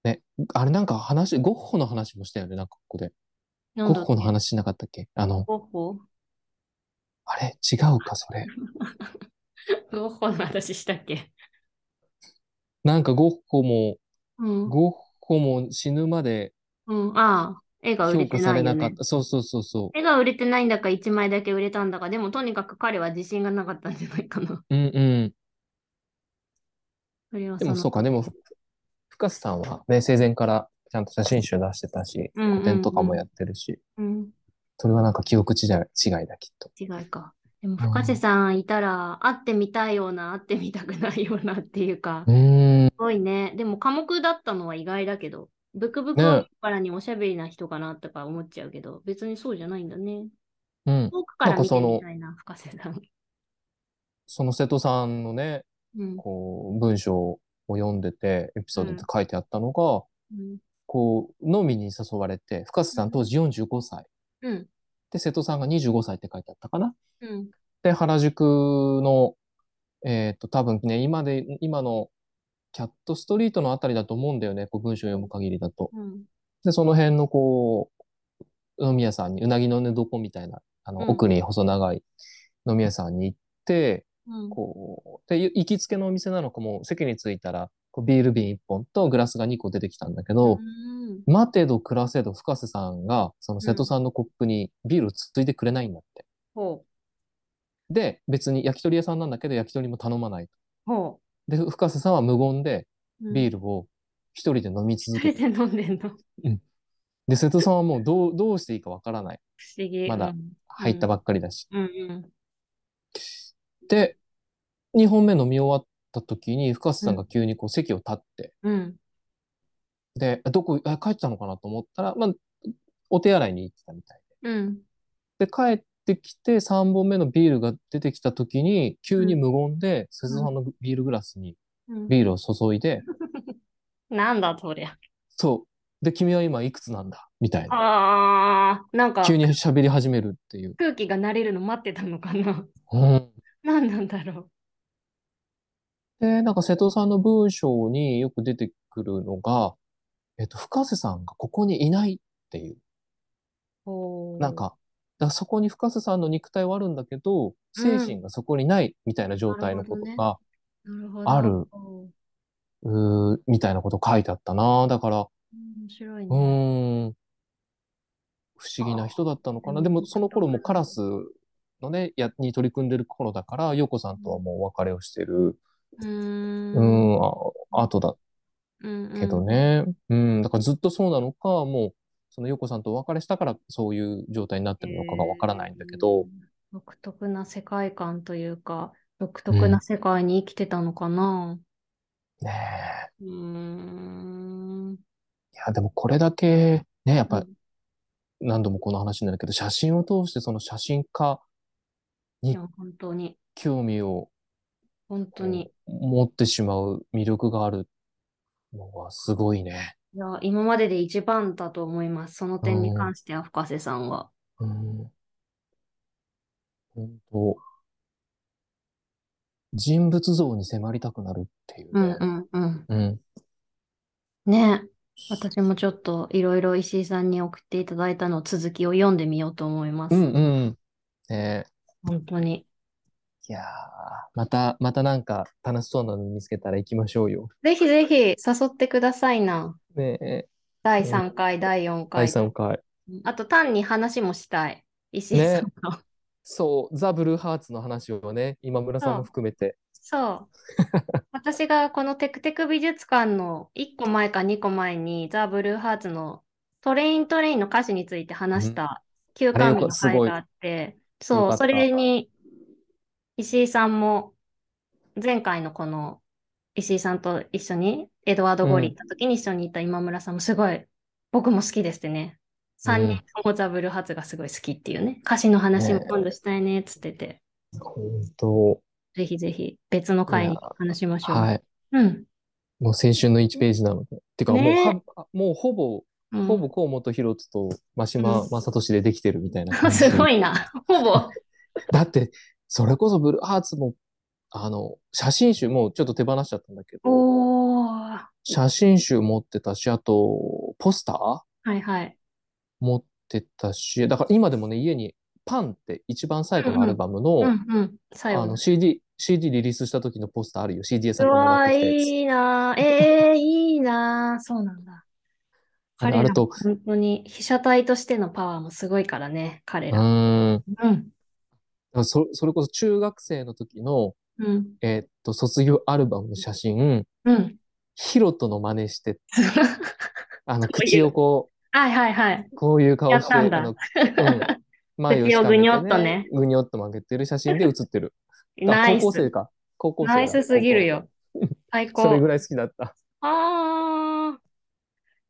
Speaker 2: う、ね、あれなんか話、ゴッホの話もしたよね、なんかここで。
Speaker 1: な
Speaker 2: ゴ
Speaker 1: ん
Speaker 2: ッ
Speaker 1: だっ
Speaker 2: ホの
Speaker 1: け
Speaker 2: 話しなかったっけあの、
Speaker 1: ゴッホ
Speaker 2: あれ違うか、それ。
Speaker 1: ゴッホの話したっけ
Speaker 2: なんかゴッホも、
Speaker 1: うん。
Speaker 2: ゴッホも死ぬまで
Speaker 1: うん、ああ、絵が売れ
Speaker 2: 評価
Speaker 1: て
Speaker 2: さ
Speaker 1: な
Speaker 2: れ
Speaker 1: いよ
Speaker 2: なかっ
Speaker 1: ね。
Speaker 2: た。そうそうそうそ
Speaker 1: 絵が売れてないんだか、1枚だけ売れたんだか、でもとにかく彼は自信がなかったんじゃないか
Speaker 2: <laughs>
Speaker 1: な。
Speaker 2: う。うんうん。
Speaker 1: それは
Speaker 2: でも
Speaker 1: そ
Speaker 2: そうか、でも、ふ深瀬さんはね、生前からちゃんと写真集出してたし、
Speaker 1: うんうんうん
Speaker 2: 個展とかもやってるし、
Speaker 1: の、うん、
Speaker 2: それはなんか記憶違い違いだ、きっと。
Speaker 1: 違いか。でも、深瀬さんいたら、会ってみたいような、会ってみたくないようなっていうか、
Speaker 2: う
Speaker 1: す
Speaker 2: ん。
Speaker 1: ごいね。でも、寡黙だったのは意外だけど、ブクブク
Speaker 2: ね
Speaker 1: を見るからにおしゃべりな人かなとか思っちゃうけど、別にそうじゃないんだね。
Speaker 2: うん。
Speaker 1: 遠くから見
Speaker 2: なんか
Speaker 1: て
Speaker 2: その
Speaker 1: みたいな、深瀬さん。
Speaker 2: その瀬戸さんのね、
Speaker 1: うん。
Speaker 2: こう、文章を読んでて、エピソードって書いてあったのが、
Speaker 1: うん。
Speaker 2: こう、飲みに誘われて、深瀬さん当時45歳。
Speaker 1: うん。
Speaker 2: で、瀬戸さんが25歳って書いてあったかな。
Speaker 1: うん。
Speaker 2: で、原宿の、えっと、多分ね、今で、今のキャットストリートのあたりだと思うんだよね、こう文章を読む限りだと。
Speaker 1: うん。
Speaker 2: で、その辺のこう、飲み屋さんに、うなぎの寝床みたいな、あの、
Speaker 1: うん
Speaker 2: 奥に細長い飲み屋さんに行って、
Speaker 1: うん。
Speaker 2: こう、で、ゆ行きつけのお店なのかも、席に着いたら、こうビール瓶1本とグラスが2個出てきたんだけど、
Speaker 1: うん
Speaker 2: 待てど暮らせど深瀬さんが、その瀬戸さんのコップにビールをつついてくれないんだって。
Speaker 1: ほう。
Speaker 2: で、別に焼き鳥屋さんなんだけど、焼き鳥も頼まない。
Speaker 1: ほ
Speaker 2: で、深瀬さんは無言で
Speaker 1: う。
Speaker 2: ビー
Speaker 1: ル。
Speaker 2: ルを一人で飲み続
Speaker 1: そ
Speaker 2: け
Speaker 1: れ
Speaker 2: て、
Speaker 1: で飲んでんの。不思
Speaker 2: で、瀬戸さんはもうどう、どうしていいかわからない。
Speaker 1: 議。
Speaker 2: まだ
Speaker 1: うん。
Speaker 2: 入ったばっかりだし。
Speaker 1: うんうん。
Speaker 2: で、2本目飲み終わった時に、深瀬さんが急にこう席を立って、
Speaker 1: うん。
Speaker 2: で、どこ、あ帰ったのかなと思ったら、まあ、お手洗いに行ってたみたい
Speaker 1: うん。
Speaker 2: で。で、帰ってきて3本目のビールが出てきた時に、急に無言で、瀬戸さんのビールグラスに
Speaker 1: うん。
Speaker 2: ビールを注いで、
Speaker 1: なんだそりゃ。
Speaker 2: そう。で、君は今いくつなんだみたいな。
Speaker 1: ああ、なんか
Speaker 2: 急に喋り始めるっていう。
Speaker 1: 空気が慣れるの待ってたのかな。 <laughs>
Speaker 2: うん。
Speaker 1: 何なんだろ
Speaker 2: で、なんか瀬戸さんの文章によく出てくるのが、えっと、深瀬さんがここにいないっていう。
Speaker 1: う。おー
Speaker 2: なんか、だからそこに深瀬さんの肉体はあるんだけど、精神がそこにないみたいな状態のことが、
Speaker 1: なるほ
Speaker 2: ある
Speaker 1: ど。おー
Speaker 2: うーみたいなこと書いてあったな。だから、
Speaker 1: 面白いう
Speaker 2: ー
Speaker 1: ね。
Speaker 2: ん、不思議な人だったのか
Speaker 1: あ
Speaker 2: な。
Speaker 1: ー
Speaker 2: でも、その頃もカラスのね、や、に取り組んでる頃だから、陽子さんとはもうお別れをしてる、
Speaker 1: うーん
Speaker 2: うーん、あ、後だ
Speaker 1: うんうん
Speaker 2: けど。ね。うん、だからずっとそうなのか、もう、その陽子さんとお別れしたからそういう状態になってるのかがわからないんだけど、
Speaker 1: うん独特な世界観というか、独特な世界に生きてたのかな。
Speaker 2: ね
Speaker 1: う
Speaker 2: え。
Speaker 1: ーん。
Speaker 2: いや、でもこれだけ、ね、やっ
Speaker 1: う
Speaker 2: ぱ
Speaker 1: ん
Speaker 2: 何度もこの話になるけど、写真を通してその写真家、
Speaker 1: いや、本当に、
Speaker 2: 興味を
Speaker 1: 本当に。
Speaker 2: 持ってしまう魅力があるのはすごいね。
Speaker 1: いや、今までで一番だと思います。その点に関しては、深瀬さんは。
Speaker 2: うん。本当。人物像に迫りたくなるっていう
Speaker 1: う
Speaker 2: ね
Speaker 1: ん。うんうん。
Speaker 2: うん。
Speaker 1: ねえ。私もちょっといろいろ石井さんに送っていただいたのを続きを読んでみようと思いま
Speaker 2: う
Speaker 1: す。
Speaker 2: んうん。ねえ
Speaker 1: 本当に。
Speaker 2: いやーまた、またなんか楽しそうなの見つけたら行きましょうよ。
Speaker 1: ぜひぜひ誘ってくださいな。
Speaker 2: ねえ、
Speaker 1: 第3回、第4
Speaker 2: 第
Speaker 1: 回。
Speaker 2: 3回。
Speaker 1: あと単に話もしたい。石井さんの。
Speaker 2: そう、ザ・ブルーハーツの話をね、今村さんも含めて。
Speaker 1: そう。私がこのテクテク美術館の1個前か2個前にザ・ブルーハーツのトレイントレインの歌詞について話した休
Speaker 2: あ
Speaker 1: 館日
Speaker 2: れよ
Speaker 1: の
Speaker 2: かす
Speaker 1: 回
Speaker 2: ごい
Speaker 1: があって、そ
Speaker 2: よ
Speaker 1: う、
Speaker 2: かった
Speaker 1: それに石井さんも前回のこの石井さんと一緒にエドワード・ゴリ行った時に一緒にいた今村さんもすごい僕も好きですってね。3人ともザ・ブルーハーツがすごい好きっていうね。歌詞の話も今度したいねっつってて。
Speaker 2: 本当。
Speaker 1: ぜひぜひ別の回
Speaker 2: い
Speaker 1: に
Speaker 2: や
Speaker 1: 話しましょう。
Speaker 2: はい。
Speaker 1: うん。
Speaker 2: もう青春の1ページなので。てか、もう
Speaker 1: ねえ
Speaker 2: は、もうほぼ、
Speaker 1: うん
Speaker 2: ほぼ河本博人と真
Speaker 1: う
Speaker 2: 島
Speaker 1: ん
Speaker 2: 正俊でできてるみた
Speaker 1: <laughs>
Speaker 2: いな感じ。
Speaker 1: <laughs> すごいな。ほぼ。
Speaker 2: だって、それこそブルーハーツも、あの、写真集もうちょっと手放しちゃったんだけど、
Speaker 1: おー。
Speaker 2: 写真集持ってたし、あと、ポスター
Speaker 1: はいはい。
Speaker 2: 持ってたし、だから今でもね、家にパンって一番最後のアルバム
Speaker 1: うん
Speaker 2: の、
Speaker 1: うん。最
Speaker 2: あ
Speaker 1: 後の
Speaker 2: の CD、CD リリースした時のポスターあるよ。CD 屋さ
Speaker 1: うん
Speaker 2: からもら
Speaker 1: わー、
Speaker 2: ってきたやつ。
Speaker 1: いい
Speaker 2: <laughs>
Speaker 1: なー。えー、いいなー。そうなんだ。
Speaker 2: あの
Speaker 1: 彼
Speaker 2: あ
Speaker 1: ら
Speaker 2: れと、
Speaker 1: 本当に被写体としてのパワーもすごいからね、彼
Speaker 2: う
Speaker 1: ら。
Speaker 2: ー
Speaker 1: う
Speaker 2: ん。
Speaker 1: ん。
Speaker 2: だからそ、それこそ中学生の時の、
Speaker 1: うん。
Speaker 2: えーっと、卒業アルバムの写真、
Speaker 1: うん。
Speaker 2: ヒロトの真似
Speaker 1: <laughs>
Speaker 2: して、あの、口をこ
Speaker 1: はいはいはい。
Speaker 2: う、こういう顔
Speaker 1: やっ
Speaker 2: した
Speaker 1: ん <laughs>
Speaker 2: て、
Speaker 1: だ
Speaker 2: あの、うん前
Speaker 1: 口を
Speaker 2: 下向
Speaker 1: ぐ
Speaker 2: いて
Speaker 1: にょっとね。
Speaker 2: ぐにょっと曲げてる写真で写ってる。あ
Speaker 1: ナイ
Speaker 2: 高校
Speaker 1: ス。
Speaker 2: 生か。高校生だ
Speaker 1: ナイスすぎるよ。。最
Speaker 2: 高校生それ
Speaker 1: 高
Speaker 2: ぐ。らい好きだった。
Speaker 1: ああ、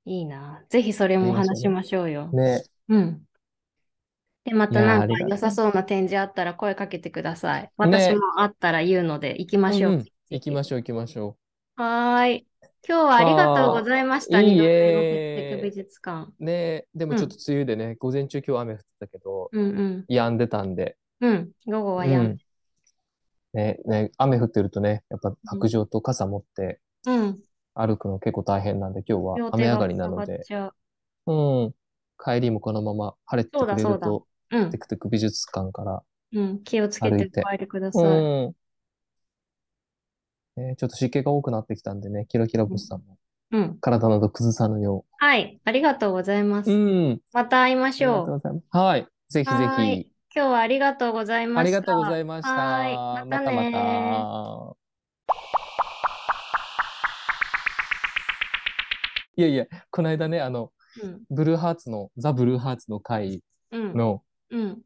Speaker 1: いいな。ぜひそれも話しましょうよ。
Speaker 2: ね。
Speaker 1: うん。で、また
Speaker 2: いや
Speaker 1: な
Speaker 2: ー
Speaker 1: ん
Speaker 2: あり
Speaker 1: か
Speaker 2: がとう
Speaker 1: 良さそうな展示あったら声かけてください。
Speaker 2: ね
Speaker 1: 私もあったら言うので行きましょう。
Speaker 2: うんうん行きましょう、行きましょ
Speaker 1: はーい。今日はありがとうございました。
Speaker 2: あー
Speaker 1: 二度
Speaker 2: い
Speaker 1: 目
Speaker 2: い
Speaker 1: の
Speaker 2: え
Speaker 1: 北陸美術館。
Speaker 2: う。ねでもちょっと梅雨でね、午前中今日雨降ってたけど、
Speaker 1: うんうん。
Speaker 2: 止んでたんで。
Speaker 1: うん。午後は
Speaker 2: う
Speaker 1: やん
Speaker 2: ん。ね、ね、雨降ってるとね、やっぱ白杖と傘持って
Speaker 1: うん。
Speaker 2: 歩くの結構大変なんで、今日
Speaker 1: 両
Speaker 2: は
Speaker 1: 手
Speaker 2: 雨
Speaker 1: が
Speaker 2: 上がりな
Speaker 1: 塞
Speaker 2: の
Speaker 1: がっ
Speaker 2: で、
Speaker 1: ちゃう。
Speaker 2: うん。帰りもこのまま晴れて
Speaker 1: そう
Speaker 2: く
Speaker 1: だ
Speaker 2: れ
Speaker 1: そう
Speaker 2: る
Speaker 1: だ
Speaker 2: と、
Speaker 1: うん
Speaker 2: テ。クテク美術館から。
Speaker 1: うん。気をつけて
Speaker 2: 歩いて
Speaker 1: お帰りください。
Speaker 2: うん。ね、ちょっと湿気が多くなってきたんでね、キラキラ星さんも
Speaker 1: うん。
Speaker 2: 体など崩さぬよ
Speaker 1: はい。ありがとうございます。
Speaker 2: う。うん。
Speaker 1: また会いま
Speaker 2: あ
Speaker 1: し
Speaker 2: りが
Speaker 1: ょ
Speaker 2: と
Speaker 1: う
Speaker 2: う。ございます。はい。ぜひぜ
Speaker 1: はー
Speaker 2: ひ
Speaker 1: い。今日はありがとうございま
Speaker 2: あり
Speaker 1: した。
Speaker 2: がとうございました。
Speaker 1: はーいまた
Speaker 2: ま
Speaker 1: ねー
Speaker 2: たまた。いやいや、この間ね、あの、
Speaker 1: うん
Speaker 2: ブルーハーツの、ザ・ブルーハーツの会
Speaker 1: うん
Speaker 2: の、
Speaker 1: うん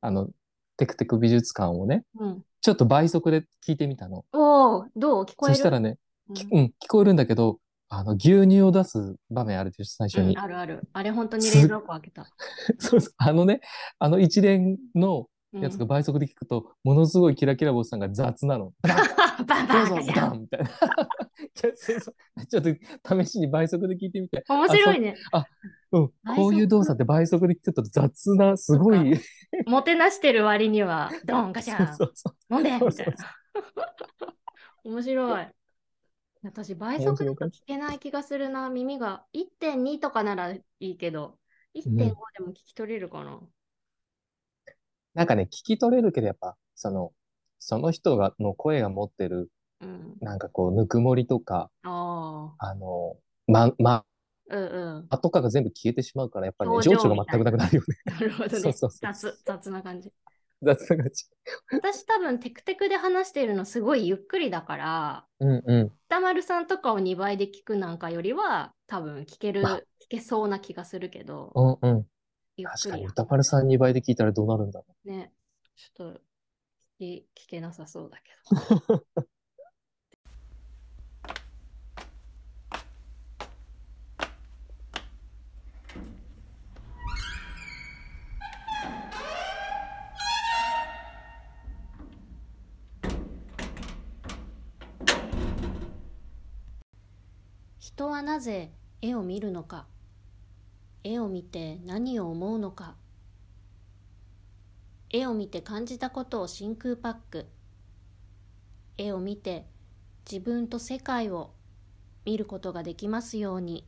Speaker 2: あの、テクテク美術館をね、
Speaker 1: うん。
Speaker 2: ちょっと倍速で聞いてみたの。
Speaker 1: おお、どう聞こえ
Speaker 2: そした
Speaker 1: る
Speaker 2: らね、き
Speaker 1: うん
Speaker 2: うん、聞こえるんだけど、あの、牛乳を出す場面あるでしょ、最初
Speaker 1: う
Speaker 2: に
Speaker 1: ん、。あるある。あれ本当に
Speaker 2: す
Speaker 1: 冷蔵庫開けた。
Speaker 2: <laughs> そうそう。あのね、あの一連の
Speaker 1: うん
Speaker 2: やつが倍速で聞くと、ものすごいキラキラ星さんが雑なの。バ
Speaker 1: <laughs>
Speaker 2: ン
Speaker 1: バン
Speaker 2: ど
Speaker 1: バ
Speaker 2: う
Speaker 1: ン
Speaker 2: ぞ
Speaker 1: ガシャン
Speaker 2: ダンみたいな。い <laughs> やそうそうちょっと試しに倍速で聞いてみて。
Speaker 1: 面白いね。
Speaker 2: うん、
Speaker 1: 倍速
Speaker 2: こういう動作って倍速で聞くと雑な、すごい。
Speaker 1: もてなしてる割には、ドンガシャン、
Speaker 2: <laughs> そうそう
Speaker 1: 飲んで
Speaker 2: そう
Speaker 1: み
Speaker 2: そ
Speaker 1: たい
Speaker 2: う
Speaker 1: な。面白い。私、倍速だと聞けない気がするな。耳が1.2とかならいいけど、1.5でも聞き取れるかな。
Speaker 2: なんかね、聞き取れるけど、やっぱ、その、その人が、の声が持ってる、
Speaker 1: うん。
Speaker 2: なんかこう、ぬくもりとか、
Speaker 1: あ
Speaker 2: あの、ま、ま、
Speaker 1: あ、うんうん。
Speaker 2: 間とかが全部消えてしまうから、やっぱり、ね、
Speaker 1: 表
Speaker 2: 情
Speaker 1: 情
Speaker 2: 緒が全くなくなるよね。 <laughs>
Speaker 1: なるほど
Speaker 2: そう
Speaker 1: ね。
Speaker 2: そうそう。
Speaker 1: 雑、雑な感じ。
Speaker 2: 雑な感じ。
Speaker 1: 私多分テクテクで話してるのすごいゆっくりだから、
Speaker 2: うんうん。
Speaker 1: 歌丸さんとかを2倍で聞くなんかよりは多分聞ける、
Speaker 2: まあ
Speaker 1: 聞けそうな気がするけど、
Speaker 2: うんうん。
Speaker 1: ゆっ
Speaker 2: 確
Speaker 1: く
Speaker 2: か
Speaker 1: り
Speaker 2: に、歌丸さん2倍で聞いたらどうなるんだろ
Speaker 1: ね。ちょっと聞き聞けなさそうだけど。人はなぜ絵を見るのか絵を見て何を思うのか絵を見て感じたことを真空パック絵を見て自分と世界を見ることができますように。